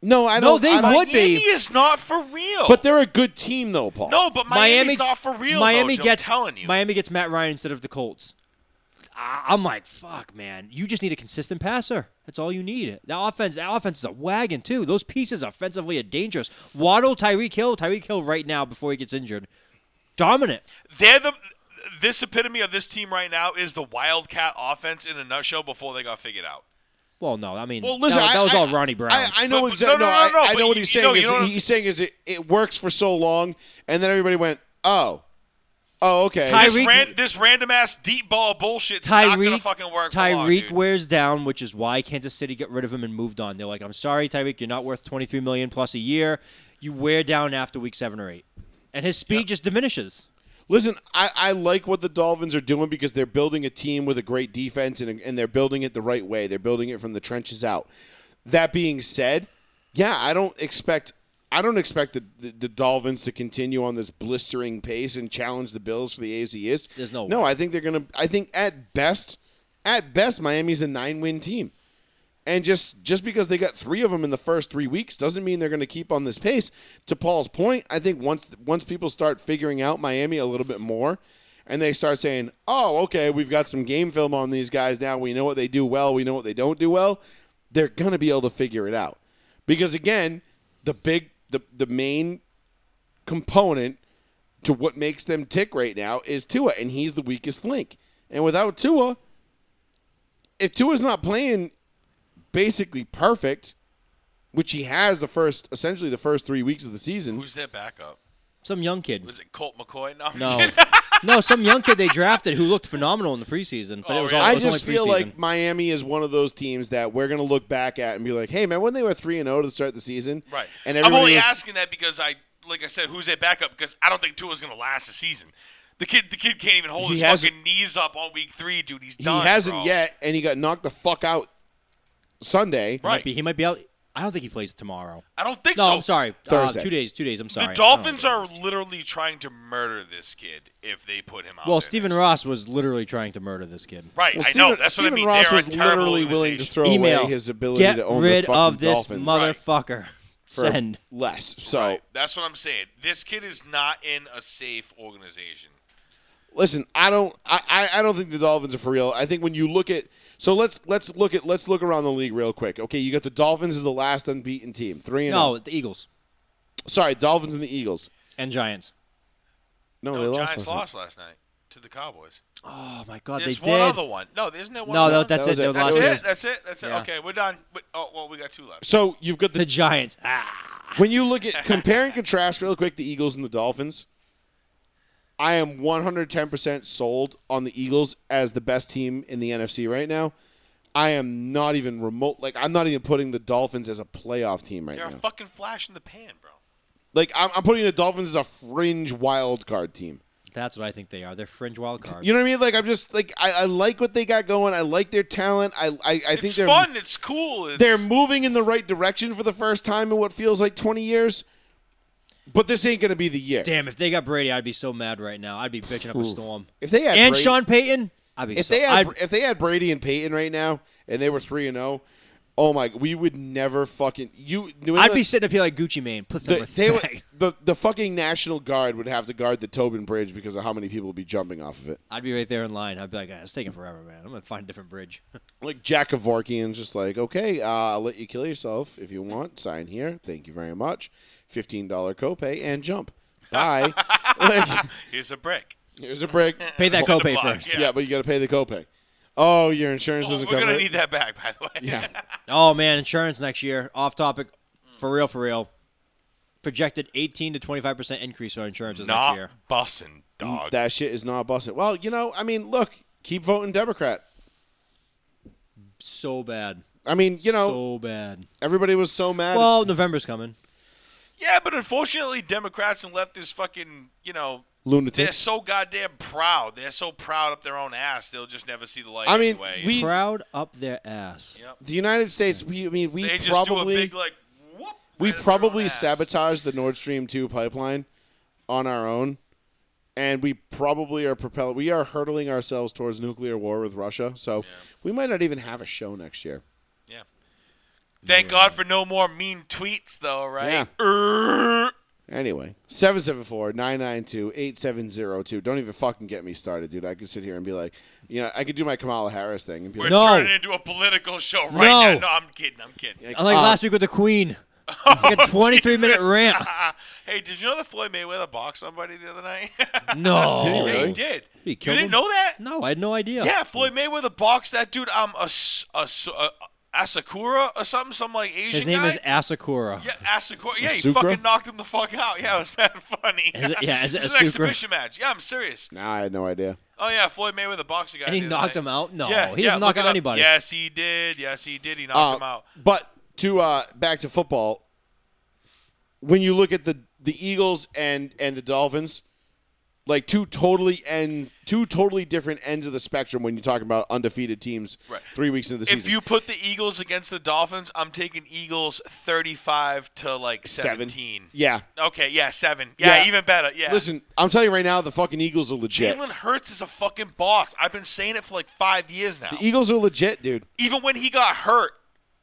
[SPEAKER 2] No, I
[SPEAKER 4] No,
[SPEAKER 2] don't.
[SPEAKER 4] they
[SPEAKER 2] I don't-
[SPEAKER 4] would be.
[SPEAKER 8] Miami is not for real.
[SPEAKER 2] But they're a good team, though, Paul.
[SPEAKER 8] no, but Miami's not for real.
[SPEAKER 4] Miami
[SPEAKER 8] though,
[SPEAKER 4] gets
[SPEAKER 8] I'm telling you.
[SPEAKER 4] Miami gets Matt Ryan instead of the Colts. I- I'm like, fuck, man. You just need a consistent passer. That's all you need. The offense, that offense is a wagon too. Those pieces offensively are dangerous. Waddle, Tyreek Hill, Tyreek Hill right now before he gets injured. Dominant.
[SPEAKER 8] They're the this epitome of this team right now is the Wildcat offense in a nutshell before they got figured out.
[SPEAKER 4] Well, no, I mean,
[SPEAKER 2] Well, listen,
[SPEAKER 4] that, that
[SPEAKER 2] I-
[SPEAKER 4] was
[SPEAKER 2] I-
[SPEAKER 4] all Ronnie Brown.
[SPEAKER 2] I, I know
[SPEAKER 8] But- but-
[SPEAKER 2] exactly. No,
[SPEAKER 8] no, no,
[SPEAKER 2] I-
[SPEAKER 8] no,
[SPEAKER 2] I,
[SPEAKER 8] but
[SPEAKER 2] know what
[SPEAKER 8] you-
[SPEAKER 2] he's
[SPEAKER 8] you
[SPEAKER 2] saying.
[SPEAKER 8] know- you
[SPEAKER 2] is
[SPEAKER 8] know what-
[SPEAKER 2] he's saying is it, it works for so long, and then everybody went, oh, oh, okay.
[SPEAKER 4] Ty-
[SPEAKER 8] This,
[SPEAKER 4] Tyreek-
[SPEAKER 8] ran, this random ass deep ball bullshit's not gonna
[SPEAKER 4] Tyreek
[SPEAKER 8] fucking work. for long,
[SPEAKER 4] Tyreek
[SPEAKER 8] dude.
[SPEAKER 4] wears down, which is why Kansas City got rid of him and moved on. They're like, "I'm sorry, Tyreek, you're not worth 23 million plus a year. You wear down after week 7 or 8." And his speed just diminishes.
[SPEAKER 2] Listen, I, I like what the Dolphins are doing because they're building a team with a great defense and, and they're building it the right way. They're building it from the trenches out. That being said, yeah, I don't expect I don't expect the, the, the Dolphins to continue on this blistering pace and challenge the Bills for the AFC East.
[SPEAKER 4] There's no
[SPEAKER 2] No,
[SPEAKER 4] way.
[SPEAKER 2] I think they're gonna I think at best at best Miami's a nine win team. And just just because they got three of them in the first three weeks doesn't mean they're going to keep on this pace. To Paul's point, I think once once people start figuring out Miami a little bit more, and they start saying, "Oh, okay, we've got some game film on these guys now. We know what they do well. We know what they don't do well." They're going to be able to figure it out because again, the big the the main component to what makes them tick right now is Tua, and he's the weakest link. And without Tua, if Tua's not playing basically perfect, which he has the first essentially the first three weeks of the season.
[SPEAKER 8] Who's their backup?
[SPEAKER 4] Some young kid.
[SPEAKER 8] Was it Colt McCoy? No. I'm
[SPEAKER 4] No.
[SPEAKER 8] kidding.
[SPEAKER 4] no, some young kid they drafted who looked phenomenal in the preseason, but
[SPEAKER 8] Oh,
[SPEAKER 4] it was
[SPEAKER 8] really?
[SPEAKER 4] all it
[SPEAKER 2] I
[SPEAKER 4] was
[SPEAKER 2] just
[SPEAKER 4] only
[SPEAKER 2] feel
[SPEAKER 4] preseason.
[SPEAKER 2] like Miami is one of those teams that we're going to look back at and be like, "Hey, man, when they were three and zero to start the season,
[SPEAKER 8] Right.
[SPEAKER 2] And
[SPEAKER 8] I'm
[SPEAKER 2] everybody
[SPEAKER 8] only
[SPEAKER 2] was-
[SPEAKER 8] asking that because I, like I said, who's their backup? Because I don't think Tua's going to last the season. The kid, the kid can't even hold
[SPEAKER 2] He
[SPEAKER 8] his
[SPEAKER 2] hasn't-
[SPEAKER 8] fucking knees up on week three, dude. He's
[SPEAKER 2] he
[SPEAKER 8] done.
[SPEAKER 2] hasn't
[SPEAKER 8] bro.
[SPEAKER 2] yet, and he got knocked the fuck out Sunday.
[SPEAKER 4] Might
[SPEAKER 8] Right.
[SPEAKER 4] be- he might be out. I don't think he plays tomorrow.
[SPEAKER 8] I don't think
[SPEAKER 4] No,
[SPEAKER 8] so.
[SPEAKER 4] I'm sorry. Uh,
[SPEAKER 2] Thursday.
[SPEAKER 4] two days. Two days. I'm
[SPEAKER 8] The
[SPEAKER 4] sorry.
[SPEAKER 8] Dolphins
[SPEAKER 4] Oh.
[SPEAKER 8] are literally trying to murder this kid if they put him out.
[SPEAKER 4] Well,
[SPEAKER 8] there
[SPEAKER 4] Stephen
[SPEAKER 8] next.
[SPEAKER 4] Ross was literally trying to murder this kid.
[SPEAKER 8] Right.
[SPEAKER 2] Well,
[SPEAKER 8] I
[SPEAKER 2] Steven,
[SPEAKER 8] know. That's
[SPEAKER 2] Steven
[SPEAKER 8] what I mean.
[SPEAKER 2] Ross
[SPEAKER 8] they are
[SPEAKER 2] was
[SPEAKER 8] a terrible
[SPEAKER 2] literally willing to
[SPEAKER 8] organization.
[SPEAKER 2] throw
[SPEAKER 4] Email
[SPEAKER 2] away his ability
[SPEAKER 4] Get
[SPEAKER 2] to own
[SPEAKER 4] rid
[SPEAKER 2] the fucking
[SPEAKER 4] of this
[SPEAKER 2] Dolphins
[SPEAKER 4] motherfucker.
[SPEAKER 2] for
[SPEAKER 4] Send.
[SPEAKER 2] less. So
[SPEAKER 8] Right. That's what I'm saying. This kid is not in a safe organization.
[SPEAKER 2] listen, I don't I, I I don't think the Dolphins are for real. I think when you look at so let's let's look at let's look around the league real quick. Okay, you got the Dolphins as the last unbeaten team. Three and
[SPEAKER 4] No,
[SPEAKER 2] oh,
[SPEAKER 4] the Eagles
[SPEAKER 2] sorry, Dolphins and the Eagles.
[SPEAKER 4] and Giants.
[SPEAKER 2] No,
[SPEAKER 8] No,
[SPEAKER 2] they lost.
[SPEAKER 8] Giants
[SPEAKER 2] last night.
[SPEAKER 8] lost last night to the Cowboys.
[SPEAKER 4] Oh my God,
[SPEAKER 8] There's
[SPEAKER 4] they
[SPEAKER 8] one
[SPEAKER 4] did.
[SPEAKER 8] other one. No, there's no one.
[SPEAKER 4] no,
[SPEAKER 8] other
[SPEAKER 4] no,
[SPEAKER 8] one?
[SPEAKER 4] that's
[SPEAKER 2] that was
[SPEAKER 4] it.
[SPEAKER 2] it. That
[SPEAKER 4] They
[SPEAKER 8] that's
[SPEAKER 4] lost
[SPEAKER 2] was
[SPEAKER 8] it. That's it. That's it.
[SPEAKER 4] Yeah.
[SPEAKER 8] Okay, we're done. But, oh well, we got two left.
[SPEAKER 2] So you've got
[SPEAKER 4] the
[SPEAKER 2] the
[SPEAKER 4] Giants. Ah.
[SPEAKER 2] when you look at compare and contrast real quick the Eagles and the Dolphins. I am 110% sold on the Eagles as the best team in the NFC right now. I am not even remote like I'm not even putting the Dolphins as a playoff team right
[SPEAKER 8] They're a
[SPEAKER 2] now.
[SPEAKER 8] fucking flash in the pan, bro.
[SPEAKER 2] Like I'm, I'm putting the Dolphins as a fringe wild card team.
[SPEAKER 4] That's what I think they are. They're fringe wild cards.
[SPEAKER 2] You know what I mean? Like I'm just like I, I like what they got going. I like their talent. I I, I think
[SPEAKER 8] It's
[SPEAKER 2] they're
[SPEAKER 8] fun. It's cool. It's,
[SPEAKER 2] they're moving in the right direction for the first time in what feels like 20 years. But this ain't gonna be the year.
[SPEAKER 4] Damn, if they got Brady, I'd be so mad right now. I'd be bitching up a storm.
[SPEAKER 2] If they had
[SPEAKER 4] and
[SPEAKER 2] Brady,
[SPEAKER 4] Sean Payton, I'd be.
[SPEAKER 2] if
[SPEAKER 4] so,
[SPEAKER 2] they had
[SPEAKER 4] I'd-
[SPEAKER 2] if they had Brady and Peyton right now, and they were three and zero, Oh my! We would never fucking you. New
[SPEAKER 4] I'd be
[SPEAKER 2] England-
[SPEAKER 4] sitting up here like Gucci Mane. Put some
[SPEAKER 2] the, they would,
[SPEAKER 4] respect.
[SPEAKER 2] the the fucking National Guard would have to guard the Tobin Bridge because of how many people would be jumping off of it.
[SPEAKER 4] I'd be right there in line. I'd be like, "Ah, it's taking forever, man. I'm gonna find a different bridge.
[SPEAKER 2] Like Jack Kevorkian's just like, okay, uh, I'll let you kill yourself if you want. Sign here. Thank you very much. Fifteen dollar copay and jump. Bye. like,
[SPEAKER 8] Here's a brick.
[SPEAKER 2] here's a break.
[SPEAKER 4] Pay that
[SPEAKER 8] Send a
[SPEAKER 4] copay
[SPEAKER 8] block,
[SPEAKER 4] first.
[SPEAKER 8] yeah.
[SPEAKER 2] Yeah, but you got to pay the copay. Oh, your insurance
[SPEAKER 8] Oh,
[SPEAKER 2] doesn't
[SPEAKER 8] we're
[SPEAKER 2] cover
[SPEAKER 8] gonna
[SPEAKER 2] it.
[SPEAKER 8] need that back, by the way.
[SPEAKER 2] yeah.
[SPEAKER 4] Oh man, insurance next year. Off topic, for real, for real. Projected 18 to 25 percent increase on insurances next year.
[SPEAKER 8] Not bussing, dog.
[SPEAKER 2] That shit is not busting. Well, you know, I mean, look, keep voting Democrat.
[SPEAKER 4] So bad,
[SPEAKER 2] I mean, you know,
[SPEAKER 4] so bad.
[SPEAKER 2] everybody was so mad.
[SPEAKER 4] Well, November's coming.
[SPEAKER 8] yeah, but unfortunately, Democrats and leftists fucking, you know, they're
[SPEAKER 2] lunatics.
[SPEAKER 8] so goddamn proud. They're so proud up their own ass. They'll just never see the light.
[SPEAKER 2] I mean,
[SPEAKER 8] anyway.
[SPEAKER 2] we
[SPEAKER 4] Proud up their ass.
[SPEAKER 8] Yep.
[SPEAKER 2] the United States. We I mean, we
[SPEAKER 8] they just do a
[SPEAKER 2] probably
[SPEAKER 8] big like. Whoop,
[SPEAKER 2] we
[SPEAKER 8] right up their own
[SPEAKER 2] probably
[SPEAKER 8] ass.
[SPEAKER 2] sabotaged the Nord Stream two pipeline on our own, and we probably are propelling. We are hurtling ourselves towards nuclear war with Russia. So we might not even have a show next year.
[SPEAKER 8] Yeah. Thank God for no more mean tweets, though, right? Er,
[SPEAKER 2] Yeah. Anyway, 774-992-8702. Don't even fucking get me started, dude. I could sit here and be like, you know, I could do my Kamala Harris thing and be
[SPEAKER 8] We're
[SPEAKER 2] like,
[SPEAKER 4] No.
[SPEAKER 8] turning into a political show right
[SPEAKER 4] No.
[SPEAKER 8] now. No, I'm kidding. I'm kidding.
[SPEAKER 4] Unlike
[SPEAKER 2] Uh,
[SPEAKER 4] last week with the Queen, it's like a 23 minute
[SPEAKER 8] Jesus.
[SPEAKER 4] rant.
[SPEAKER 8] hey, did you know that Floyd Mayweather boxed somebody the other night?
[SPEAKER 4] No,
[SPEAKER 2] Did he
[SPEAKER 8] Yeah,
[SPEAKER 2] really?
[SPEAKER 8] he did.
[SPEAKER 4] He
[SPEAKER 8] you
[SPEAKER 4] killed
[SPEAKER 8] didn't
[SPEAKER 4] him?
[SPEAKER 8] know that?
[SPEAKER 4] no, I had no idea.
[SPEAKER 8] Yeah, Floyd Mayweather boxed that dude. Um, As- As- uh, Asakura or something, some like Asian
[SPEAKER 4] His name
[SPEAKER 8] guy.
[SPEAKER 4] is Asakura.
[SPEAKER 8] yeah, Asakura. Yeah, he
[SPEAKER 2] Asukra?
[SPEAKER 8] fucking knocked him the fuck out. Yeah, it was bad funny.
[SPEAKER 4] Is it- yeah, is it
[SPEAKER 8] it's
[SPEAKER 4] Asukra?
[SPEAKER 8] an exhibition match. Yeah, I'm serious.
[SPEAKER 2] nah, I had no idea.
[SPEAKER 8] Oh yeah, Floyd Mayweather boxed a guy.
[SPEAKER 4] And he
[SPEAKER 8] the other
[SPEAKER 4] knocked
[SPEAKER 8] night.
[SPEAKER 4] him out? No,
[SPEAKER 8] yeah,
[SPEAKER 4] he
[SPEAKER 8] yeah,
[SPEAKER 4] doesn't knock
[SPEAKER 8] look it
[SPEAKER 4] out
[SPEAKER 8] up.
[SPEAKER 4] anybody. Um,
[SPEAKER 8] Yes, he did. Yes, he did. He knocked him
[SPEAKER 2] Uh,
[SPEAKER 8] out.
[SPEAKER 2] But to uh, back to football, when you look at the the Eagles and and the Dolphins, like two totally ends, two totally different ends of the spectrum when you're talking about undefeated teams
[SPEAKER 8] Right.
[SPEAKER 2] three weeks into the
[SPEAKER 8] If
[SPEAKER 2] season.
[SPEAKER 8] you put the Eagles against the Dolphins, I'm taking Eagles 35 to like
[SPEAKER 2] Seven.
[SPEAKER 8] 17.
[SPEAKER 2] yeah,
[SPEAKER 8] Okay, yeah, seven. Yeah,
[SPEAKER 2] Yeah.
[SPEAKER 8] even better. Yeah.
[SPEAKER 2] listen, I'm telling you right now, the fucking Eagles are legit.
[SPEAKER 8] Jalen Hurts is a fucking boss. I've been saying it for like five years now.
[SPEAKER 2] The Eagles are legit, dude.
[SPEAKER 8] even when he got hurt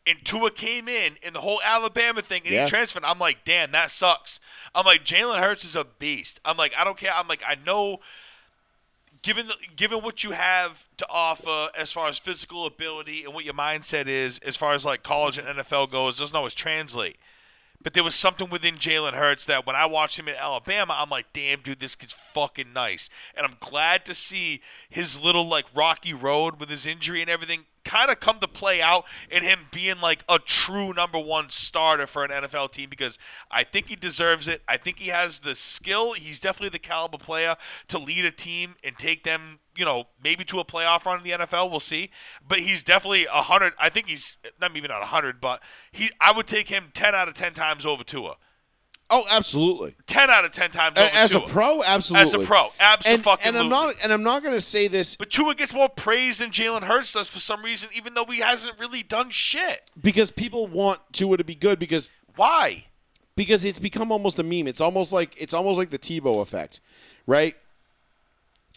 [SPEAKER 8] and Tua came in and the whole Alabama thing and
[SPEAKER 2] Yeah.
[SPEAKER 8] he transferred, I'm like, damn, that sucks. I'm like, Jalen Hurts is a beast. I'm like, I don't care. I'm like, I know. Given the, given what you have to offer as far as physical ability and what your mindset is, as far as like college and NFL goes, doesn't always translate. But there was something within Jalen Hurts that when I watched him at Alabama, I'm like, damn, dude, this kid's fucking nice. And I'm glad to see his little, like, rocky road with his injury and everything kind of come to play out and him being, like, a true number one starter for an NFL team because I think he deserves it. I think he has the skill. He's definitely the caliber player to lead a team and take them, you know, maybe to a playoff run in the NFL. We'll see. But he's definitely a hundred. I think he's not maybe not a hundred, but he. I would take him ten out of ten times over Tua.
[SPEAKER 2] Oh, absolutely.
[SPEAKER 8] Ten out of ten times
[SPEAKER 2] A-
[SPEAKER 8] over
[SPEAKER 2] as a
[SPEAKER 8] Tua.
[SPEAKER 2] pro, absolutely.
[SPEAKER 8] pro,
[SPEAKER 2] and,
[SPEAKER 8] abso-fucking-lutely.
[SPEAKER 2] and I'm not, and I'm not going to say this
[SPEAKER 8] But Tua gets more praise than Jalen Hurts does for some reason, even though he hasn't really done shit.
[SPEAKER 2] because people want Tua to be good because
[SPEAKER 8] Why?
[SPEAKER 2] because it's become almost a meme. It's almost like it's almost like the Tebow effect, right?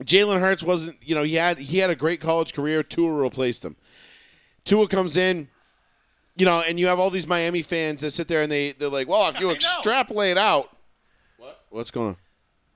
[SPEAKER 2] Jalen Hurts wasn't, you know, he had he had a great college career. Tua replaced him. Tua comes in, you know, and you have all these Miami fans that sit there and they they're like, "Well, if you extrapolate out, what what's going on?"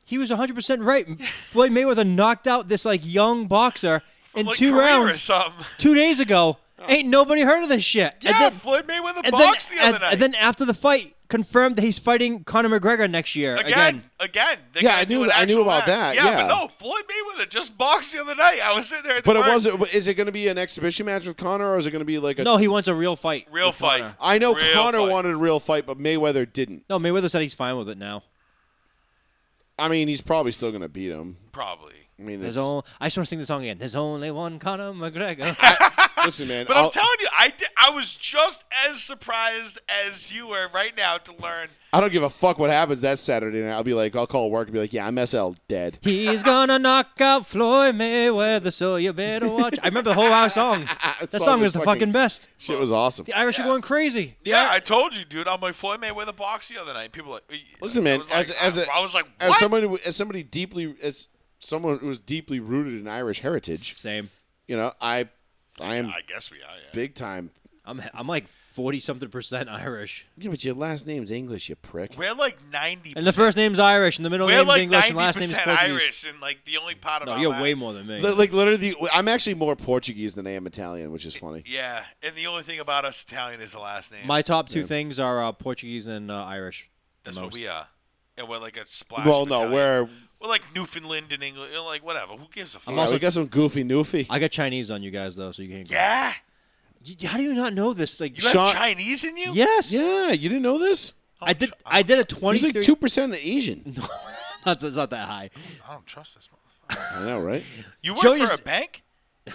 [SPEAKER 4] He was 100% right. Floyd Mayweather knocked out this like young boxer in
[SPEAKER 8] like
[SPEAKER 4] two
[SPEAKER 8] career or
[SPEAKER 4] rounds
[SPEAKER 8] something.
[SPEAKER 4] two days ago. Ain't nobody heard of this shit. And
[SPEAKER 8] Oh. Yeah,
[SPEAKER 4] then-
[SPEAKER 8] Floyd Mayweather
[SPEAKER 4] and
[SPEAKER 8] boxed
[SPEAKER 4] then,
[SPEAKER 8] the other
[SPEAKER 4] and-
[SPEAKER 8] night.
[SPEAKER 4] and then after the fight, confirmed that he's fighting Conor McGregor next year
[SPEAKER 8] Again, again. They
[SPEAKER 2] Yeah,
[SPEAKER 8] gotta
[SPEAKER 2] I
[SPEAKER 8] do
[SPEAKER 2] knew
[SPEAKER 8] an
[SPEAKER 2] that- I knew
[SPEAKER 8] actual
[SPEAKER 2] about that,
[SPEAKER 8] match. Yeah,
[SPEAKER 2] yeah.
[SPEAKER 8] but no, Floyd Mayweather just boxed the other night. I was sitting there. At the
[SPEAKER 2] But it
[SPEAKER 8] park.
[SPEAKER 2] wasn't. Is it going to be an exhibition match with Connor, or is it going to be like a?
[SPEAKER 4] No, he wants a real fight.
[SPEAKER 8] real
[SPEAKER 4] with
[SPEAKER 8] fight.
[SPEAKER 4] Conor.
[SPEAKER 2] I know
[SPEAKER 8] Real
[SPEAKER 2] Connor
[SPEAKER 8] fight.
[SPEAKER 2] wanted a real fight, but Mayweather didn't.
[SPEAKER 4] No, Mayweather said he's fine with it now.
[SPEAKER 2] I mean, he's probably still going to beat him.
[SPEAKER 8] probably.
[SPEAKER 2] I mean,
[SPEAKER 4] There's
[SPEAKER 2] it's,
[SPEAKER 4] only, I just want to sing the song again. There's only one Conor McGregor.
[SPEAKER 2] listen, man.
[SPEAKER 8] But
[SPEAKER 2] I'll-
[SPEAKER 8] I'm telling you, I, di- I was just as surprised as you were right now to learn.
[SPEAKER 2] I don't give a fuck what happens that Saturday night. I'll be like, I'll call work and be like, yeah, I'm SL dead.
[SPEAKER 4] he's gonna knock out Floyd Mayweather, so you better watch. I remember the whole hour song. That
[SPEAKER 2] song
[SPEAKER 4] song
[SPEAKER 2] was
[SPEAKER 4] is the
[SPEAKER 2] fucking-
[SPEAKER 4] fucking best.
[SPEAKER 2] Shit was awesome.
[SPEAKER 4] The Irish are going crazy. The
[SPEAKER 8] Yeah,
[SPEAKER 4] Ir-
[SPEAKER 8] I told you, dude. I'm like Floyd Mayweather boxed the other night. People like,
[SPEAKER 2] Listen,
[SPEAKER 8] I
[SPEAKER 2] man,
[SPEAKER 8] was
[SPEAKER 2] as
[SPEAKER 8] like,
[SPEAKER 2] as
[SPEAKER 8] I,
[SPEAKER 2] a,
[SPEAKER 8] I was like, what?
[SPEAKER 2] as somebody who- as somebody deeply as someone who is deeply rooted in Irish heritage,
[SPEAKER 4] Same.
[SPEAKER 2] you know, I I am
[SPEAKER 8] I guess we are. Yeah.
[SPEAKER 2] big time
[SPEAKER 4] I'm I'm like forty something percent Irish,
[SPEAKER 2] Yeah, but your last name's English, you prick.
[SPEAKER 8] We're like ninety.
[SPEAKER 4] and the first name's Irish, and the middle
[SPEAKER 8] We're
[SPEAKER 4] name's
[SPEAKER 8] like
[SPEAKER 4] English,
[SPEAKER 8] ninety
[SPEAKER 4] and last name's
[SPEAKER 8] percent
[SPEAKER 4] Portuguese.
[SPEAKER 8] Irish, and like the only part of
[SPEAKER 4] No,
[SPEAKER 8] our
[SPEAKER 4] you're
[SPEAKER 8] life-
[SPEAKER 4] way more than me.
[SPEAKER 2] Li- Like literally, I'm actually more Portuguese than I am Italian, which is funny.
[SPEAKER 8] Yeah, and the only thing about us Italian is the last name.
[SPEAKER 4] My top two things are uh, Portuguese and uh, Irish.
[SPEAKER 8] That's
[SPEAKER 4] most.
[SPEAKER 8] what we are, and we're like a splash.
[SPEAKER 2] well,
[SPEAKER 8] of
[SPEAKER 2] no,
[SPEAKER 8] Italian.
[SPEAKER 2] we're
[SPEAKER 8] we're like Newfoundland in England, you know, like whatever. Who gives a fuck?
[SPEAKER 2] yeah, we got some goofy newfie.
[SPEAKER 4] I got Chinese on you guys though, so you can't.
[SPEAKER 8] yeah,
[SPEAKER 4] Y- How do you not know this? Like,
[SPEAKER 8] you have
[SPEAKER 2] Sean-
[SPEAKER 8] Chinese in you.
[SPEAKER 4] yes,
[SPEAKER 2] yeah, you didn't know this?
[SPEAKER 4] I did. I did a twenty.
[SPEAKER 2] He's like two percent Asian.
[SPEAKER 4] That's it's not that high.
[SPEAKER 8] I don't trust this motherfucker.
[SPEAKER 2] I know, right?
[SPEAKER 8] You work
[SPEAKER 4] Joe
[SPEAKER 8] for
[SPEAKER 4] used-
[SPEAKER 8] a bank?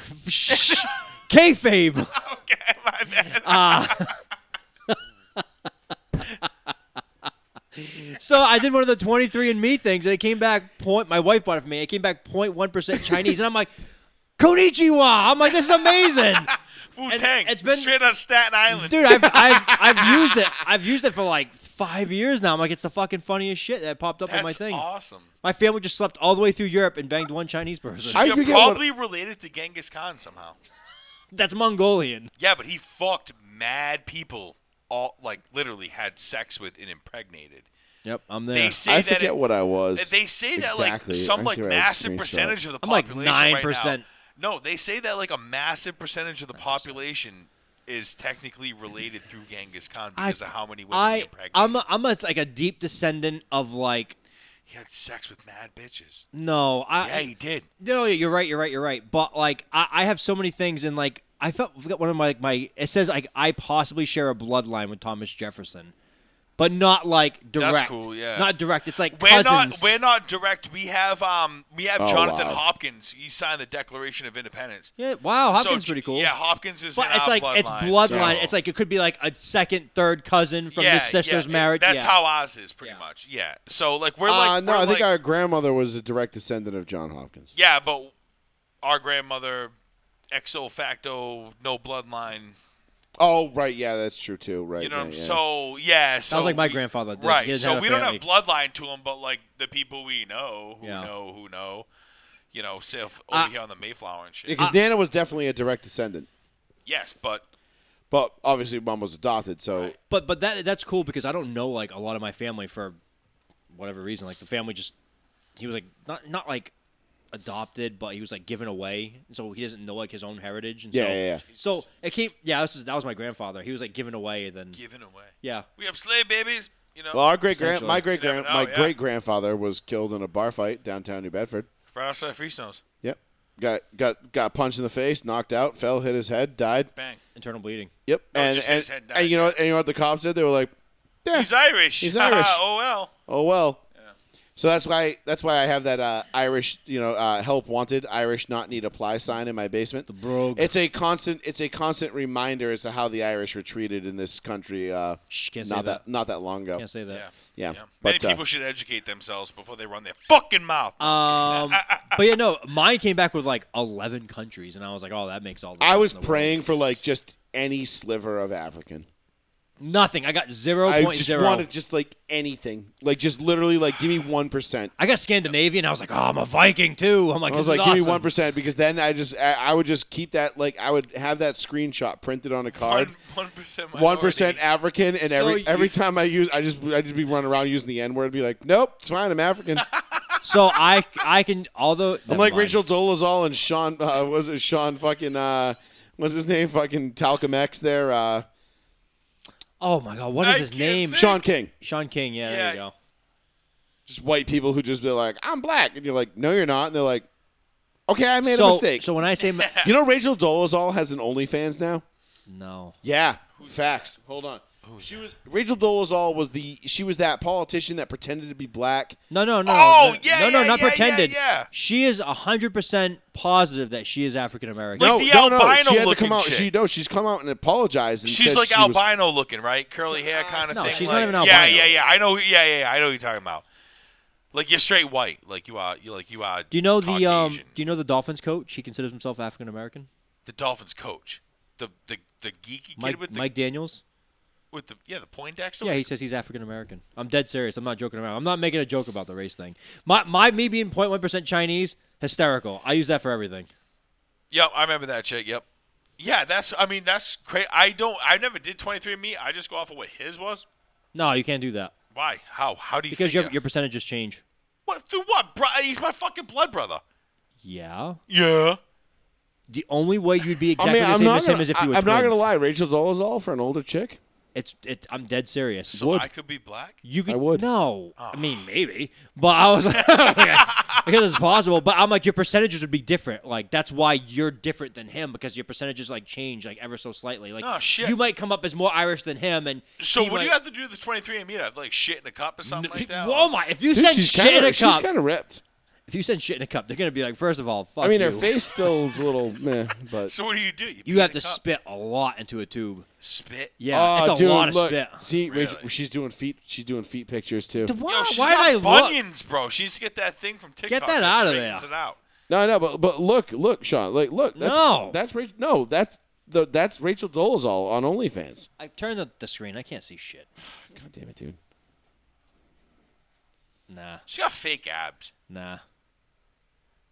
[SPEAKER 4] Kayfabe.
[SPEAKER 8] Okay, my bad.
[SPEAKER 4] Uh, So I did one of the 23andMe things, and it came back point. My wife bought it for me. It came back 0.1 percent Chinese, and I'm like, "Konnichiwa!" I'm like, "This is amazing,
[SPEAKER 8] Wu Tang.
[SPEAKER 4] it's been-
[SPEAKER 8] straight out of Staten Island.
[SPEAKER 4] dude." I've, I've I've used it. I've used it for like five years now. I'm like, "It's the fucking funniest shit that popped up on my
[SPEAKER 8] That's
[SPEAKER 4] thing."
[SPEAKER 8] awesome.
[SPEAKER 4] My family just slept all the way through Europe and banged one Chinese person.
[SPEAKER 2] I
[SPEAKER 8] You're
[SPEAKER 2] forget what-
[SPEAKER 8] probably related to Genghis Khan somehow.
[SPEAKER 4] That's Mongolian.
[SPEAKER 8] Yeah, but he fucked mad people. All like literally had sex with and impregnated.
[SPEAKER 4] Yep, I'm there.
[SPEAKER 8] They say
[SPEAKER 2] I
[SPEAKER 8] that
[SPEAKER 2] forget
[SPEAKER 8] it-
[SPEAKER 2] what I was.
[SPEAKER 8] that they say that
[SPEAKER 2] Exactly.
[SPEAKER 8] like some
[SPEAKER 2] I
[SPEAKER 8] like
[SPEAKER 2] see where I had a
[SPEAKER 8] massive
[SPEAKER 2] screenshot.
[SPEAKER 8] percentage of the
[SPEAKER 4] I'm like
[SPEAKER 8] population right
[SPEAKER 4] 9%.
[SPEAKER 8] now. No, they say that like a massive percentage of the population is technically related through Genghis Khan
[SPEAKER 4] I-
[SPEAKER 8] because of how many women he
[SPEAKER 4] I
[SPEAKER 8] impregnated.
[SPEAKER 4] I'm a, I'm a, like a deep descendant of like
[SPEAKER 8] he had sex with mad bitches.
[SPEAKER 4] no I
[SPEAKER 8] Yeah, he did.
[SPEAKER 4] No, you're right. You're right. You're right. But like, I, I have so many things, and like, I felt I forgot one of my like my. It says like I possibly share a bloodline with Thomas Jefferson, but not like direct.
[SPEAKER 8] That's cool, yeah.
[SPEAKER 4] Not direct. It's like
[SPEAKER 8] We're not
[SPEAKER 4] cousins.
[SPEAKER 8] we're not direct. We have um we have
[SPEAKER 2] Oh,
[SPEAKER 8] Jonathan
[SPEAKER 2] wow.
[SPEAKER 8] Hopkins. He signed the Declaration of Independence.
[SPEAKER 4] yeah. Wow,
[SPEAKER 8] So,
[SPEAKER 4] Hopkins pretty cool.
[SPEAKER 8] Yeah, Hopkins is
[SPEAKER 4] But
[SPEAKER 8] in
[SPEAKER 4] it's
[SPEAKER 8] our
[SPEAKER 4] like
[SPEAKER 8] bloodline.
[SPEAKER 4] it's bloodline.
[SPEAKER 2] so-
[SPEAKER 4] It's like it could be like a second, third cousin from
[SPEAKER 8] yeah,
[SPEAKER 4] his sister's
[SPEAKER 8] yeah,
[SPEAKER 4] marriage.
[SPEAKER 8] That's
[SPEAKER 4] yeah.
[SPEAKER 8] how ours is pretty
[SPEAKER 4] Yeah.
[SPEAKER 8] much. Yeah. So like we're
[SPEAKER 2] Uh,
[SPEAKER 8] like
[SPEAKER 2] no,
[SPEAKER 8] we're
[SPEAKER 2] I think
[SPEAKER 8] like-
[SPEAKER 2] our grandmother was a direct descendant of John Hopkins.
[SPEAKER 8] Yeah, but our grandmother, exo facto, no bloodline.
[SPEAKER 2] Oh, right. Yeah, that's true too. Right.
[SPEAKER 8] You know,
[SPEAKER 2] yeah,
[SPEAKER 8] what I'm
[SPEAKER 2] yeah.
[SPEAKER 8] so yeah. So
[SPEAKER 4] like my
[SPEAKER 8] we-
[SPEAKER 4] grandfather did. He
[SPEAKER 8] right?
[SPEAKER 4] doesn't
[SPEAKER 8] So
[SPEAKER 4] have a
[SPEAKER 8] we don't have
[SPEAKER 4] family.
[SPEAKER 8] bloodline to him, but like the people we know, who
[SPEAKER 4] Yeah.
[SPEAKER 8] know, who know, you know, say if
[SPEAKER 4] Uh,
[SPEAKER 8] over here on the Mayflower and shit.
[SPEAKER 2] because Nana was definitely a direct descendant,
[SPEAKER 8] yes, but
[SPEAKER 2] but obviously mom was adopted. So
[SPEAKER 4] But but that that's cool because I don't know like a lot of my family for whatever reason. Like the family just he was like not not like adopted, but he was like given away, so he doesn't know like his own heritage. And
[SPEAKER 2] Yeah,
[SPEAKER 4] so,
[SPEAKER 2] yeah, yeah.
[SPEAKER 4] So it came. Yeah, this is, that was my grandfather. He was like given away. Then
[SPEAKER 8] given away.
[SPEAKER 4] yeah,
[SPEAKER 8] We have slave babies. You know,
[SPEAKER 2] Well, our great grand,
[SPEAKER 4] Essentially.
[SPEAKER 2] my great grand,
[SPEAKER 8] You never
[SPEAKER 2] my
[SPEAKER 8] know, yeah.
[SPEAKER 2] great grandfather was killed in a bar fight downtown New Bedford.
[SPEAKER 8] right outside of Freestones.
[SPEAKER 2] Yep, got got got punched in the face, knocked out, fell, hit his head, died.
[SPEAKER 8] Bang.
[SPEAKER 4] internal bleeding.
[SPEAKER 2] Yep, and
[SPEAKER 8] just hit
[SPEAKER 2] and,
[SPEAKER 8] his head,
[SPEAKER 2] and
[SPEAKER 8] died.
[SPEAKER 2] you know what, and you know what the cops did? They were like, "Yeah,
[SPEAKER 8] He's Irish.
[SPEAKER 2] He's Irish.
[SPEAKER 8] oh well.
[SPEAKER 2] oh well." So that's why that's why I have that uh, Irish, you know, uh, help wanted Irish not need apply sign in my basement. The
[SPEAKER 4] brogue.
[SPEAKER 2] It's a constant it's a constant reminder as to how the Irish were treated in this country. Uh,
[SPEAKER 4] Shh, can't say
[SPEAKER 2] not
[SPEAKER 4] that.
[SPEAKER 2] not that long ago.
[SPEAKER 4] Can't say that.
[SPEAKER 2] Yeah,
[SPEAKER 8] Yeah. Yeah. Many
[SPEAKER 2] but uh,
[SPEAKER 8] people should educate themselves before they run their fucking mouth.
[SPEAKER 4] Um, but yeah, no, mine came back with like eleven countries, and I was like, oh, that makes all. The
[SPEAKER 2] I
[SPEAKER 4] sense
[SPEAKER 2] was
[SPEAKER 4] in the world.
[SPEAKER 2] praying for like just any sliver of African.
[SPEAKER 4] nothing. I got zero
[SPEAKER 2] I
[SPEAKER 4] point
[SPEAKER 2] just
[SPEAKER 4] zero.
[SPEAKER 2] wanted just like anything, like just literally like give me one percent.
[SPEAKER 4] I got Scandinavian. I was like, oh, I'm a Viking too. I'm like,
[SPEAKER 2] I was
[SPEAKER 4] this
[SPEAKER 2] like,
[SPEAKER 4] is
[SPEAKER 2] give me
[SPEAKER 4] awesome.
[SPEAKER 2] one percent because then I just I, I would just keep that like I would have that screenshot printed on a card.
[SPEAKER 8] One- one percent.
[SPEAKER 2] One
[SPEAKER 8] minority.
[SPEAKER 2] percent African, and every
[SPEAKER 4] you-
[SPEAKER 2] every time I use, I just I just be running around using the N word, be like, nope, it's fine, I'm African.
[SPEAKER 4] So I I can although
[SPEAKER 2] I'm like Rachel Dolezal and Sean. Uh, was it Sean fucking? Uh, what's his name? Fucking Talcum X there. Uh,
[SPEAKER 4] Oh my god, what is
[SPEAKER 8] I
[SPEAKER 4] his
[SPEAKER 8] can't
[SPEAKER 4] name?
[SPEAKER 8] think.
[SPEAKER 2] Sean King.
[SPEAKER 4] Sean King. Yeah, there you
[SPEAKER 8] Yeah.
[SPEAKER 4] go.
[SPEAKER 2] Just white people who just be like, I'm black, and you're like, no, you're not, and they're like, okay, I made
[SPEAKER 4] so,
[SPEAKER 2] a mistake.
[SPEAKER 4] So when I say ma-
[SPEAKER 2] You know Rachel Dolezal has an OnlyFans now?
[SPEAKER 4] no,
[SPEAKER 2] Yeah. Facts. Hold on. she was Rachel Dolezal was the she was that politician that pretended to be black.
[SPEAKER 4] no, no, no,
[SPEAKER 8] Oh,
[SPEAKER 4] no,
[SPEAKER 8] yeah,
[SPEAKER 4] no, no,
[SPEAKER 8] yeah,
[SPEAKER 4] not
[SPEAKER 8] yeah, yeah,
[SPEAKER 4] pretended.
[SPEAKER 8] yeah.
[SPEAKER 4] She is hundred percent positive that she is African American.
[SPEAKER 8] Like
[SPEAKER 2] no,
[SPEAKER 8] the
[SPEAKER 2] no, no.
[SPEAKER 8] albino
[SPEAKER 2] She had to
[SPEAKER 8] looking
[SPEAKER 2] come out.
[SPEAKER 8] chick.
[SPEAKER 2] She no, she's come out and apologized. And
[SPEAKER 8] She's
[SPEAKER 2] said
[SPEAKER 8] like
[SPEAKER 2] she was-
[SPEAKER 8] albino looking, right? Curly hair kind of
[SPEAKER 4] Ah, No,
[SPEAKER 8] thing.
[SPEAKER 4] she's not
[SPEAKER 8] like,
[SPEAKER 4] even
[SPEAKER 8] Yeah,
[SPEAKER 4] albino.
[SPEAKER 8] yeah, yeah. I know. Yeah, yeah, yeah. I know what you're talking about. Like you're straight white. Like you are. You like you are.
[SPEAKER 4] Do you know the um? Do
[SPEAKER 8] Caucasian.
[SPEAKER 4] you know the Dolphins coach? He considers himself African American.
[SPEAKER 8] the Dolphins coach, the the the geeky
[SPEAKER 4] Mike
[SPEAKER 8] kid with the
[SPEAKER 4] Mike Daniels.
[SPEAKER 8] with the yeah the Poindexter.
[SPEAKER 4] Yeah, he says he's African American. I'm dead serious. I'm not joking around. I'm not making a joke about the race thing. My my me being 0.1 percent Chinese, hysterical. I use that for everything.
[SPEAKER 8] Yep, I remember that chick. Yep. Yeah, that's. I mean, that's crazy. I don't. I never did 23andMe. I just go off of what his was.
[SPEAKER 4] No, you can't do that
[SPEAKER 8] Why? How? How do you?
[SPEAKER 4] because your
[SPEAKER 8] figure?
[SPEAKER 4] your percentages change.
[SPEAKER 8] what through what? Bro, he's my fucking blood brother.
[SPEAKER 4] Yeah.
[SPEAKER 8] Yeah.
[SPEAKER 4] The only way you'd be
[SPEAKER 2] I
[SPEAKER 4] exactly
[SPEAKER 2] mean,
[SPEAKER 4] the
[SPEAKER 2] I'm
[SPEAKER 4] same
[SPEAKER 2] not
[SPEAKER 4] as him
[SPEAKER 2] gonna,
[SPEAKER 4] is if
[SPEAKER 2] I,
[SPEAKER 4] you
[SPEAKER 2] am
[SPEAKER 4] were
[SPEAKER 2] not gonna
[SPEAKER 4] twins.
[SPEAKER 2] lie. Rachel Dolezal for an older chick.
[SPEAKER 4] It's it. I'm dead serious.
[SPEAKER 8] So
[SPEAKER 2] Would.
[SPEAKER 8] I could be black.
[SPEAKER 4] You could
[SPEAKER 2] I would. Ah.
[SPEAKER 4] no. I mean, maybe, but I was like, because it's possible. But I'm like, your percentages would be different. Like that's why you're different than him because your percentages like change like ever so slightly. Like
[SPEAKER 8] Oh, shit.
[SPEAKER 4] you might come up as more Irish than him, and
[SPEAKER 8] So
[SPEAKER 4] he
[SPEAKER 8] what do
[SPEAKER 4] might-
[SPEAKER 8] you have to do with the 23andMe? To have like shit in a cup or something like that.
[SPEAKER 4] Oh my! If you
[SPEAKER 2] Dude,
[SPEAKER 4] send
[SPEAKER 2] she's
[SPEAKER 4] shit in
[SPEAKER 2] kind
[SPEAKER 4] a
[SPEAKER 2] of she's
[SPEAKER 4] cup,
[SPEAKER 2] kind of ripped.
[SPEAKER 4] if you send shit in a cup, they're gonna be like, first of all, fuck
[SPEAKER 2] I mean,
[SPEAKER 4] you.
[SPEAKER 2] her face still is a little meh, but
[SPEAKER 8] So what do you do? pee
[SPEAKER 4] You have
[SPEAKER 8] in a
[SPEAKER 4] to
[SPEAKER 8] cup.
[SPEAKER 4] spit a lot into a tube.
[SPEAKER 8] spit.
[SPEAKER 4] Yeah,
[SPEAKER 2] oh,
[SPEAKER 4] it's a
[SPEAKER 2] dude,
[SPEAKER 4] lot of
[SPEAKER 2] look,
[SPEAKER 4] spit.
[SPEAKER 2] see, Rachel,
[SPEAKER 8] Really?
[SPEAKER 2] she's doing feet. She's doing feet pictures too.
[SPEAKER 4] Why,
[SPEAKER 8] Yo, she's
[SPEAKER 4] why did I
[SPEAKER 8] Oh, got
[SPEAKER 4] look?
[SPEAKER 8] bunions, bro. She needs to get that thing from TikTok.
[SPEAKER 4] that outta there.
[SPEAKER 8] straightens It out.
[SPEAKER 2] No, no, but but look, look, Sean, like look, that's,
[SPEAKER 4] No.
[SPEAKER 2] that's Rachel. No, that's the that's Rachel Dolezal on OnlyFans.
[SPEAKER 4] I turned the, the screen. I can't see shit.
[SPEAKER 2] God damn it, dude.
[SPEAKER 4] Nah,
[SPEAKER 8] She got fake abs.
[SPEAKER 4] nah.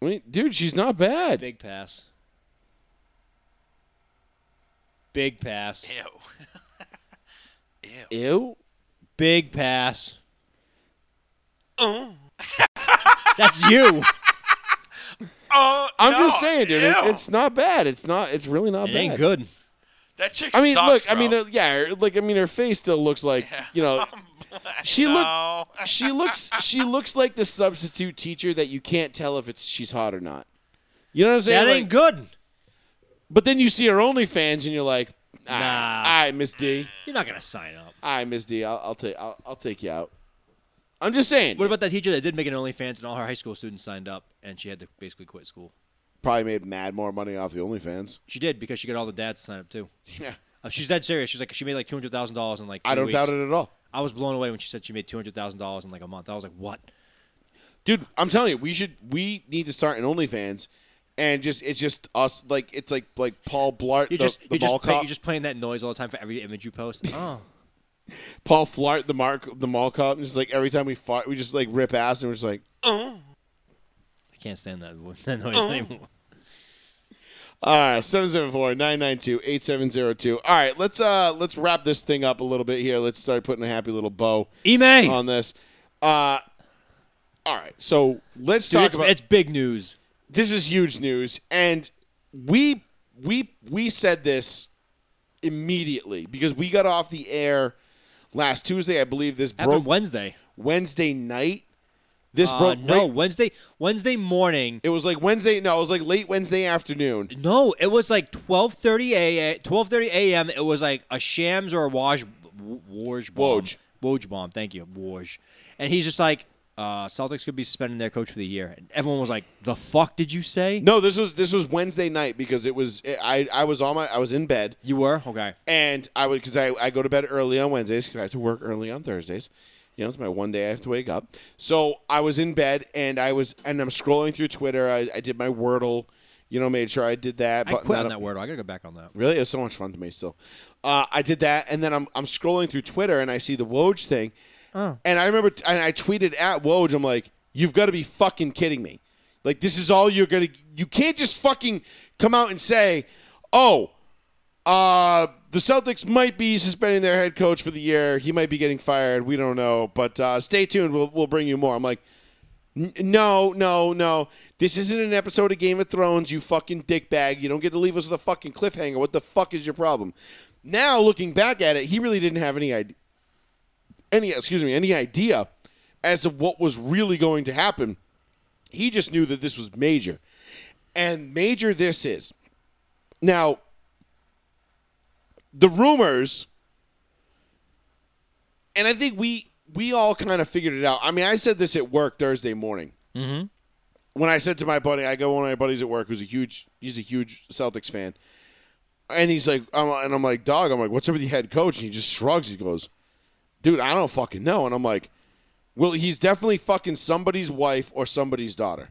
[SPEAKER 2] I mean, dude, she's not bad.
[SPEAKER 4] Big pass. Big pass.
[SPEAKER 8] Ew.
[SPEAKER 2] Ew.
[SPEAKER 4] Big pass.
[SPEAKER 8] Uh,
[SPEAKER 4] That's you.
[SPEAKER 8] Oh,
[SPEAKER 2] I'm
[SPEAKER 8] no,
[SPEAKER 2] just saying, dude. It,
[SPEAKER 8] ew.
[SPEAKER 2] it's not bad. It's not. It's really not
[SPEAKER 4] It
[SPEAKER 2] bad.
[SPEAKER 4] ain't good.
[SPEAKER 8] that chick.
[SPEAKER 2] I mean,
[SPEAKER 8] sucks,
[SPEAKER 2] look. I mean,
[SPEAKER 8] bro.
[SPEAKER 2] uh, yeah. her- Like, I mean, her face still looks like you know. She look.
[SPEAKER 8] no.
[SPEAKER 2] She looks. She looks like the substitute teacher that you can't tell if it's she's hot or not. You know what I'm saying?
[SPEAKER 4] That
[SPEAKER 2] Like,
[SPEAKER 4] ain't good.
[SPEAKER 2] But then you see her OnlyFans and you're like, all
[SPEAKER 4] Nah.
[SPEAKER 2] right, all right, Miss D.
[SPEAKER 4] You're not gonna sign up.
[SPEAKER 2] All right, Miss D. I'll, I'll take. I'll, I'll take you out. I'm just saying.
[SPEAKER 4] What about that teacher that did make an OnlyFans and all her high school students signed up and she had to basically quit school?
[SPEAKER 2] Probably made mad more money off the OnlyFans.
[SPEAKER 4] She did because she got all the dads to sign up too.
[SPEAKER 2] Yeah.
[SPEAKER 4] Uh, she's dead serious. She's like she made like two hundred thousand dollars in like.
[SPEAKER 2] I
[SPEAKER 4] three
[SPEAKER 2] don't
[SPEAKER 4] weeks.
[SPEAKER 2] doubt it at all.
[SPEAKER 4] I was blown away when she said she made two hundred thousand dollars in like a month. I was like, what?
[SPEAKER 2] dude i'm telling you we should we need to start an onlyfans and just it's just us like it's like like paul blart the,
[SPEAKER 4] You're just
[SPEAKER 2] the
[SPEAKER 4] you're
[SPEAKER 2] mall
[SPEAKER 4] just, play-
[SPEAKER 2] cop
[SPEAKER 4] you're just playing that noise all the time for every image you post. Oh,
[SPEAKER 2] paul flart the mark the mall cop and just like every time we fart we just like rip ass and we're just like
[SPEAKER 4] I can't stand that, that noise
[SPEAKER 2] Oh.
[SPEAKER 4] anymore.
[SPEAKER 2] all right 774-992-8702 all right let's uh let's wrap this thing up a little bit here let's start putting a happy little bow
[SPEAKER 4] Ime.
[SPEAKER 2] on this uh all right so let's
[SPEAKER 4] Dude,
[SPEAKER 2] talk
[SPEAKER 4] it's,
[SPEAKER 2] about
[SPEAKER 4] it's big news.
[SPEAKER 2] this is huge news and we we we said this immediately because we got off the air last Tuesday I believe this
[SPEAKER 4] Happened
[SPEAKER 2] broke
[SPEAKER 4] Wednesday.
[SPEAKER 2] Wednesday night this
[SPEAKER 4] Uh,
[SPEAKER 2] broke
[SPEAKER 4] no,
[SPEAKER 2] right-
[SPEAKER 4] Wednesday. Wednesday morning.
[SPEAKER 2] it was like Wednesday no it was like late Wednesday afternoon
[SPEAKER 4] No, it was like twelve thirty a twelve thirty a.m. It was like a shams or a wash, warj bomb.
[SPEAKER 2] Woj.
[SPEAKER 4] Woj bomb. Thank you, Woj. And he's just like, uh, Celtics could be suspending their coach for the year. And everyone was like, "The fuck did you say?"
[SPEAKER 2] no this was this was Wednesday night because it was I I was on my I was in bed
[SPEAKER 4] You were okay.
[SPEAKER 2] and I would because I, I go to bed early on Wednesdays because I have to work early on Thursdays. You know, it's my one day I have to wake up. So I was in bed and I was and I'm scrolling through Twitter. I, I did my Wordle. You know, made sure I did that.
[SPEAKER 4] I
[SPEAKER 2] button
[SPEAKER 4] quit on
[SPEAKER 2] up.
[SPEAKER 4] that word. I gotta go back on that.
[SPEAKER 2] Really, it was so much fun to me. Still, uh, I did that, and then I'm I'm scrolling through Twitter and I see the Woj thing, and I remember and I tweeted at Woj. I'm like, you've got to be fucking kidding me! Like this is all you're gonna. You can't just fucking come out and say, oh, uh, the Celtics might be suspending their head coach for the year. He might be getting fired. We don't know, but uh, stay tuned. We'll we'll bring you more. I'm like. "N- No, no, no. This isn't an episode of Game of Thrones, you fucking dickbag. You don't get to leave us with a fucking cliffhanger. What the fuck is your problem? Now, looking back at it, he really didn't have any idea, any excuse me, any idea as to what was really going to happen. He just knew that this was major, and major this is. Now, the rumors and I think we we all kind of figured it out. I mean, I said this at work Thursday morning. Mm-hmm. When I said to my buddy, I go one of my buddies at work who's a huge he's a huge Celtics fan, and he's like, I'm, and I'm like, dog, I'm like, what's up with the head coach? And he just shrugs. He goes, dude, I don't fucking know. And I'm like, well, he's definitely fucking somebody's wife or somebody's daughter.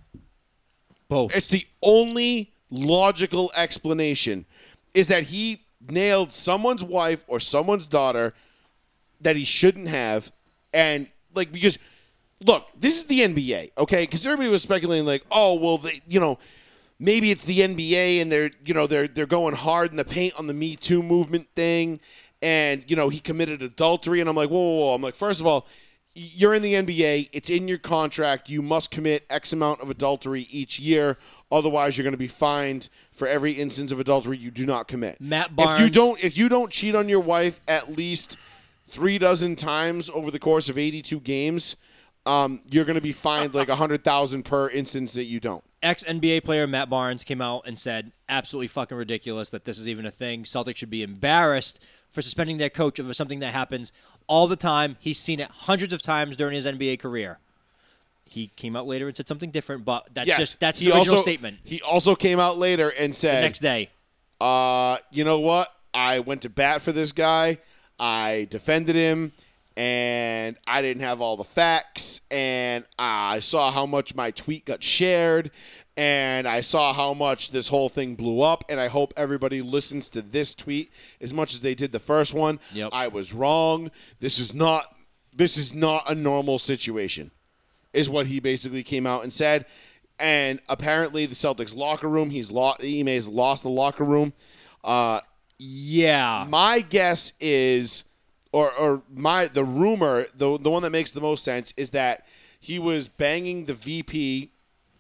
[SPEAKER 4] Both.
[SPEAKER 2] It's the only logical explanation is that he nailed someone's wife or someone's daughter that he shouldn't have. And like because look, this is the NBA, okay? Because everybody was speculating like, oh well, they, you know, maybe it's the NBA and they're you know they're they're going hard in the paint on the Me Too movement thing, and you know he committed adultery, and I'm like, whoa, whoa, whoa. I'm like, first of all, you're in the NBA, it's in your contract, you must commit X amount of adultery each year. Otherwise, you're going to be fined for every instance of adultery you do not commit.
[SPEAKER 4] Matt
[SPEAKER 2] If you
[SPEAKER 4] Barnes.
[SPEAKER 2] don't, if you don't cheat on your wife at least three dozen times over the course of 82 games, um, you're going to be fined like a hundred thousand per instance that you don't.
[SPEAKER 4] Ex NBA player Matt Barnes came out and said, absolutely fucking ridiculous that this is even a thing. Celtics should be embarrassed for suspending their coach over something that happens all the time. He's seen it hundreds of times during his NBA career. He came out later and said something different, but that's
[SPEAKER 2] Yes,
[SPEAKER 4] just that's
[SPEAKER 2] he
[SPEAKER 4] the original
[SPEAKER 2] also,
[SPEAKER 4] statement.
[SPEAKER 2] He also came out later and said,
[SPEAKER 4] Next day.
[SPEAKER 2] uh, you know what? I went to bat for this guy. I defended him, and I didn't have all the facts. And I saw how much my tweet got shared, and I saw how much this whole thing blew up. And I hope everybody listens to this tweet as much as they did the first one.
[SPEAKER 4] Yep.
[SPEAKER 2] I was wrong. This is not. This is not a normal situation is what he basically came out and said. And apparently, the Celtics locker room, he's lost. Ime's lost the locker room. Uh,
[SPEAKER 4] Yeah.
[SPEAKER 2] my guess is, or or my the rumor, the the one that makes the most sense is that he was banging the VP,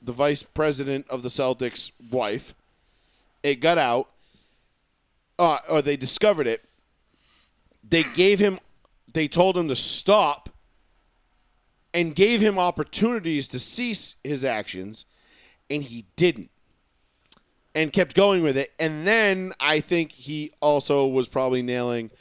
[SPEAKER 2] the vice president of the Celtics' wife. It got out, uh, or they discovered it. They gave him, they told him to stop, and gave him opportunities to cease his actions, and he didn't and kept going with it. And then I think he also was probably nailing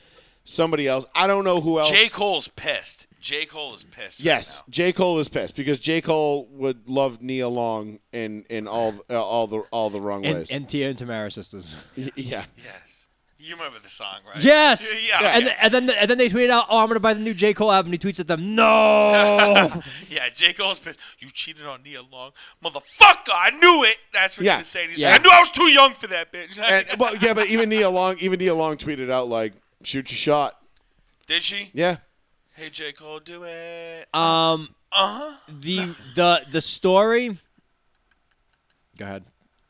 [SPEAKER 2] somebody else. I don't know who else.
[SPEAKER 8] J. Cole's pissed. J. Cole is pissed. right
[SPEAKER 2] Yes,
[SPEAKER 8] now.
[SPEAKER 2] J Cole is pissed because J Cole would love Nia Long in in all uh, all the all the wrong
[SPEAKER 4] And,
[SPEAKER 2] ways.
[SPEAKER 4] and Tia and Tamara sisters.
[SPEAKER 2] Y- yeah,
[SPEAKER 8] Yes. You remember the song, right?
[SPEAKER 4] Yes.
[SPEAKER 8] Yeah.
[SPEAKER 4] And, th- and then and then they tweeted out, "Oh, I'm gonna buy the new J Cole album." And he tweets at them, "No."
[SPEAKER 8] Yeah, J. Cole's pissed. You cheated on Nia Long. Motherfucker, I knew it. That's what
[SPEAKER 2] Yeah.
[SPEAKER 8] he was saying. He's
[SPEAKER 2] Yeah.
[SPEAKER 8] like, I knew I was too young for that bitch.
[SPEAKER 2] and well, yeah, but even Nia Long, even Nia Long tweeted out like, "Shoot your shot."
[SPEAKER 8] Did she?
[SPEAKER 2] Yeah, Uh,
[SPEAKER 8] Hey, J. Cole, do it. Uh-huh.
[SPEAKER 4] um. The the the story. Go ahead.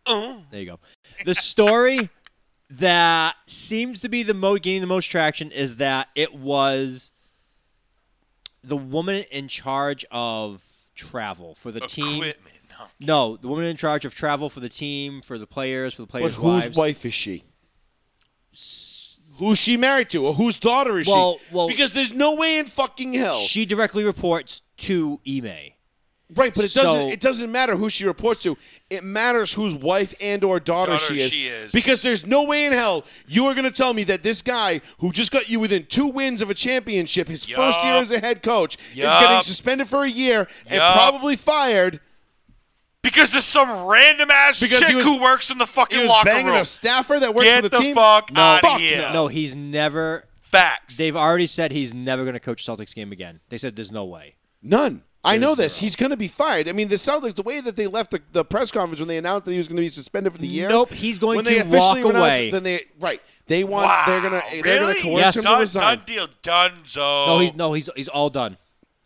[SPEAKER 4] There you go. The story that seems to be the mo gaining the most traction is that it was the woman in charge of travel for the team.
[SPEAKER 8] Equipment. No.
[SPEAKER 4] No, the woman in charge of travel for the team, for the players, for the
[SPEAKER 2] but
[SPEAKER 4] players'
[SPEAKER 2] whose
[SPEAKER 4] wives.
[SPEAKER 2] wife is she? Who's she married to, or whose daughter is
[SPEAKER 4] Well-
[SPEAKER 2] she?
[SPEAKER 4] well-
[SPEAKER 2] because there's no way in fucking hell,
[SPEAKER 4] She directly reports to E Ime.
[SPEAKER 2] right? But it doesn't.
[SPEAKER 4] so-
[SPEAKER 2] it doesn't matter who she reports to. It matters whose wife and or daughter,
[SPEAKER 8] Daughter
[SPEAKER 2] she, is,
[SPEAKER 8] she is.
[SPEAKER 2] Because there's no way in hell you are going to tell me that this guy who just got you within two wins of a championship, his
[SPEAKER 8] Yup.
[SPEAKER 2] first year as a head coach, is
[SPEAKER 8] Yup.
[SPEAKER 2] getting suspended for a year and
[SPEAKER 8] Yup.
[SPEAKER 2] probably fired.
[SPEAKER 8] Because there's some random ass
[SPEAKER 2] Because he
[SPEAKER 8] chick
[SPEAKER 2] was-
[SPEAKER 8] who works in the fucking
[SPEAKER 2] He was
[SPEAKER 8] locker
[SPEAKER 2] banging
[SPEAKER 8] room.
[SPEAKER 2] a staffer that works for
[SPEAKER 8] Get
[SPEAKER 2] the,
[SPEAKER 8] the
[SPEAKER 2] team.
[SPEAKER 8] fuck
[SPEAKER 2] no,
[SPEAKER 8] outta
[SPEAKER 2] fuck
[SPEAKER 8] here.
[SPEAKER 2] No.
[SPEAKER 4] No, he's never.
[SPEAKER 8] Facts.
[SPEAKER 4] They've already said he's never going to coach a Celtics game again. They said there's no way.
[SPEAKER 2] None. I know this. He's going to be fired. I mean, the Celtics, the way that they left the, the press conference when they announced that he was going to be suspended for the year.
[SPEAKER 4] Nope, he's going
[SPEAKER 2] when
[SPEAKER 4] to
[SPEAKER 2] they officially
[SPEAKER 4] walk
[SPEAKER 2] announced it,
[SPEAKER 4] away.
[SPEAKER 2] Then they right. They want.
[SPEAKER 8] wow.
[SPEAKER 2] They're gonna.
[SPEAKER 8] Really?
[SPEAKER 2] They're gonna coerce
[SPEAKER 4] Yes.
[SPEAKER 2] him to
[SPEAKER 8] done,
[SPEAKER 2] resign.
[SPEAKER 8] done deal. Dunzo.
[SPEAKER 4] No, he's no, he's he's all done.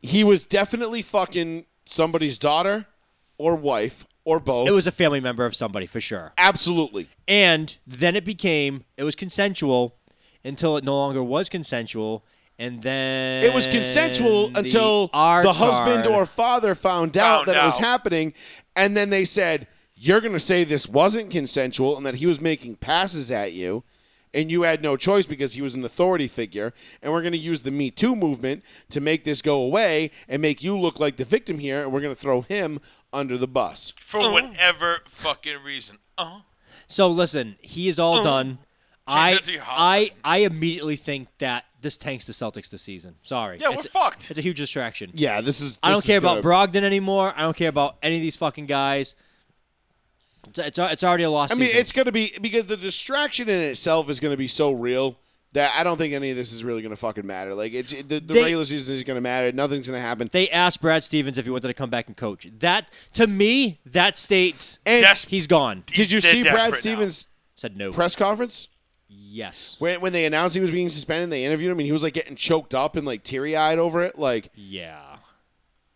[SPEAKER 2] He was definitely fucking somebody's daughter, or wife, or both.
[SPEAKER 4] It was a family member of somebody for sure.
[SPEAKER 2] absolutely.
[SPEAKER 4] And then it became it was consensual until it no longer was consensual, and then
[SPEAKER 2] It was consensual
[SPEAKER 4] the
[SPEAKER 2] until
[SPEAKER 4] R
[SPEAKER 2] the husband
[SPEAKER 4] card-
[SPEAKER 2] or father found out
[SPEAKER 8] Found
[SPEAKER 2] that it was
[SPEAKER 8] out.
[SPEAKER 2] happening, and then they said, "You're going to say this wasn't consensual and that he was making passes at you." And you had no choice because he was an authority figure, and we're going to use the Me Too movement to make this go away and make you look like the victim here, and we're going to throw him under the bus.
[SPEAKER 8] For whatever fucking reason. Uh-huh.
[SPEAKER 4] So listen, he is
[SPEAKER 2] Mm.
[SPEAKER 4] all done. I,
[SPEAKER 8] that to your hot
[SPEAKER 4] I I immediately think that this tanks the Celtics this season. Sorry.
[SPEAKER 8] Yeah,
[SPEAKER 4] It's
[SPEAKER 8] we're
[SPEAKER 4] a-
[SPEAKER 8] fucked.
[SPEAKER 4] It's a huge distraction.
[SPEAKER 2] Yeah, this is.
[SPEAKER 4] I
[SPEAKER 2] this
[SPEAKER 4] don't
[SPEAKER 2] is
[SPEAKER 4] care about
[SPEAKER 2] gonna-
[SPEAKER 4] Brogdon anymore. I don't care about any of these fucking guys. It's, it's, it's already a loss.
[SPEAKER 2] I mean, it's going to be because the distraction in itself is going to be so real that I don't think any of this is really going to fucking matter. Like it's it- the, the
[SPEAKER 4] They-
[SPEAKER 2] regular season is going to matter. Nothing's going to happen.
[SPEAKER 4] they asked Brad Stevens if he wanted to come back and coach. That to me, that states
[SPEAKER 2] And
[SPEAKER 8] Desperate.
[SPEAKER 4] he's gone.
[SPEAKER 2] did you
[SPEAKER 8] They're
[SPEAKER 2] see
[SPEAKER 8] desperate
[SPEAKER 2] Brad
[SPEAKER 8] now.
[SPEAKER 2] Stevens'
[SPEAKER 4] Said no.
[SPEAKER 2] press conference
[SPEAKER 4] yes.
[SPEAKER 2] when when they announced he was being suspended? They interviewed him and he was like getting choked up and like teary eyed over it. Like,
[SPEAKER 4] Yeah.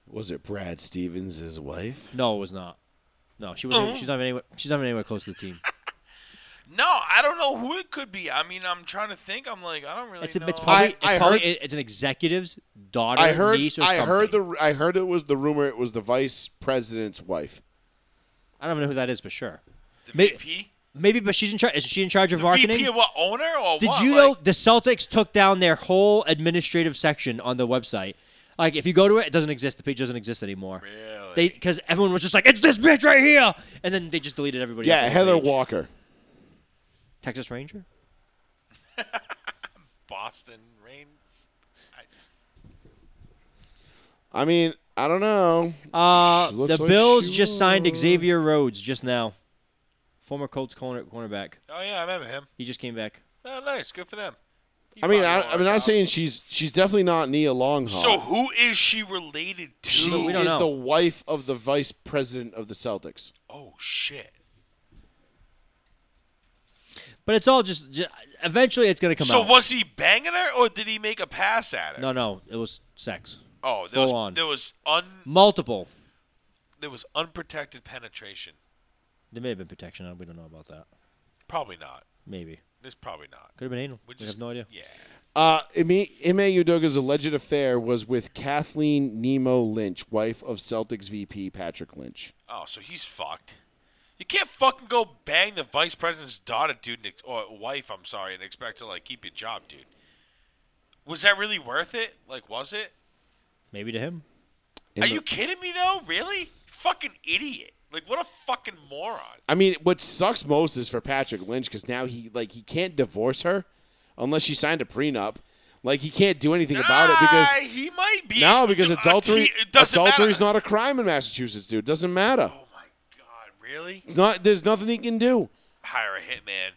[SPEAKER 2] was it Brad Stevens' wife?
[SPEAKER 4] No, it was not. No, she wasn't. She's not even anywhere. She's not even anywhere close to the team.
[SPEAKER 8] No, I don't know who it could be. I mean, I'm trying to think. I'm like, I don't really
[SPEAKER 4] It's,
[SPEAKER 8] know.
[SPEAKER 4] a, it's probably,
[SPEAKER 2] I-
[SPEAKER 4] it's,
[SPEAKER 2] I
[SPEAKER 4] probably
[SPEAKER 2] heard-
[SPEAKER 4] it's an executive's daughter,
[SPEAKER 2] I heard.
[SPEAKER 4] niece, or
[SPEAKER 2] I
[SPEAKER 4] something.
[SPEAKER 2] heard the. I heard it was the rumor. It was the vice president's wife.
[SPEAKER 4] I don't even know who that is for sure.
[SPEAKER 8] the
[SPEAKER 4] may-
[SPEAKER 8] VP?
[SPEAKER 4] Maybe, but she's in charge. Is she in charge of
[SPEAKER 8] The
[SPEAKER 4] marketing?
[SPEAKER 8] VP of what owner or
[SPEAKER 4] Did
[SPEAKER 8] what?
[SPEAKER 4] you know
[SPEAKER 8] Like,
[SPEAKER 4] the Celtics took down their whole administrative section on the website? Like, if you go to it, it doesn't exist. The page doesn't exist anymore.
[SPEAKER 8] Really?
[SPEAKER 4] They because everyone was just like, "It's this bitch right here," and then they just deleted everybody. off
[SPEAKER 2] Yeah,
[SPEAKER 4] the
[SPEAKER 2] Heather
[SPEAKER 4] page.
[SPEAKER 2] Walker.
[SPEAKER 4] Texas Ranger.
[SPEAKER 8] Boston Rain?
[SPEAKER 2] I mean, I don't know.
[SPEAKER 4] Uh,
[SPEAKER 2] She looks
[SPEAKER 4] the
[SPEAKER 2] like
[SPEAKER 4] Bills
[SPEAKER 2] she
[SPEAKER 4] just signed Xavier Rhodes just now, former Colts corner cornerback.
[SPEAKER 8] Oh yeah, I remember him.
[SPEAKER 4] He just came back.
[SPEAKER 8] Oh, nice, good for them. He
[SPEAKER 2] I mean, I,
[SPEAKER 8] probably won't
[SPEAKER 2] I'm
[SPEAKER 8] work
[SPEAKER 2] not
[SPEAKER 8] out.
[SPEAKER 2] saying she's she's definitely not Nia Longhaw.
[SPEAKER 8] So who is she related to?
[SPEAKER 2] she
[SPEAKER 4] we don't
[SPEAKER 2] is
[SPEAKER 4] know.
[SPEAKER 2] the wife of the vice president of the Celtics.
[SPEAKER 8] oh shit!
[SPEAKER 4] But it's all just, ju- eventually it's gonna come
[SPEAKER 8] So
[SPEAKER 4] out.
[SPEAKER 8] was he banging her, or did he make a pass at her?
[SPEAKER 4] No, no, it was sex.
[SPEAKER 8] oh, there
[SPEAKER 4] full
[SPEAKER 8] was
[SPEAKER 4] on.
[SPEAKER 8] there was un
[SPEAKER 4] Multiple.
[SPEAKER 8] there was unprotected penetration.
[SPEAKER 4] There may have been protection. on it, We don't know about that.
[SPEAKER 8] Probably not.
[SPEAKER 4] Maybe
[SPEAKER 8] There's probably not.
[SPEAKER 4] could have been anal.
[SPEAKER 8] We
[SPEAKER 4] We,
[SPEAKER 8] just-
[SPEAKER 4] have no idea.
[SPEAKER 8] Yeah.
[SPEAKER 2] Uh, Ime Ime Udoka's alleged affair was with Kathleen Nemo Lynch, wife of Celtics VP Patrick Lynch.
[SPEAKER 8] Oh, so he's fucked. You can't fucking go bang the vice president's daughter, dude, and ex- or wife. I'm sorry, and expect to like keep your job, dude. Was that really worth it? Like, was it?
[SPEAKER 4] Maybe to him.
[SPEAKER 2] And
[SPEAKER 8] Are
[SPEAKER 2] the-
[SPEAKER 8] you kidding me though? Really? Fucking idiot. Like what a fucking moron.
[SPEAKER 2] I mean, what sucks most is for Patrick Lynch because now he like he can't divorce her unless she signed a prenup. Like he can't do anything about it because
[SPEAKER 8] Ah, he might be
[SPEAKER 2] no, because
[SPEAKER 8] Uh,
[SPEAKER 2] adultery
[SPEAKER 8] he- it doesn't
[SPEAKER 2] adultery's
[SPEAKER 8] matter.
[SPEAKER 2] not a crime in Massachusetts, dude. Doesn't matter.
[SPEAKER 8] Oh my god, really?
[SPEAKER 2] It's not. There's nothing he can do.
[SPEAKER 8] Hire a hitman.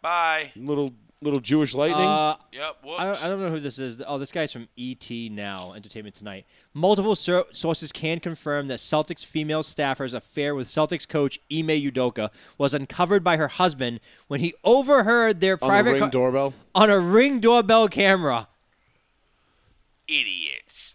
[SPEAKER 8] Bye.
[SPEAKER 2] Little little Jewish lightning.
[SPEAKER 4] Uh,
[SPEAKER 8] Yep. Whoops.
[SPEAKER 4] I don't, I don't know who this is. Oh, this guy's from ET Now Entertainment Tonight. Multiple sur- sources can confirm that Celtics female staffer's affair with Celtics coach Ime Udoka was uncovered by her husband when he overheard their
[SPEAKER 2] on
[SPEAKER 4] private
[SPEAKER 2] the ring
[SPEAKER 4] co-
[SPEAKER 2] doorbell.
[SPEAKER 4] on a ring doorbell camera.
[SPEAKER 8] Idiots.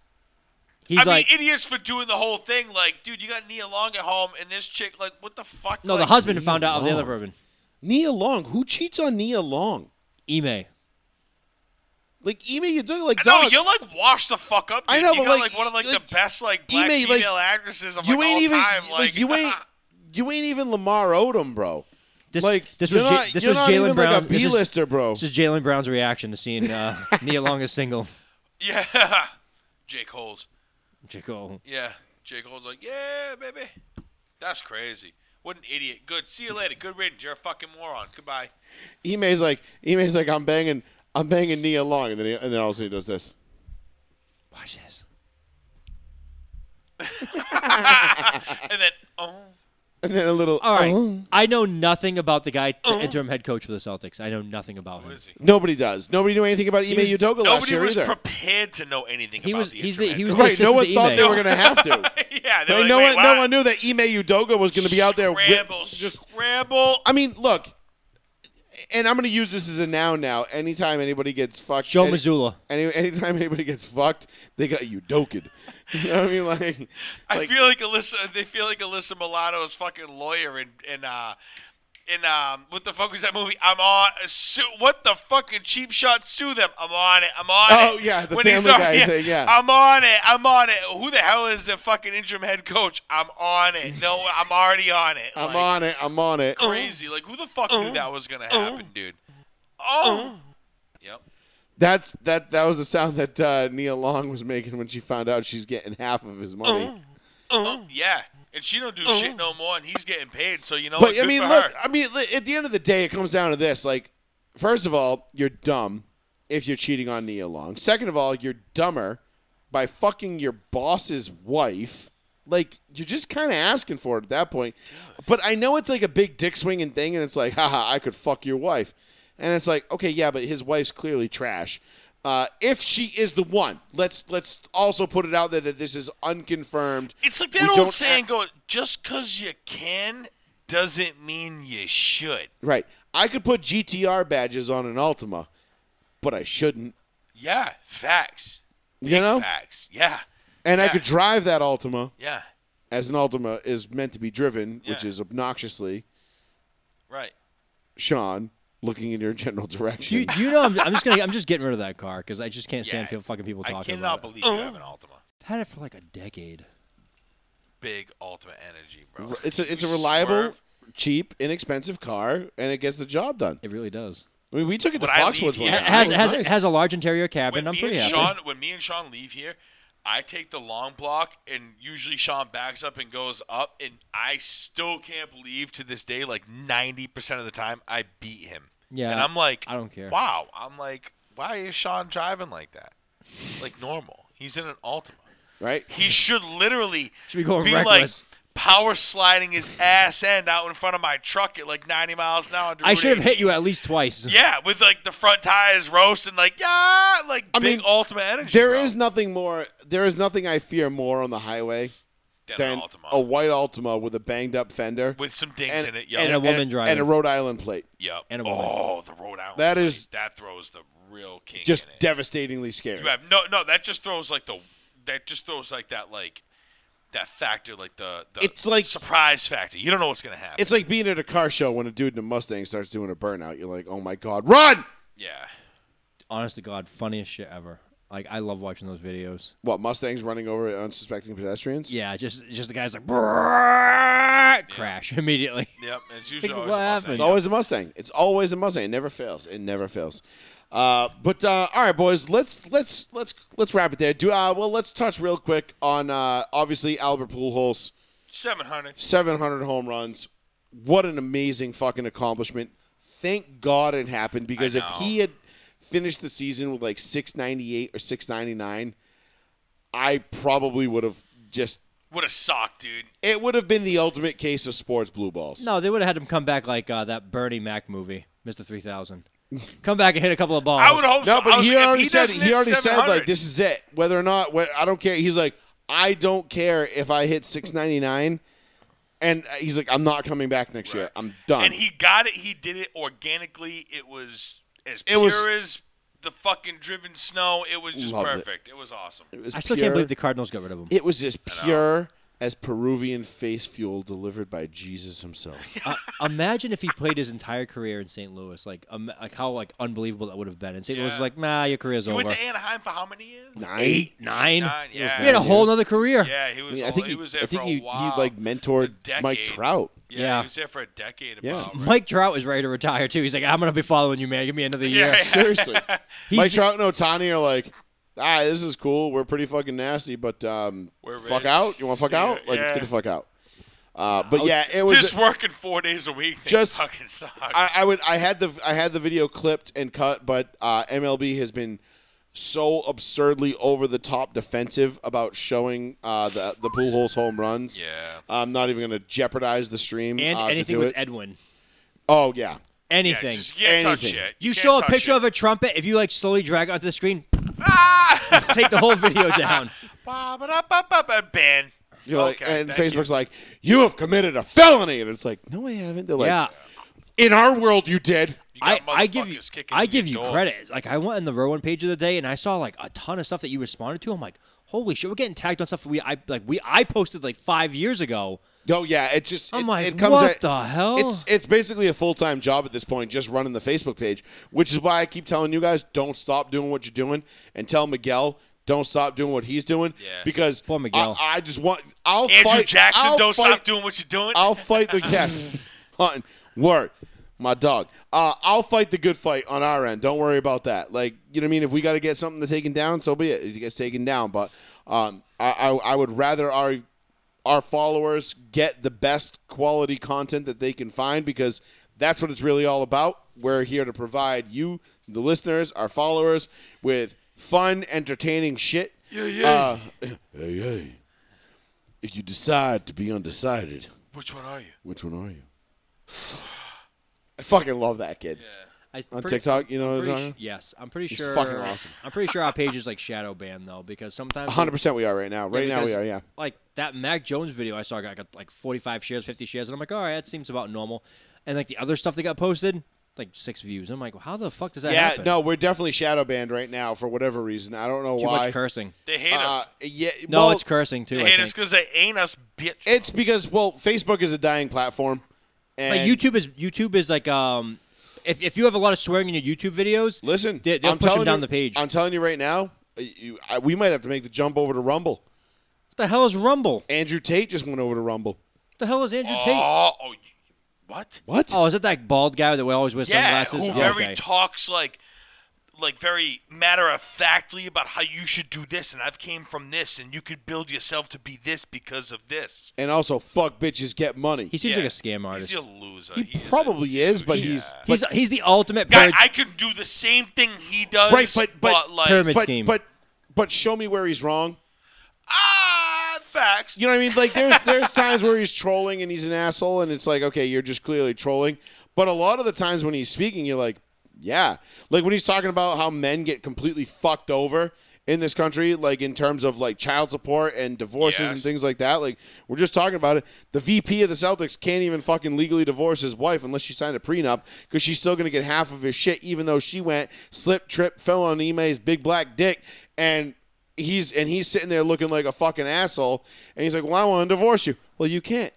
[SPEAKER 4] He's
[SPEAKER 8] I mean,
[SPEAKER 4] like,
[SPEAKER 8] idiots for doing the whole thing. Like, dude, you got Nia Long at home, and this chick, like, what the fuck?
[SPEAKER 4] no, the
[SPEAKER 8] Like,
[SPEAKER 4] husband found out of the
[SPEAKER 2] Long.
[SPEAKER 4] other bourbon.
[SPEAKER 2] Nia Long. Who cheats on Nia Long?
[SPEAKER 4] Ime.
[SPEAKER 2] Like Ime, you do like
[SPEAKER 8] No,
[SPEAKER 2] dog,
[SPEAKER 8] you're like washed the fuck up. Dude.
[SPEAKER 2] I know,
[SPEAKER 8] you
[SPEAKER 2] but,
[SPEAKER 8] got,
[SPEAKER 2] like,
[SPEAKER 8] like, one of like,
[SPEAKER 2] like,
[SPEAKER 8] the best like black
[SPEAKER 2] Ime, like,
[SPEAKER 8] female actresses of
[SPEAKER 2] you
[SPEAKER 8] like,
[SPEAKER 2] ain't
[SPEAKER 8] all
[SPEAKER 2] even
[SPEAKER 8] time.
[SPEAKER 2] like, you ain't you ain't even Lamar Odom, bro.
[SPEAKER 4] This,
[SPEAKER 2] like
[SPEAKER 4] this
[SPEAKER 2] you're
[SPEAKER 4] was Ja-
[SPEAKER 2] not
[SPEAKER 4] this
[SPEAKER 2] you're
[SPEAKER 4] was
[SPEAKER 2] not
[SPEAKER 4] Jalen
[SPEAKER 2] even
[SPEAKER 4] Brown.
[SPEAKER 2] like a
[SPEAKER 4] this is-
[SPEAKER 2] B-lister, bro.
[SPEAKER 4] This is Jalen Brown's reaction to seeing uh, Nia Long is single.
[SPEAKER 8] yeah, Jake Holes.
[SPEAKER 4] Jaco.
[SPEAKER 8] Yeah, Jake Hole's like, yeah, baby. That's crazy. What an idiot. Good. See you later. Good riddance. You're a fucking moron. Goodbye.
[SPEAKER 2] Ime's like Ime's like I'm banging I'm banging Nia Long, and then he, and then all of a sudden he does this.
[SPEAKER 4] Watch this.
[SPEAKER 8] And then, oh,
[SPEAKER 2] And then a little.
[SPEAKER 4] All right.
[SPEAKER 2] "Oh."
[SPEAKER 4] I know nothing about the guy, the interim head coach for the Celtics. I know nothing about him.
[SPEAKER 8] is he?
[SPEAKER 2] Nobody does. Nobody knew anything about Ime
[SPEAKER 4] was-
[SPEAKER 2] Udoka last
[SPEAKER 8] Nobody
[SPEAKER 2] year
[SPEAKER 8] was
[SPEAKER 2] either.
[SPEAKER 8] prepared to know anything
[SPEAKER 4] He
[SPEAKER 8] about
[SPEAKER 4] was-
[SPEAKER 8] the
[SPEAKER 4] he's
[SPEAKER 8] interim
[SPEAKER 4] the-
[SPEAKER 8] head
[SPEAKER 4] he was
[SPEAKER 2] right.
[SPEAKER 8] coach.
[SPEAKER 2] No
[SPEAKER 4] assistant
[SPEAKER 2] one
[SPEAKER 4] to
[SPEAKER 2] thought
[SPEAKER 4] Ime.
[SPEAKER 2] they were going to have to.
[SPEAKER 8] yeah, they
[SPEAKER 2] Like,
[SPEAKER 8] were like,
[SPEAKER 2] no
[SPEAKER 8] wait,
[SPEAKER 2] one, no
[SPEAKER 8] what?
[SPEAKER 2] one knew that Ime Udoka was going to be out there. whip-
[SPEAKER 8] Scramble,
[SPEAKER 2] just.
[SPEAKER 8] scramble.
[SPEAKER 2] I mean, look. And I'm going to use this as a noun now. Anytime anybody gets fucked,
[SPEAKER 4] Joe
[SPEAKER 2] any-
[SPEAKER 4] Mazzulla.
[SPEAKER 2] Any, anytime anybody gets fucked, they got Udoka'd. you know what I mean? Like,
[SPEAKER 8] I
[SPEAKER 2] like
[SPEAKER 8] feel like Alyssa. They feel like Alyssa Milano's fucking lawyer in in uh in um what the fuck was that movie? I'm on sue. What the fucking cheap shot? Sue them. I'm on it. I'm on
[SPEAKER 2] Oh,
[SPEAKER 8] it.
[SPEAKER 2] yeah, the
[SPEAKER 8] he's
[SPEAKER 2] Family
[SPEAKER 8] on-
[SPEAKER 2] Guy thing, yeah.
[SPEAKER 8] I'm on it. I'm on it. Who the hell is the fucking interim head coach? I'm on it. No, I'm already on it.
[SPEAKER 2] I'm
[SPEAKER 8] Like,
[SPEAKER 2] on it. I'm on it. Uh-huh.
[SPEAKER 8] Crazy. Like who the fuck knew that was gonna happen, dude? Oh. Yep.
[SPEAKER 2] That's that. That was the sound that uh, Nia Long was making when she found out she's getting half of his money.
[SPEAKER 8] Oh, yeah. And she don't do shit no more, and he's getting paid. So you know, what?
[SPEAKER 2] Uh-huh. But I
[SPEAKER 8] Good
[SPEAKER 2] mean,
[SPEAKER 8] for
[SPEAKER 2] look.
[SPEAKER 8] her.
[SPEAKER 2] I mean, li- at the end of the day, it comes down to this: like, first of all, you're dumb if you're cheating on Nia Long. Second of all, you're dumber by fucking your boss's wife. Like, you're just kind of asking for it at that point. But I know it's like a big dick swinging thing, and it's like, haha, I could fuck your wife. And it's like, okay, yeah, but his wife's clearly trash. Uh, if she is the one, let's let's also put it out there that this is unconfirmed.
[SPEAKER 8] It's like
[SPEAKER 2] We
[SPEAKER 8] that
[SPEAKER 2] don't
[SPEAKER 8] old saying
[SPEAKER 2] act-
[SPEAKER 8] goes, just because you can doesn't mean you should.
[SPEAKER 2] Right. I could put GTR badges on an Altima, but I shouldn't.
[SPEAKER 8] Yeah, facts.
[SPEAKER 2] You
[SPEAKER 8] Big
[SPEAKER 2] know?
[SPEAKER 8] Facts. Yeah.
[SPEAKER 2] And I
[SPEAKER 8] Yeah.
[SPEAKER 2] could drive that Altima,
[SPEAKER 8] Yeah.
[SPEAKER 2] as an Ultima is meant to be driven, which
[SPEAKER 8] Yeah.
[SPEAKER 2] is obnoxiously
[SPEAKER 8] Right.
[SPEAKER 2] Sean looking in your general direction.
[SPEAKER 4] Do you, do you know I'm, I'm just gonna I'm just getting rid of that car because I just can't stand
[SPEAKER 8] Yeah,
[SPEAKER 4] feel fucking people talking
[SPEAKER 8] I
[SPEAKER 4] about
[SPEAKER 8] cannot
[SPEAKER 4] it.
[SPEAKER 8] believe you
[SPEAKER 2] Uh.
[SPEAKER 8] have an Ultima.
[SPEAKER 4] I've had it for like a decade.
[SPEAKER 8] Big Ultima energy, bro.
[SPEAKER 2] it's a it's a
[SPEAKER 8] You
[SPEAKER 2] reliable,
[SPEAKER 8] swerve.
[SPEAKER 2] cheap, inexpensive car, and it gets the job done.
[SPEAKER 4] It really does.
[SPEAKER 2] I mean, we took it to
[SPEAKER 8] When I
[SPEAKER 2] Foxwoods
[SPEAKER 8] leave
[SPEAKER 2] one
[SPEAKER 8] here-
[SPEAKER 4] It
[SPEAKER 2] time.
[SPEAKER 4] has
[SPEAKER 2] It
[SPEAKER 4] it
[SPEAKER 2] was
[SPEAKER 4] has,
[SPEAKER 2] nice.
[SPEAKER 4] it has a large interior cabin.
[SPEAKER 8] When
[SPEAKER 4] I'm
[SPEAKER 8] me
[SPEAKER 4] pretty
[SPEAKER 8] and
[SPEAKER 4] happy.
[SPEAKER 8] Sean, when me and Sean leave here, I take the long block, and usually Sean backs up and goes up, and I still can't believe to this day, like ninety percent of the time, I beat him.
[SPEAKER 4] Yeah,
[SPEAKER 8] and I'm like,
[SPEAKER 4] I don't care.
[SPEAKER 8] Wow, I'm like, why is Sean driving like that? Like normal, he's in an Ultima.
[SPEAKER 2] right.
[SPEAKER 8] He should literally
[SPEAKER 4] Should be going reckless.
[SPEAKER 8] like power sliding his ass end out in front of my truck at like 90 miles an hour. on
[SPEAKER 4] I
[SPEAKER 8] Route
[SPEAKER 4] should have hit
[SPEAKER 8] 18.
[SPEAKER 4] you at least twice.
[SPEAKER 8] Yeah, with like the front tires roasting, like yeah, like
[SPEAKER 2] I
[SPEAKER 8] big
[SPEAKER 2] mean,
[SPEAKER 8] Ultima energy.
[SPEAKER 2] There
[SPEAKER 8] bro.
[SPEAKER 2] is nothing more. There is nothing I fear more on the highway
[SPEAKER 8] Than an
[SPEAKER 2] than
[SPEAKER 8] Ultima
[SPEAKER 2] a white Altima with a banged up fender
[SPEAKER 8] with some dings
[SPEAKER 2] and,
[SPEAKER 8] in it. Yup,
[SPEAKER 2] and
[SPEAKER 4] a woman
[SPEAKER 2] and,
[SPEAKER 4] driving.
[SPEAKER 2] and a Rhode Island plate.
[SPEAKER 8] yup.
[SPEAKER 4] and a woman.
[SPEAKER 8] oh, the Rhode Island.
[SPEAKER 2] That
[SPEAKER 8] plate,
[SPEAKER 2] is-
[SPEAKER 8] that throws the real king.
[SPEAKER 2] Just
[SPEAKER 8] in it.
[SPEAKER 2] devastatingly scary.
[SPEAKER 8] You have no, no. That just throws like the that just throws like that like that factor, like the, the
[SPEAKER 2] It's like-
[SPEAKER 8] surprise factor. You don't know what's gonna happen.
[SPEAKER 2] It's like being at a car show when a dude in a Mustang starts doing a burnout. You're like, oh my god, run!
[SPEAKER 8] yeah.
[SPEAKER 4] Honest to God, funniest shit ever. Like I love watching those videos.
[SPEAKER 2] What Mustangs running over unsuspecting pedestrians?
[SPEAKER 4] Yeah, just just the guys like "Brrrr," crash immediately.
[SPEAKER 8] Yep, and it's usually
[SPEAKER 4] Like,
[SPEAKER 8] always
[SPEAKER 4] what
[SPEAKER 8] a Mustang.
[SPEAKER 4] happened?
[SPEAKER 2] It's always a Mustang. It's always a Mustang. It never fails. It never fails. Uh, but uh, all right, boys, let's let's let's let's wrap it there. Do uh, well. Let's touch real quick on uh, obviously Albert Pujols,
[SPEAKER 8] Seven hundred.
[SPEAKER 2] seven hundred home runs. What an amazing fucking accomplishment! Thank God it happened because if
[SPEAKER 8] know.
[SPEAKER 2] he had finished the season with like six ninety eight or six ninety nine, I probably would have just.
[SPEAKER 8] What a sock, dude.
[SPEAKER 2] It would have been the ultimate case of sports blue balls.
[SPEAKER 4] No, they would have had him come back like uh, that Bernie Mac movie, Mister Three Thousand. Come back and hit a couple of balls.
[SPEAKER 8] I would hope
[SPEAKER 2] Oh, No,
[SPEAKER 8] so. I
[SPEAKER 2] but
[SPEAKER 8] was
[SPEAKER 2] he
[SPEAKER 8] like, if
[SPEAKER 2] already
[SPEAKER 8] he
[SPEAKER 2] said
[SPEAKER 8] doesn't
[SPEAKER 2] he
[SPEAKER 8] hit
[SPEAKER 2] already said like
[SPEAKER 8] 700
[SPEAKER 2] this is it. Whether or not wh- I don't care. He's like I don't care if I hit 699 and uh, he's like I'm not coming back next year. I'm done.
[SPEAKER 8] And he got it. He did it organically. It was as
[SPEAKER 2] It
[SPEAKER 8] pure
[SPEAKER 2] was-
[SPEAKER 8] as the fucking driven snow. It was just
[SPEAKER 2] Loved it.
[SPEAKER 8] perfect. It. was awesome.
[SPEAKER 2] it was
[SPEAKER 4] I still
[SPEAKER 2] pure,
[SPEAKER 4] can't believe the Cardinals got rid of him.
[SPEAKER 2] it was as pure as Peruvian face fuel delivered by Jesus himself.
[SPEAKER 4] uh, imagine if he played his entire career in St. Louis, like um, like how like unbelievable that would have been. And St. Louis
[SPEAKER 8] Yeah.
[SPEAKER 4] was like, nah, your career's
[SPEAKER 8] He
[SPEAKER 4] over.
[SPEAKER 8] went to Anaheim for how many years?
[SPEAKER 2] Nine.
[SPEAKER 4] nine.
[SPEAKER 8] Nine,
[SPEAKER 4] He
[SPEAKER 8] yeah.
[SPEAKER 4] had a whole
[SPEAKER 2] years.
[SPEAKER 4] other career.
[SPEAKER 8] Yeah, he was.
[SPEAKER 2] I, mean, I
[SPEAKER 8] all-
[SPEAKER 2] think
[SPEAKER 8] he
[SPEAKER 2] he,
[SPEAKER 8] was there
[SPEAKER 2] I think
[SPEAKER 8] for
[SPEAKER 2] he,
[SPEAKER 8] a
[SPEAKER 2] he
[SPEAKER 8] while.
[SPEAKER 2] like mentored
[SPEAKER 8] A
[SPEAKER 2] Mike
[SPEAKER 8] decade.
[SPEAKER 2] Trout.
[SPEAKER 8] Yeah,
[SPEAKER 4] Yeah.
[SPEAKER 8] he was there for a decade.
[SPEAKER 2] Yeah.
[SPEAKER 8] About, right?
[SPEAKER 4] Mike Trout is ready to retire too. He's like, I'm gonna be following you, man. Give me another year.
[SPEAKER 8] Yeah.
[SPEAKER 2] Seriously.
[SPEAKER 4] He's
[SPEAKER 2] Mike
[SPEAKER 4] ju-
[SPEAKER 2] Trout and Otani are like, ah, this is cool. We're pretty fucking nasty, but um,
[SPEAKER 8] We're
[SPEAKER 2] fuck
[SPEAKER 8] rich.
[SPEAKER 2] out. You want to fuck
[SPEAKER 8] See ya.
[SPEAKER 2] out? Like, let's
[SPEAKER 8] Yeah.
[SPEAKER 2] get the fuck out. Uh, but yeah, it was.
[SPEAKER 8] Just working four days a week.
[SPEAKER 2] Just-
[SPEAKER 8] Just fucking sucks.
[SPEAKER 2] I, I would. I had the I had the video clipped and cut, but uh, MLB has been so absurdly over the top defensive about showing uh, the the pool holes home runs.
[SPEAKER 8] yeah.
[SPEAKER 2] I'm not even going to jeopardize the stream
[SPEAKER 4] And
[SPEAKER 2] uh, to
[SPEAKER 4] anything
[SPEAKER 2] do
[SPEAKER 4] with
[SPEAKER 2] it.
[SPEAKER 4] Edwin.
[SPEAKER 2] oh yeah,
[SPEAKER 8] Yeah,
[SPEAKER 4] Anything.
[SPEAKER 8] just you can't touch
[SPEAKER 2] Anything.
[SPEAKER 8] it.
[SPEAKER 4] you
[SPEAKER 8] can't
[SPEAKER 4] show a
[SPEAKER 8] touch
[SPEAKER 4] picture
[SPEAKER 8] it.
[SPEAKER 4] of a trumpet, if you like slowly drag it onto the screen,
[SPEAKER 8] Ah!
[SPEAKER 4] take the whole video down.
[SPEAKER 8] Ba, ba, da, ba, ba, ba, ban.
[SPEAKER 2] You're like,
[SPEAKER 8] Okay,
[SPEAKER 2] and
[SPEAKER 8] thank you.
[SPEAKER 2] Facebook's like, you have committed a felony, and it's like, no, I haven't. They're like,
[SPEAKER 4] yeah.
[SPEAKER 2] in our world, you did.
[SPEAKER 8] You
[SPEAKER 4] I,
[SPEAKER 8] got
[SPEAKER 4] I give you
[SPEAKER 8] motherfuckers kicking
[SPEAKER 4] I
[SPEAKER 8] in
[SPEAKER 4] give
[SPEAKER 8] your
[SPEAKER 4] you
[SPEAKER 8] door.
[SPEAKER 4] credit. Like I went on the Rowan page of the day and I saw like a ton of stuff that you responded to. I'm like, holy shit, we're getting tagged on stuff we I like we I posted like five years ago.
[SPEAKER 2] Oh yeah, it's just
[SPEAKER 4] I'm
[SPEAKER 2] it,
[SPEAKER 4] like,
[SPEAKER 2] it comes
[SPEAKER 4] what
[SPEAKER 2] at-
[SPEAKER 4] the hell?
[SPEAKER 2] It's it's basically a full time job at this point, just running the Facebook page, which is why I keep telling you guys don't stop doing what you're doing, and tell Miguel don't stop doing what he's doing
[SPEAKER 8] Yeah.
[SPEAKER 2] because
[SPEAKER 4] Poor Miguel.
[SPEAKER 2] I, I just want I'll
[SPEAKER 8] Andrew
[SPEAKER 2] fight
[SPEAKER 8] Jackson,
[SPEAKER 2] I'll
[SPEAKER 8] don't
[SPEAKER 2] fight-
[SPEAKER 8] stop doing what you're doing.
[SPEAKER 2] I'll fight the yes, hunting word, my dog. Uh, I'll fight the good fight on our end. Don't worry about that. Like you know what I mean. If we got to get something to taken down, so be it. It gets taken down, but um, I, I I would rather our our followers get the best quality content that they can find because that's what it's really all about. We're here to provide you, the listeners, our followers, with fun, entertaining shit. Yeah, yeah. Uh, hey, hey. If you decide to be undecided,
[SPEAKER 8] Which one are you?
[SPEAKER 2] which one are you? I fucking love that kid
[SPEAKER 4] I,
[SPEAKER 2] on
[SPEAKER 4] pretty-
[SPEAKER 2] TikTok. You know what I'm
[SPEAKER 4] pretty
[SPEAKER 2] talking
[SPEAKER 4] sh- yes, I'm pretty
[SPEAKER 2] He's
[SPEAKER 4] sure.
[SPEAKER 2] fucking awesome.
[SPEAKER 4] I'm pretty sure our page is like shadow banned though, because sometimes.
[SPEAKER 2] about? 100 percent we are right now. Right now we
[SPEAKER 4] because,
[SPEAKER 2] are. Yeah.
[SPEAKER 4] Like that Mac Jones video I saw got, got like 45 shares, 50 shares, and I'm like, all right, that seems about normal. And like the other stuff that got posted, like six views. I'm like, how the fuck does that
[SPEAKER 2] yeah,
[SPEAKER 4] happen?
[SPEAKER 2] no, we're definitely shadow banned right now for whatever reason. I don't know
[SPEAKER 4] too
[SPEAKER 2] why.
[SPEAKER 4] much cursing.
[SPEAKER 8] They hate
[SPEAKER 2] Uh,
[SPEAKER 8] us.
[SPEAKER 2] yeah,
[SPEAKER 4] No,
[SPEAKER 2] well,
[SPEAKER 4] it's cursing too.
[SPEAKER 8] They
[SPEAKER 4] I
[SPEAKER 8] hate
[SPEAKER 4] think.
[SPEAKER 8] us because they ain't us, bitch.
[SPEAKER 2] it's because well, Facebook is a dying platform, and
[SPEAKER 4] Like YouTube is YouTube is like um, if, if you have a lot of swearing in your YouTube videos,
[SPEAKER 2] Listen,
[SPEAKER 4] they, they'll
[SPEAKER 2] I'm
[SPEAKER 4] push
[SPEAKER 2] telling
[SPEAKER 4] them down
[SPEAKER 2] you,
[SPEAKER 4] the page.
[SPEAKER 2] I'm telling you right now, uh, you, I, we might have to make the jump over to Rumble.
[SPEAKER 4] what the hell is Rumble? What
[SPEAKER 2] Andrew Tate just went over to Rumble.
[SPEAKER 4] the hell is Andrew Tate?
[SPEAKER 8] oh, oh, you- what?
[SPEAKER 2] What?
[SPEAKER 4] Oh, is it that bald guy that we always wear
[SPEAKER 8] Yeah,
[SPEAKER 4] sunglasses?
[SPEAKER 8] who
[SPEAKER 4] Oh,
[SPEAKER 8] very
[SPEAKER 4] okay.
[SPEAKER 8] talks like, like very matter of factly about how you should do this, and I've came from this, and you could build yourself to be this because of this.
[SPEAKER 2] And also, fuck bitches get money.
[SPEAKER 4] he seems
[SPEAKER 8] Yeah.
[SPEAKER 4] like a scam artist.
[SPEAKER 8] He's a loser.
[SPEAKER 2] He
[SPEAKER 8] is a
[SPEAKER 2] probably is, but
[SPEAKER 8] douche.
[SPEAKER 2] he's-
[SPEAKER 8] Yeah.
[SPEAKER 4] He's, he's the ultimate
[SPEAKER 8] Guy,
[SPEAKER 4] parad-
[SPEAKER 8] I could do the same thing he does,
[SPEAKER 2] Right, but- but-
[SPEAKER 8] like
[SPEAKER 4] Pyramid
[SPEAKER 2] but
[SPEAKER 4] scheme.
[SPEAKER 2] but but show me where he's wrong.
[SPEAKER 8] ah, facts.
[SPEAKER 2] You know what I mean? Like there's there's times where he's trolling and he's an asshole, and it's like, okay, you're just clearly trolling. But a lot of the times when he's speaking, you're like, yeah, like when he's talking about how men get completely fucked over in this country, like in terms of like child support and divorces and
[SPEAKER 8] Yes.
[SPEAKER 2] things like that. Like we're just talking about it. The VP of the Celtics can't even fucking legally divorce his wife unless she signed a prenup because she's still gonna get half of his shit, even though she went slip, trip, fell on Ime's big black dick and he's and he's sitting there looking like a fucking asshole and he's like well i want to divorce you well you can't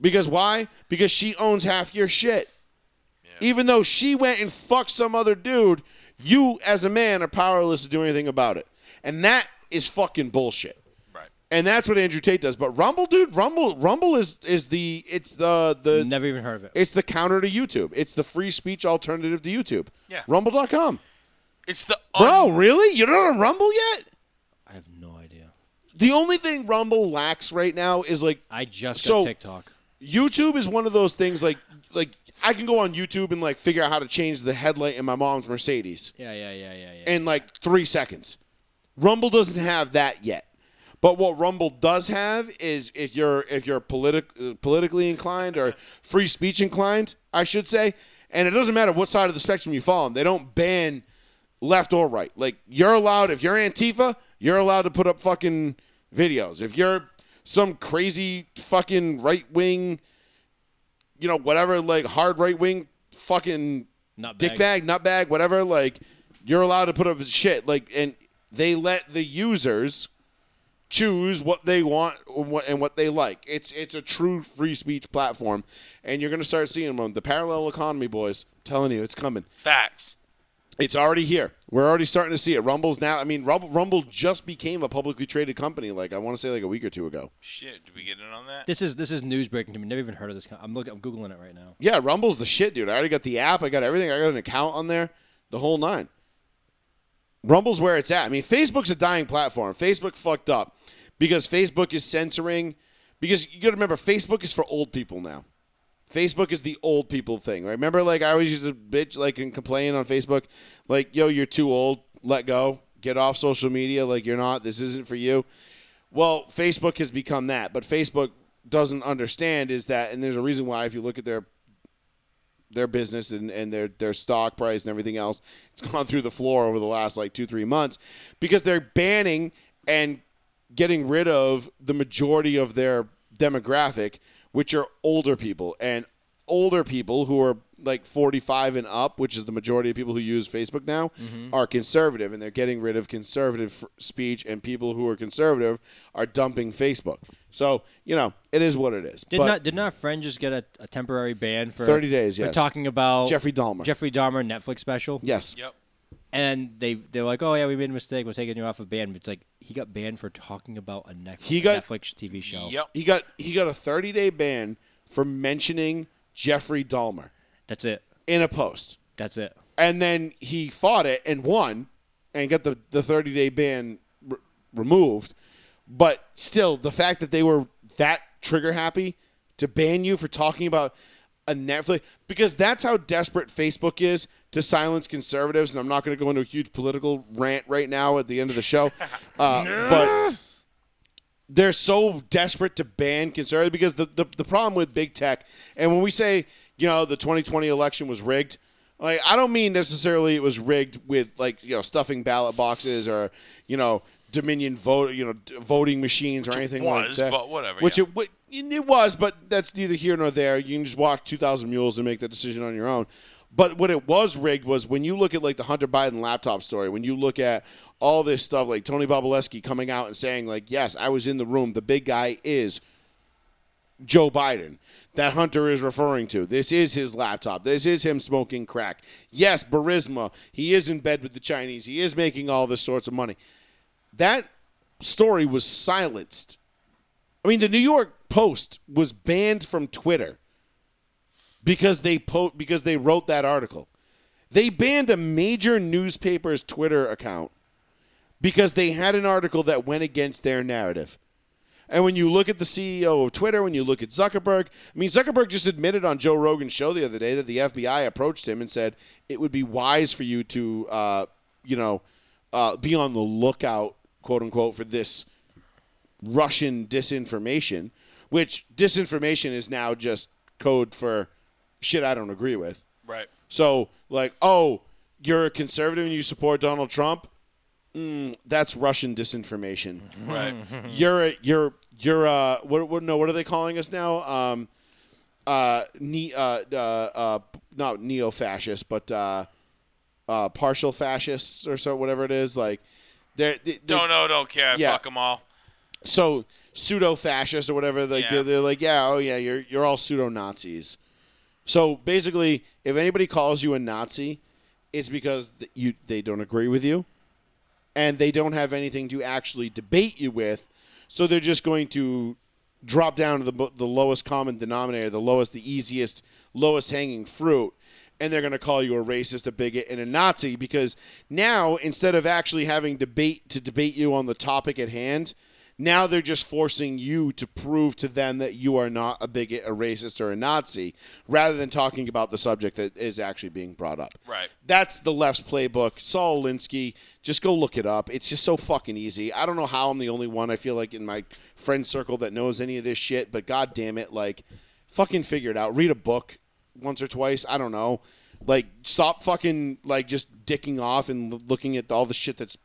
[SPEAKER 2] because why because she owns half your shit even though she went and fucked some other dude you as a man are powerless to do anything about it and that is fucking bullshit
[SPEAKER 8] Right.
[SPEAKER 2] and that's what andrew tate does but rumble dude rumble rumble is is the it's the the
[SPEAKER 4] Never even heard of it.
[SPEAKER 2] it's the counter to youtube it's the free speech alternative to youtube
[SPEAKER 8] Yeah.
[SPEAKER 2] rumble.com
[SPEAKER 8] It's the
[SPEAKER 2] bro really you're not on rumble yet
[SPEAKER 4] I have no idea.
[SPEAKER 2] the only thing Rumble lacks right now is like
[SPEAKER 4] I just
[SPEAKER 2] So-
[SPEAKER 4] got TikTok.
[SPEAKER 2] YouTube is one of those things like like I can go on YouTube and like figure out how to change the headlight in my mom's Mercedes
[SPEAKER 4] Yeah, yeah, yeah, yeah, yeah.
[SPEAKER 2] in like 3 seconds. Rumble doesn't have that yet. But what Rumble does have is if you're if you're politi- uh, politically inclined or free speech inclined, I should say, and it doesn't matter what side of the spectrum you fall on, they don't ban left or right. Like you're allowed if you're Antifa, you're allowed to put up fucking videos. If you're some crazy fucking right wing, you know whatever like hard right wing fucking
[SPEAKER 4] Nutbag.
[SPEAKER 2] dick bag, nut bag, whatever. Like you're allowed to put up shit. Like and they let the users choose what they want or what- and what they like. It's it's a true free speech platform, and you're gonna start seeing them. The parallel economy, boys. I'm telling you, it's coming.
[SPEAKER 8] facts.
[SPEAKER 2] It's already here. We're already starting to see it. Rumble's now. I mean, Rumble, Rumble just became a publicly traded company. Like I want to say, like a week or two ago.
[SPEAKER 8] Shit, did we get in on that?
[SPEAKER 4] This is this is news breaking to me. Never even heard of this. co- I'm looking. I'm googling it right now.
[SPEAKER 2] Yeah, Rumble's the shit, dude. I already got the app. I got everything. I got an account on there. The whole nine. Rumble's where it's at. I mean, Facebook's a dying platform. Facebook fucked up because Facebook is censoring. Because you got to remember, Facebook is for old people now. Facebook is the old people thing. Right? Remember, like I always used to bitch like and complain on Facebook, like yo, you're too old. Let go. Get off social media. Like you're not. This isn't for you. Well, Facebook has become that, but Facebook doesn't understand is that, and there's a reason why. If you look at their their business and, and their their stock price and everything else, it's gone through the floor over the last like two three months because they're banning and getting rid of the majority of their demographic, which are older people and older people who are like 45 and up, which is the majority of people who use Facebook now,
[SPEAKER 4] Mm-hmm.
[SPEAKER 2] are conservative and they're getting rid of conservative f- speech and people who are conservative are dumping Facebook. So, you know, it is what it is.
[SPEAKER 4] Did
[SPEAKER 2] but
[SPEAKER 4] not did not friend just get a, a temporary ban for
[SPEAKER 2] 30 days,
[SPEAKER 4] For
[SPEAKER 2] yes.
[SPEAKER 4] talking about
[SPEAKER 2] Jeffrey Dahmer.
[SPEAKER 4] Jeffrey Dahmer Netflix special.
[SPEAKER 2] yes.
[SPEAKER 8] Yep.
[SPEAKER 4] And they they're like, oh yeah, we made a mistake. We're taking you off of ban. But it's like he got banned for talking about a Netflix,
[SPEAKER 2] He got-
[SPEAKER 4] Netflix TV show.
[SPEAKER 8] Yep.
[SPEAKER 2] He got he got a 30 day ban for mentioning Jeffrey Dahmer
[SPEAKER 4] That's it.
[SPEAKER 2] in a post,
[SPEAKER 4] That's it.
[SPEAKER 2] and then he fought it and won, and got the the 30 day ban r- removed. But still, the fact that they were that trigger happy to ban you for talking about a Netflix because that's how desperate Facebook is to silence conservatives. And I'm not going to go into a huge political rant right now at the end of the show, uh, but they're so desperate to ban conservative because the, the, the problem with big tech and when we say you know the 2020 election was rigged like i don't mean necessarily it was rigged with like you know stuffing ballot boxes or you know Dominion vote, you know, d- voting machines or
[SPEAKER 8] it
[SPEAKER 2] anything like
[SPEAKER 8] was,
[SPEAKER 2] that.
[SPEAKER 8] but whatever,
[SPEAKER 2] Which
[SPEAKER 8] yeah.
[SPEAKER 2] it wa- it it was, but that's neither here nor there. You can just walk two thousand mules and make that decision on your own. But what it was rigged was when you look at like the Hunter Biden laptop story, when you look at all this stuff like Tony Bobulesky coming out and saying like, "Yes, I was in the room. The big guy is Joe Biden that Hunter is referring to. This is his laptop. This is him smoking crack. Yes, Barisma. He is in bed with the Chinese. He is making all this sorts of money. That story was silenced. I mean, the New York Post was banned from Twitter because they po- because they wrote that article. They banned a major newspaper's Twitter account because they had an article that went against their narrative. And when you look at the CEO of Twitter, when you look at Zuckerberg, I mean, Zuckerberg just admitted on Joe Rogan's show the other day that the FBI approached him and said it would be wise for you to, uh, you know, uh, be on the lookout, quote unquote, for this Russian disinformation, which disinformation is now just code for shit I don't agree with.
[SPEAKER 8] Right.
[SPEAKER 2] So, like, oh, you're a conservative and you support Donald Trump? Mm, that's Russian disinformation
[SPEAKER 8] Right.
[SPEAKER 4] Mm-hmm.
[SPEAKER 2] you're a, you're you're uh what, what no what are they calling us now um uh ne- uh, uh uh not neo fascist but uh uh partial fascists or so whatever it is like they're, they they-
[SPEAKER 8] Don't know, don't care.
[SPEAKER 2] Yeah.
[SPEAKER 8] Fuck them all.
[SPEAKER 2] so pseudo fascist or whatever like
[SPEAKER 8] Yeah.
[SPEAKER 2] they're, they're like yeah oh yeah you're you're all pseudo Nazis so basically if anybody calls you a Nazi it's because th- you they don't agree with you and they don't have anything to actually debate you with, so they're just going to drop down to the, bo- the lowest common denominator, the lowest, the easiest, lowest hanging fruit, and they're going to call you a racist, a bigot, and a Nazi because now instead of actually having debate to debate you on the topic at hand. Now they're just forcing you to prove to them that you are not a bigot, a racist, or a Nazi, rather than talking about the subject that is actually being brought up.
[SPEAKER 8] Right.
[SPEAKER 2] That's the left's playbook. Saul Alinsky, just go look it up. It's just so fucking easy. I don't know how I'm the only one I feel like in my friend circle that knows any of this shit, but god damn it, like fucking figure it out. Read a book once or twice, I don't know. Like stop fucking like just dicking off and l- looking at all the shit that's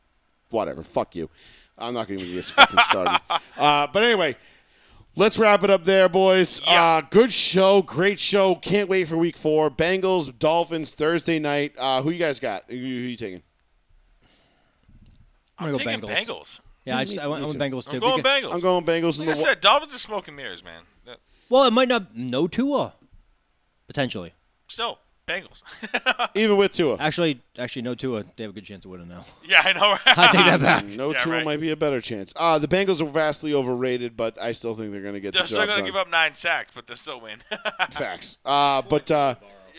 [SPEAKER 2] whatever. Fuck you. I'm not going to get this fucking started. Uh, but anyway, Let's wrap it up there, boys. Uh, good show, great show. Can't wait for week four. Bengals, Dolphins, Thursday night. Uh, who you guys got? Who, who you taking?
[SPEAKER 4] I'm,
[SPEAKER 8] I'm
[SPEAKER 4] gonna
[SPEAKER 8] taking
[SPEAKER 4] go Bengals.
[SPEAKER 8] Bengals.
[SPEAKER 4] Yeah, I,
[SPEAKER 2] Me
[SPEAKER 4] just, I
[SPEAKER 2] too,
[SPEAKER 4] went, I
[SPEAKER 2] me
[SPEAKER 4] went
[SPEAKER 2] too.
[SPEAKER 4] Bengals too.
[SPEAKER 8] I'm going
[SPEAKER 4] because-
[SPEAKER 8] Bengals.
[SPEAKER 2] I'm going Bengals. in the
[SPEAKER 8] like I said, Dolphins are smoke and mirrors, man. That-
[SPEAKER 4] Well, it might not. No Tua, potentially.
[SPEAKER 8] Still, Bengals.
[SPEAKER 2] even with Tua.
[SPEAKER 4] Actually, actually, no Tua. They have a good chance of winning now.
[SPEAKER 8] yeah, I know.
[SPEAKER 4] I
[SPEAKER 8] Right?
[SPEAKER 4] take that back.
[SPEAKER 2] No
[SPEAKER 8] Yeah,
[SPEAKER 2] Tua
[SPEAKER 8] right.
[SPEAKER 2] might be a better chance. Uh, the Bengals are vastly overrated, but I still think they're going to get
[SPEAKER 8] They're
[SPEAKER 2] the
[SPEAKER 8] still
[SPEAKER 2] job
[SPEAKER 8] gonna
[SPEAKER 2] done.
[SPEAKER 8] give up nine sacks, but they will still win. yeah,
[SPEAKER 2] Facts. Uh, but uh,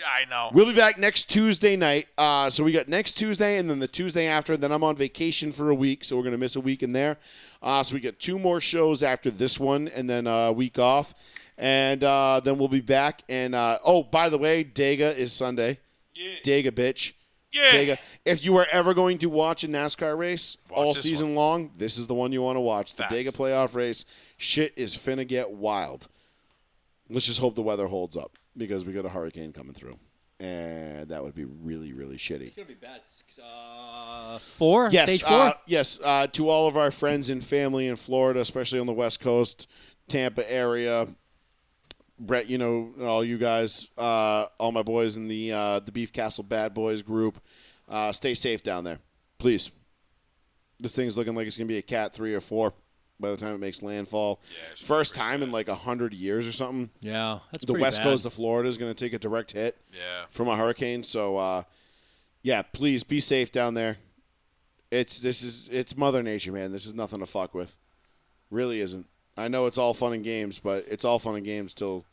[SPEAKER 8] I know.
[SPEAKER 2] We'll be back next Tuesday night. Uh, so we got next Tuesday and then the Tuesday after. Then I'm on vacation for a week, so we're gonna miss a week in there. Uh, so we get two more shows after this one, and then uh, a week off, and uh, then we'll be back. And uh, oh, by the way, Dega is Sunday. Yeah. Dega, bitch.
[SPEAKER 8] Yeah.
[SPEAKER 4] uh,
[SPEAKER 2] Dega. If you are ever going to watch a NASCAR race
[SPEAKER 8] Watch
[SPEAKER 2] all
[SPEAKER 8] this
[SPEAKER 2] season long, this is the one you want to watch. The
[SPEAKER 8] Facts.
[SPEAKER 2] Dega playoff race. Shit is finna get wild let's just hope the weather holds up because we got a hurricane coming through, and that would be really, really shitty.
[SPEAKER 4] gonna be bad. Uh, four.
[SPEAKER 2] Yes,
[SPEAKER 4] Stage four.
[SPEAKER 2] uh, yes. Uh, to all of our friends and family in Florida, especially on the West Coast, Tampa area, Brett, you know all you guys, uh, all my boys in the uh, the Beef Castle Bad Boys group, uh, stay safe down there, please. This thing's looking like it's gonna be a cat three or four by the time it makes landfall. First time in like a hundred years or something
[SPEAKER 4] yeah, that's
[SPEAKER 2] the
[SPEAKER 4] pretty
[SPEAKER 2] west
[SPEAKER 4] bad.
[SPEAKER 2] coast of Florida is going to take a direct hit
[SPEAKER 8] Yeah.
[SPEAKER 2] from a hurricane. So, uh, yeah, please be safe down there. It's this is it's Mother Nature, man. This is nothing to fuck with. Really isn't. I know it's all fun and games, but it's all fun and games till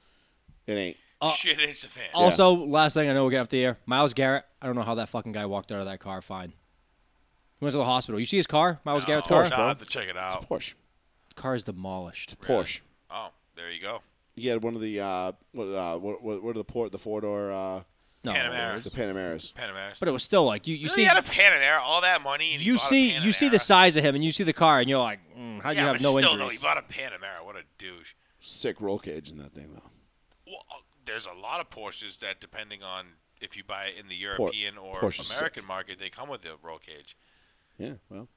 [SPEAKER 2] it ain't.
[SPEAKER 4] uh,
[SPEAKER 8] Shit, it's a fan.
[SPEAKER 4] Also, last thing I know, we're getting off the air. Miles Garrett. I don't know how that fucking guy walked out of that car fine. He went to the hospital. You see his car, Miles Garrett's
[SPEAKER 8] Oh,
[SPEAKER 4] car.
[SPEAKER 8] nah, I have to check it out.
[SPEAKER 2] Porsche,
[SPEAKER 4] car is demolished.
[SPEAKER 2] Porsche.
[SPEAKER 8] Oh, there you go.
[SPEAKER 2] He had one of the uh, what, uh, what, what, what are the port the four door uh,
[SPEAKER 4] No,
[SPEAKER 8] Panamera.
[SPEAKER 2] the Panameras.
[SPEAKER 8] Panamera.
[SPEAKER 4] but it was still like you. You
[SPEAKER 8] really
[SPEAKER 4] see,
[SPEAKER 8] had a Panamera, all that money, and he
[SPEAKER 4] you
[SPEAKER 8] bought a
[SPEAKER 4] see, you see the
[SPEAKER 8] Panamera?
[SPEAKER 4] size of him, and you see the car, and you're like, mm, how do
[SPEAKER 8] Yeah,
[SPEAKER 4] you
[SPEAKER 8] but
[SPEAKER 4] have no
[SPEAKER 8] still, though, he
[SPEAKER 4] injuries?
[SPEAKER 8] bought a Panamera. What a douche.
[SPEAKER 2] Sick roll cage in that thing though.
[SPEAKER 8] Well, uh, there's a lot of Porsches that, depending on if you buy it in the European or
[SPEAKER 2] Porsche's
[SPEAKER 8] American
[SPEAKER 2] sick.
[SPEAKER 8] market, they come with a roll cage.
[SPEAKER 2] Yeah, well,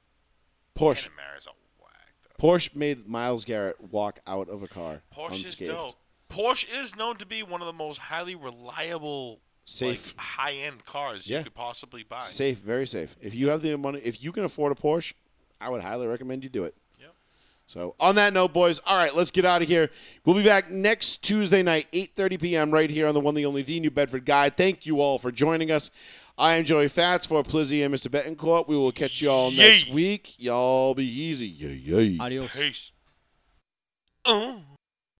[SPEAKER 2] Porsche.
[SPEAKER 8] Panamera's a whack. Though.
[SPEAKER 2] Porsche made Miles Garrett walk out of a car
[SPEAKER 8] Porsche
[SPEAKER 2] unscathed.
[SPEAKER 8] is dope. Porsche is known to be one of the most highly reliable,
[SPEAKER 2] Safe.
[SPEAKER 8] like, high-end cars
[SPEAKER 2] Yeah.
[SPEAKER 8] you could possibly buy.
[SPEAKER 2] Safe, very safe. If you have the money, if you can afford a Porsche, I would highly recommend you do it.
[SPEAKER 8] Yep.
[SPEAKER 2] So on that note, boys, all right, let's get out of here. We'll be back next Tuesday night, 8.30 p.m. right here on the one, the only, the New Bedford Guy. Thank you all for joining us. I am Joey Fats for Plizzy and Mr. Betancourt. We will catch you all
[SPEAKER 8] Yay.
[SPEAKER 2] next week. Y'all be easy. Yay, yay.
[SPEAKER 4] Adios.
[SPEAKER 8] Peace. Oh.